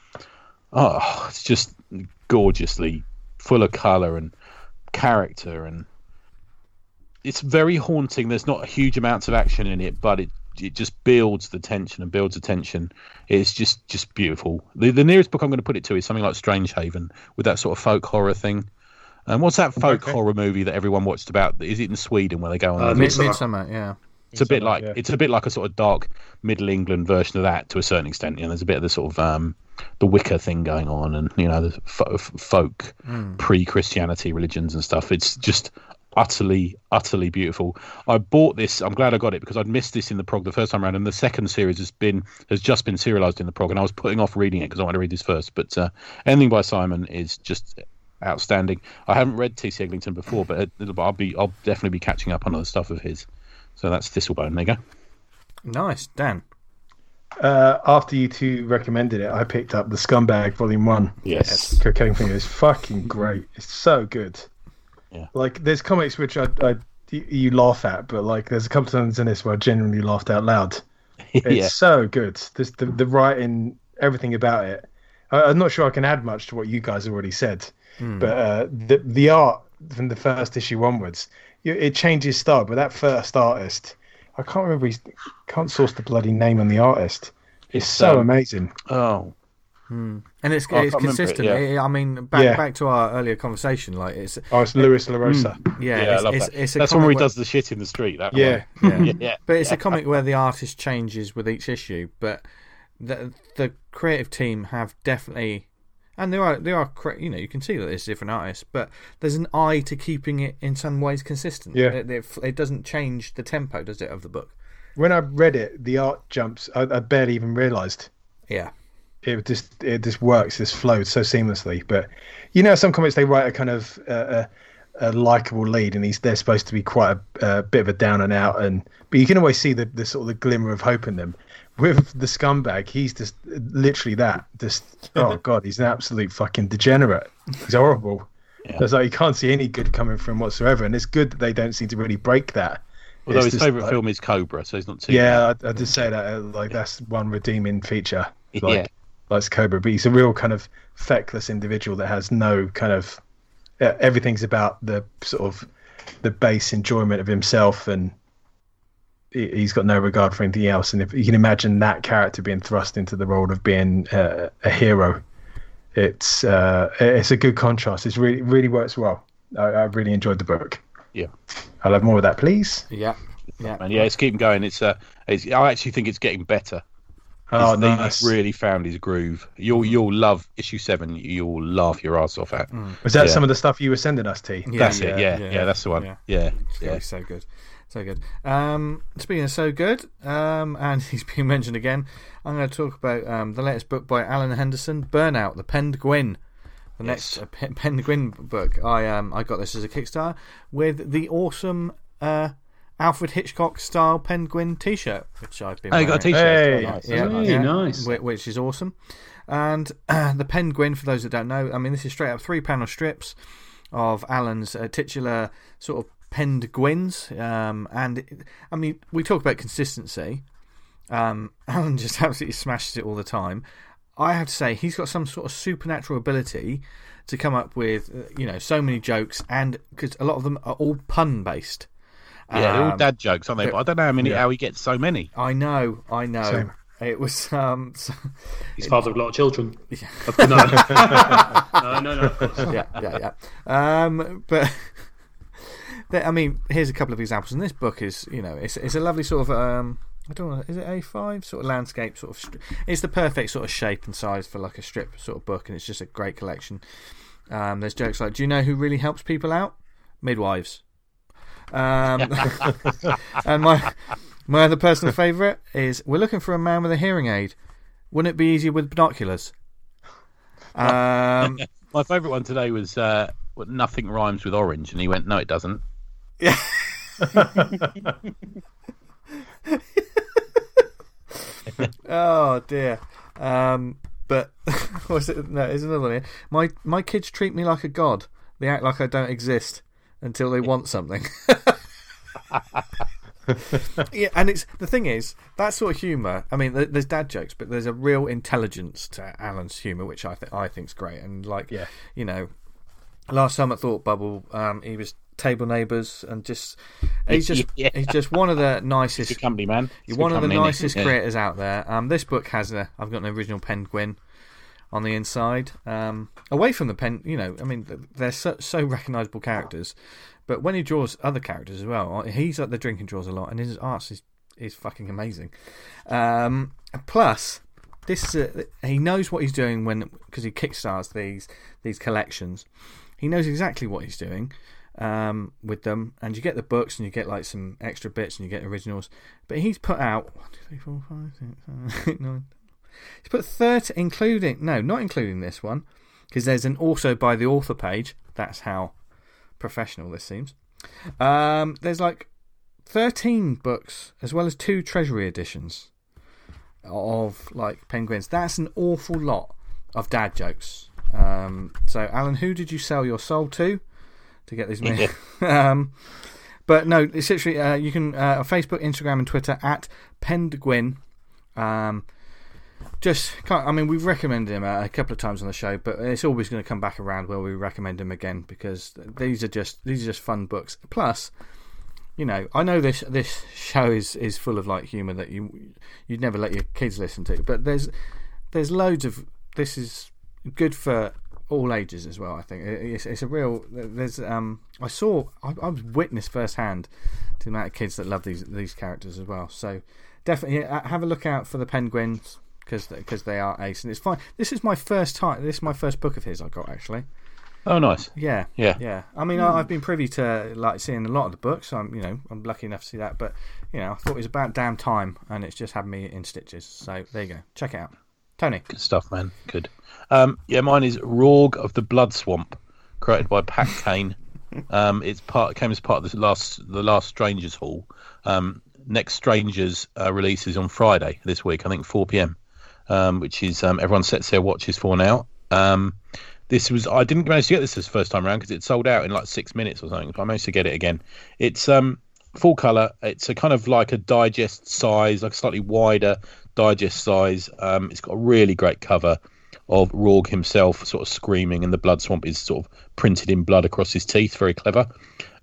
oh, it's just gorgeously full of color and character and it's very haunting. There's not huge amounts of action in it, but it it just builds the tension and builds the tension. It's just just beautiful. The the nearest book I'm going to put it to is something like Strange Haven with that sort of folk horror thing. And what's that folk horror movie that everyone watched about? Is it in Sweden where they go on?
Uh,
a-
Mid-
Midsummer.
Midsummer. Yeah.
it's a bit like
yeah.
it's a bit like a sort of dark middle England version of that to a certain extent. You know, there's a bit of the sort of um, the Wicca thing going on, and you know, the fo- f- folk pre-Christianity religions and stuff. It's just utterly, utterly beautiful. I bought this. I'm glad I got it because I'd missed this in the prog the first time around, and the second series has been has just been serialized in the prog, and I was putting off reading it because I wanted to read this first. But uh, anything by Simon is just outstanding. I haven't read T.C. Eglinton before, but uh, I'll be I'll definitely be catching up on other stuff of his. So that's Thistlebone. There you go.
Nice. Dan.
Uh, after you two recommended it, I picked up the Scumbag Volume One.
Yes.
Cocaine Finger is fucking great. It's so good.
Yeah.
Like there's comics which I, I you- you laugh at, but like there's a couple times in this where I genuinely laughed out loud. It's
yeah.
so good. This the, the writing, everything about it. I, I'm not sure I can add much to what you guys already said, but uh, the the art from the first issue onwards, you, it changes style. But that first artist, I can't remember. He's can't source the bloody name on the artist. It's, so
um,
amazing.
Oh.
Hmm. And it's,
I
it's
can't remember it,
consistent.
yeah.
I- I mean, back
Yeah.
back to our earlier conversation, like it's
Oh, it's Louis LaRosa.
yeah,
Yeah,
it's,
I love
it's,
that.
it's a
That's when he
comic
does the shit in the street. That
Yeah.
where- yeah.
One. Yeah.
But it's a comic where the artist changes with each issue, but the the creative team have definitely, and there are there are cre- you know you can see that there's different artists, but there's an eye to keeping it in some ways consistent.
Yeah.
it, it, it doesn't change the tempo, does it, of the book?
when I read it, the art jumps. I, I barely even realised
Yeah,
it just it just works. This flowed so seamlessly. But you know, some comics they write a kind of uh, a, a likable lead, and he's they're supposed to be quite a, a bit of a down and out. And but you can always see the, the sort of the glimmer of hope in them. With the scumbag, he's just literally that. Just oh god, he's an absolute fucking degenerate. He's horrible. It's like you can't see any good coming from whatsoever, and it's good that they don't seem to really break that.
Although
It's
his
just
favourite
like-
film is Cobra, so he's not too.
Yeah, I, I did say that. uh, Like that's one redeeming feature. Like,
Yeah.
like Cobra, but he's a real kind of e, feckless individual that has no kind of. Uh, everything's about the sort of the base enjoyment of himself and he- he's got no regard for anything else and if you can imagine that character being thrust into the role of being uh, a hero it's uh, it's a good contrast it's really really works well I, I really enjoyed the book
Yeah.
i'll have more of that please
Yeah. Yeah.
And yeah, it's keeping going. It's uh, it's, I actually think it's getting better.
oh
He's- he's
nice
really found his groove. You'll
Mm.
you'll love issue seven. You'll laugh your ass off at.
was that
yeah.
some of the stuff you were sending us t
Mm. Yeah.
That's it. Yeah, yeah, that's the one.
yeah.
Yeah,
It's
yeah.
gonna be so good. So good. Um, speaking of so good, um, and he's been mentioned again, I'm going to talk about um, the latest book by Alan Henderson, Burnout, The Penned Gwyn. The next uh, Pe- Penned Gwyn book. I um, I got this as a Kickstarter with the awesome uh, Alfred Hitchcock style Penned Gwyn t shirt, which I've been
Oh, you
wearing.
got a t-shirt. That's
Hey.
nice.
Yeah,
Hey,
yeah,
nice.
whi- Which is awesome. And uh, the penguin, for those that don't know, I mean, this is straight up three panel strips of Alan's uh, titular sort of penguins. Um, and it- I mean, we talk about consistency. Um, Alan just absolutely smashes it all the time. I have to say, he's got some sort of supernatural ability to come up with, uh, you know, so many jokes, and because a lot of them are all pun based.
Yeah, they're all
Um,
dad jokes, aren't they? But I don't know how many how he gets so many.
I know, I know.
Same.
It was um, so-
He's fathered a lot of children. Of course- No. no, no, no. Of course.
yeah, yeah, yeah. Um, but there- I mean, here's a couple of examples, and this book is, you know, it's it's a lovely sort of. Um, I don't know. Is it A five sort of landscape sort of? str- It's the perfect sort of shape and size for like a strip sort of book, and it's just a great collection. Um, there's jokes like, "Do you know who really helps people out? Midwives." Um, and my my other personal favourite is, "We're looking for a man with a hearing aid. Wouldn't it be easier with binoculars?" Um,
My favourite one today was uh, what, nothing rhymes with orange, and he went, "No, it doesn't."
Oh dear. Um, but what's it? No, there's another one here. My my kids treat me like a god. They act like I don't exist until they want something. yeah, and it's the thing is that sort of humour. I mean, there- there's dad jokes, but there's a real intelligence to Alan's humour, which I think I think's great. And like,
Yeah.
you know, last time at Thought Bubble, um, he was table neighbours and just he's just
Yeah.
he's just one of the nicest
Good company, man. It's
you're
good
one of the
company, isn't it?
nicest
Yeah.
creators out there. Um, this book has a. I've got an original penguin on the inside. Um, away from the pen, you know, I mean, th- they're so, so recognisable characters. But when he draws other characters as well, uh, he's like the drinking draws a lot, and his art is is fucking amazing. Um, plus, this is a, he knows what he's doing when because he kickstarts these these collections. He knows exactly what he's doing um, with them, and you get the books and you get like some extra bits and you get originals. But he's put out one, two, three, four, five, six, seven, eight, nine. He's put thirty, including no, not including this one, because there's an also by the author page. That's how professional this seems. Um, there's like thirteen books as well as two treasury editions of like penguins. That's an awful lot of dad jokes. Um, so, Alan, who did you sell your soul to to get these made? um, but no, it's literally uh, you can uh, on Facebook, Instagram, and Twitter at Penguin. Um, just can't, I mean, we've recommended him uh, a, a couple of times on the show, but it's always going to come back around where we recommend him again because these are just these are just fun books. Plus, you know, I know this this show is is full of like humour that you you'd never let your kids listen to, but there's there's loads of this is good for all ages as well. I think It- it's, it's a real there's um I saw I, I was witness firsthand to the amount of kids that love these these characters as well. So definitely yeah, have a look out for the penguins because because they are ace and it's fine. This is my first time. This is my first book of his I got actually.
Oh, nice.
Yeah,
Yeah.
yeah. I mean, I, I've been privy to like seeing a lot of the books. So I'm, you know, I'm lucky enough to see that. But you know, I thought it was about damn time, and it's just had me in stitches. So there you go. Check it out, Tony.
Good stuff, man. Good. Um, yeah, mine is Rorg of the Blood Swamp, created by Pat Kane. Um, it's part came as part of the last the last Strangers Hall. Um, next Strangers uh, release is on Friday this week, I think 4 p.m., um, which is um, everyone sets their watches for now. Um, this was I didn't manage to get this this first time around because it sold out in like six minutes or something. But I managed to get it again. It's um full color. It's a kind of like a digest size, like a slightly wider digest size. Um, it's got a really great cover of Rorg himself sort of screaming, and the blood swamp is sort of printed in blood across his teeth. Very clever.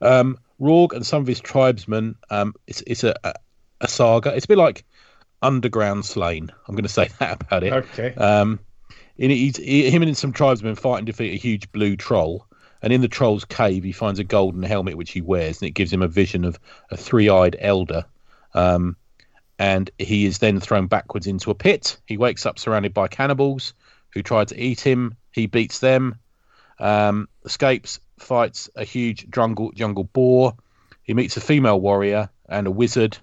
Um, Rorg and some of his tribesmen. Um, it's it's a, a a saga. It's a bit like Underground Slain. I'm going to say that about it.
Okay.
Um, and he's, he, him and some tribesmen fight and defeat a huge blue troll. And in the troll's cave, he finds a golden helmet which he wears, and it gives him a vision of a three-eyed elder. Um, and he is then thrown backwards into a pit. He wakes up surrounded by cannibals who try to eat him. He beats them, um, escapes, fights a huge jungle jungle boar. He meets a female warrior and a wizard.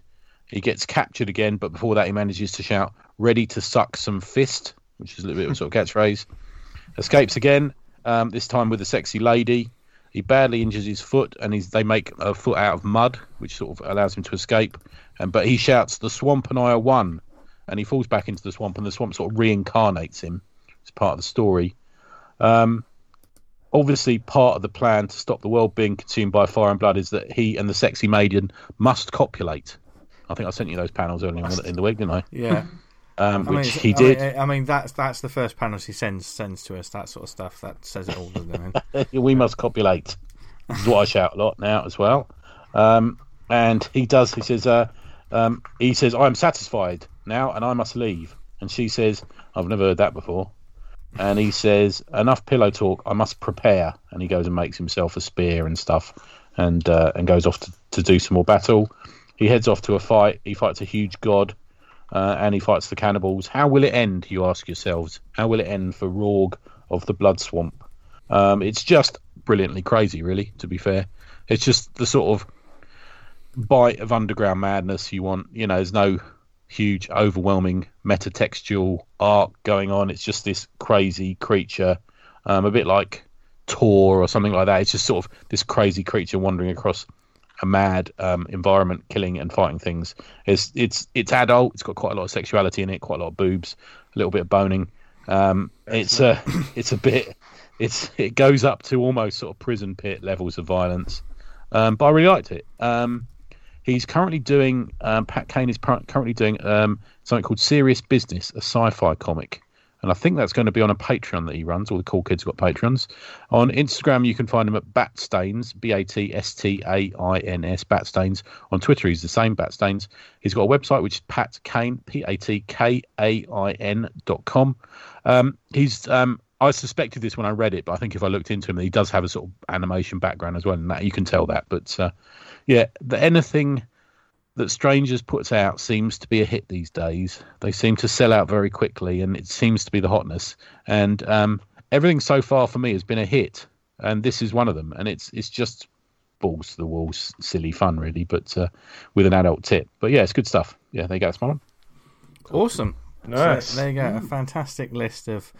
He gets captured again, but before that, he manages to shout, "Ready to suck some fist," which is a little bit of a sort of catchphrase. Escapes again, um, this time with a sexy lady. He badly injures his foot, and he's, they make a foot out of mud, which sort of allows him to escape. And but he shouts, "The swamp and I are one," and he falls back into the swamp, and the swamp sort of reincarnates him. It's part of the story. Um, obviously, part of the plan to stop the world being consumed by fire and blood is that he and the sexy maiden must copulate. I think I sent you those panels earlier on in the week, didn't I?
Yeah.
Um,
I mean,
which
it's-
he
I mean,
did.
I mean, that's that's the first panels he sends sends to us. That sort of stuff that says it all, doesn't it?
we must copulate. This is what I shout a lot now as well. Um, and he does. He says, uh, um, "He says I am satisfied now, and I must leave." And she says, "I've never heard that before." And he says, "Enough pillow talk. I must prepare." And he goes and makes himself a spear and stuff, and uh, and goes off to, to do some more battle. He heads off to a fight. He fights a huge god, uh, and he fights the cannibals. How will it end? You ask yourselves. How will it end for Rorg of the Blood Swamp? Um, it's just brilliantly crazy, really. To be fair, it's just the sort of bite of underground madness you want. You know, there's no huge, overwhelming metatextual arc going on. It's just this crazy creature, um, a bit like Tor or something like that. It's just sort of this crazy creature wandering across a mad um, environment, killing and fighting things. It's it's it's adult. It's got quite a lot of sexuality in it, quite a lot of boobs, a little bit of boning. Um, it's a it's a bit it's it goes up to almost sort of prison pit levels of violence. Um, but I really liked it. Um, he's currently doing um, Pat Kane is par- currently doing um, something called Serious Business, a sci-fi comic, and I think that's going to be on a Patreon that he runs. All the cool kids have got patrons. On Instagram, you can find him at Batstains, B A T S T A I N S, Batstains. On Twitter, he's the same Batstains. He's got a website which is Pat Kane, P A T K A I N dot com. Um, he's um, I suspected this when I read it, but I think if I looked into him, he does have a sort of animation background as well, and that you can tell that. But uh, yeah, the, anything that Strangers puts out seems to be a hit these days. They seem to sell out very quickly, and it seems to be the hotness. And um, everything so far for me has been a hit, and this is one of them. And it's it's just balls to the walls, silly fun, really, but uh, with an adult tip. But yeah, it's good stuff. Yeah, there you go, Smiley.
Awesome.
Nice.
So there you go. A fantastic list of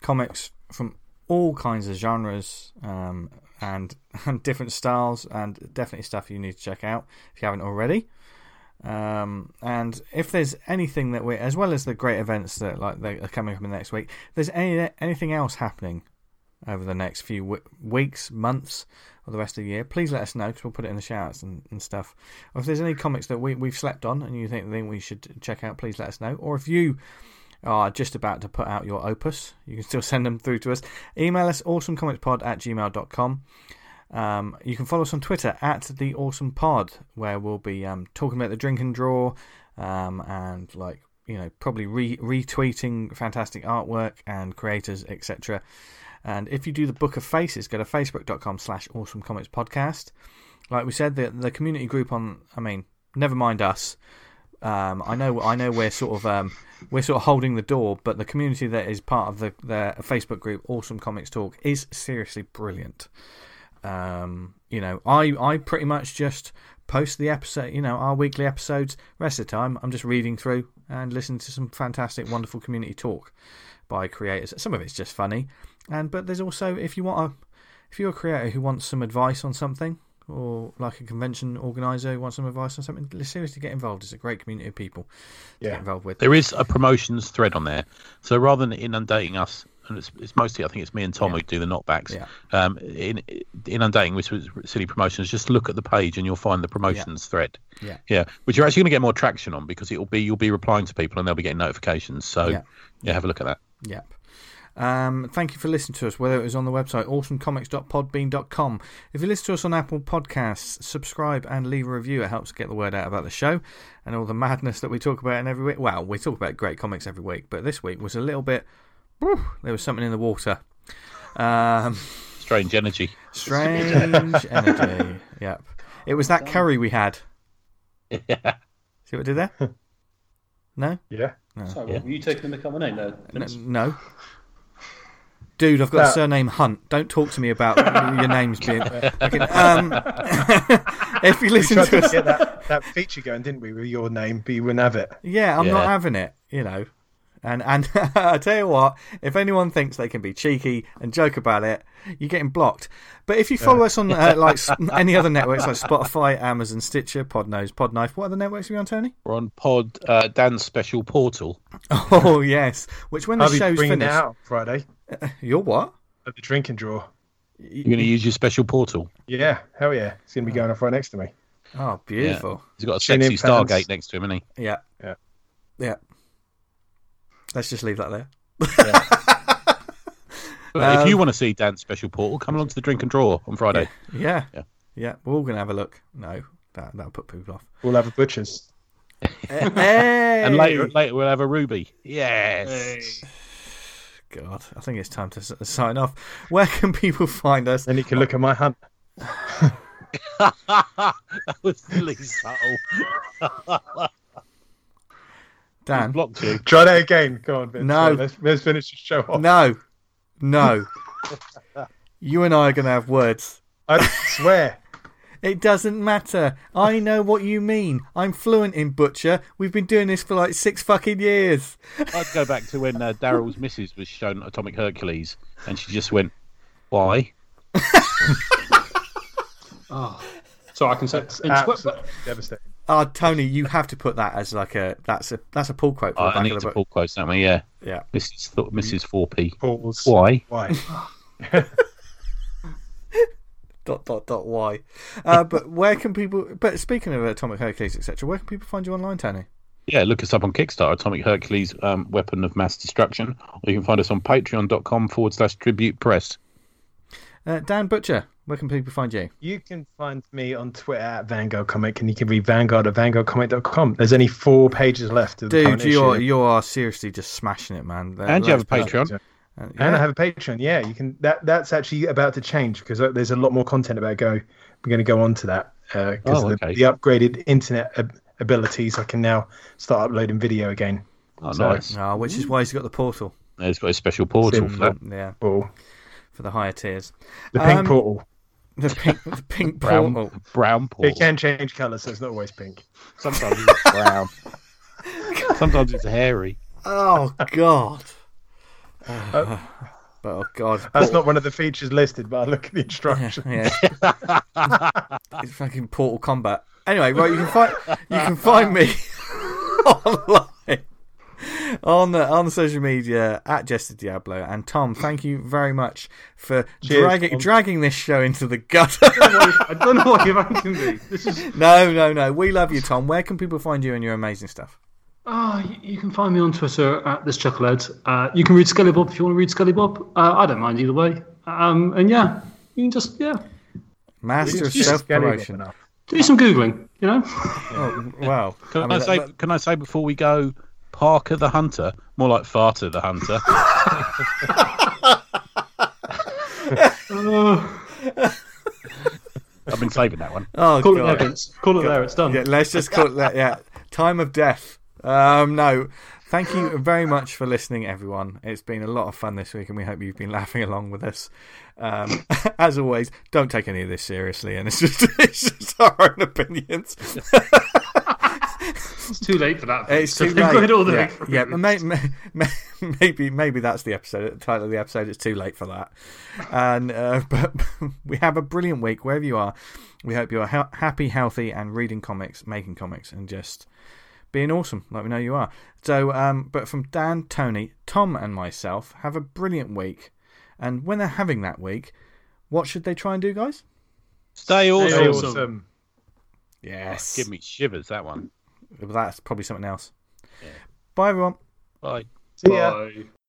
comics from all kinds of genres um, and, and different styles, and definitely stuff you need to check out if you haven't already. Um, and if there's anything that we, as well as the great events that like that are coming up in the next week, if there's any anything else happening over the next few w- weeks, months, or the rest of the year, please let us know because we'll put it in the shouts and, and stuff. Or if there's any comics that we, we've slept on and you think, think we should check out, please let us know. Or if you are just about to put out your opus, you can still send them through to us. Email us awesomecomicspod at gmail.com. Um, you can follow us on Twitter at the Awesome Pod, where we'll be um, talking about the drink and draw, um, and like you know probably re- retweeting fantastic artwork and creators, etc. And if you do the Book of Faces, go to facebook.com slash awesome comics podcast. Like we said, the, the community group on, I mean, never mind us. Um, I know, I know, we're sort of um, we're sort of holding the door, but the community that is part of the, the Facebook group, Awesome Comics Talk, is seriously brilliant. Um, you know, I I pretty much just post the episode, you know, our weekly episodes. Rest of the time, I'm just reading through and listening to some fantastic, wonderful community talk by creators. Some of it's just funny, and but there's also if you want a if you're a creator who wants some advice on something, or like a convention organizer who wants some advice on something, seriously get involved. It's a great community of people to
Yeah.
get involved with.
There is a promotions thread on there, so rather than inundating us, and it's, it's mostly I think it's me and Tom who do the knockbacks.
Yeah.
Um, in inundating which was silly promotions, just look at the page and you'll find the promotions thread.
Yeah.
Yeah, which you're actually going to get more traction on because it'll be you'll be replying to people and they'll be getting notifications. So
Yeah.
yeah have a look at that.
Yep. Um, thank you for listening to us, whether it was on the website awesomecomics.podbean.com. If you listen to us on Apple Podcasts, subscribe and leave a review. It helps get the word out about the show and all the madness that we talk about in every week. Well, we talk about great comics every week, but this week was a little bit. whew, there was something in the water. Um,
Strange energy.
strange energy. Yep. It was that curry we had.
Yeah.
See what I did there? No?
Yeah.
Sorry,
Yeah.
were you taking the common name there?
N-
Vince?
Uh, No. Dude, I've got a
No.
surname Hunt. Don't talk to me about your names being. Okay, um, if you
We
listen
tried
to
to
us,
get that, that feature going, didn't we, with your name, but you wouldn't have it.
yeah, I'm not
Yeah.
having it. You know, and and I tell you what, if anyone thinks they can be cheeky and joke about it, you're getting blocked. But if you follow us on uh, like s- any other networks like Spotify, Amazon, Stitcher, Podnose, Podknife, what other networks are we on, Tony?
We're on pod uh, Dan's special portal.
Oh yes, which when the
I'll be
show's
bringing
finished,
it out on Friday
you're what?
at the drinking drawer.
You're going to use your special portal.
Yeah, hell yeah. It's going to be going off right next to me.
Oh, beautiful.
He's got a
Tune
sexy
in, fans.
Stargate next to him, isn't he?
Yeah.
Yeah.
Yeah. Let's just leave that there.
But if
Um,
you want to see Dan's special portal, come along to the drink and draw on Friday.
Yeah.
Yeah.
Yeah. We're all gonna have a look. No, that that'll put people off.
We'll have a butcher's.
hey!
And later, later we'll have a ruby. Yes.
God, I think it's time to s- sign off. Where can people find us?
Then you can look at my hunt.
that was really subtle.
Dan.
Blocked you.
Try that again. Go on, Vince.
No.
Come on, Let's, let's finish the show off.
No. No. you and I are gonna have words.
I swear.
It doesn't matter. I know what you mean. I'm fluent in butcher. We've been doing this for like six fucking years.
I'd go back to when uh, Daryl's missus was shown Atomic Hercules, and she just went, "Why?"
Ah. So I can say in tw-
Absolutely devastating.
Ah, Tony, you have to put that as like a that's a that's a pull quote for
Oh,
the
I
back
need
of the
to
book.
pull quotes, don't we? Yeah,
Yeah.
Mrs. Th- Mrs. Four P.
Portals.
Why?
Why?
dot dot dot why uh, but where can people but speaking of atomic hercules etc where can people find you online tony
Yeah, look us up on Kickstarter, Atomic Hercules, um, Weapon of Mass Destruction, or you can find us on patreon.com forward slash tribute press.
uh, dan butcher where can people find you
You can find me on Twitter at Vanguard Comic, and you can read Vanguard at VanguardComic.com. There's only four pages left of the
dude
current
you're
issue.
you are seriously just smashing it man
And you have a Patreon.
And I have a Patreon. Yeah, you can. That that's actually about to change because uh, there's a lot more content about Go. We're going to go on to that because
Oh,
the,
okay.
the upgraded internet ab- abilities. I can now start uploading video again.
Oh,
So-
nice.
Ah, which is why he's got the portal
It's got a special portal for that.
yeah
Portal.
for the higher tiers
The pink
Um,
portal.
the pink, the pink
Brown,
portal
brown
It
portal.
can change colour, so it's not always pink.
Sometimes it's brown. Sometimes it's hairy.
oh god
Uh,
oh, oh god
That's not one of the features listed, but I look at the instructions.
Yeah. it's fucking Portal Combat. Anyway, right, you can find you can find me online on the, on the social media at Jester Diablo. And Tom, thank you very much for
Cheers,
dragging
Tom.
dragging this show into the gutter.
I don't know what you're ranking me. This is
no, no, no. We love you, Tom. Where can people find you and your amazing stuff?
Ah, y you can find me on Twitter at this chucklehead. Uh, you can read Scully Bob if you want to read Scully Bob. Uh, I don't mind either way. Um, and yeah, you can just yeah
Master of
Just
self
get it
promotion.
enough.
do some googling. You know,
Oh, wow.
Can I,
mean,
say?
that- that-
Can I say before we go, Parker the Hunter, more like Farter the Hunter. I've been saving that one.
oh,
call it
God.
there, Vince. Call it there. It's done.
Yeah, let's just call it that. Yeah, time of death. Um, no, thank you very much for listening, everyone. It's been a lot of fun this week, and we hope you've been laughing along with us. Um, as always, don't take any of this seriously, and it's just, it's just our own opinions.
It's too late for that. Vince.
It's too
They've got
late.
it all the
yeah,
way through.
yeah but may, may, may- maybe maybe that's the episode. The title of the episode. It's too late for that. And uh, but we have a brilliant week wherever you are. We hope you are ha- happy, healthy, and reading comics, making comics, and just being awesome like we know you are. So, um, but from Dan, Tony, Tom, and myself, have a brilliant week. And when they're having that week, what should they try and do, guys?
Stay
Hey,
awesome.
awesome.
Yes,
Give me shivers that one.
that's probably something else. Bye, everyone.
Bye.
See ya.
Bye.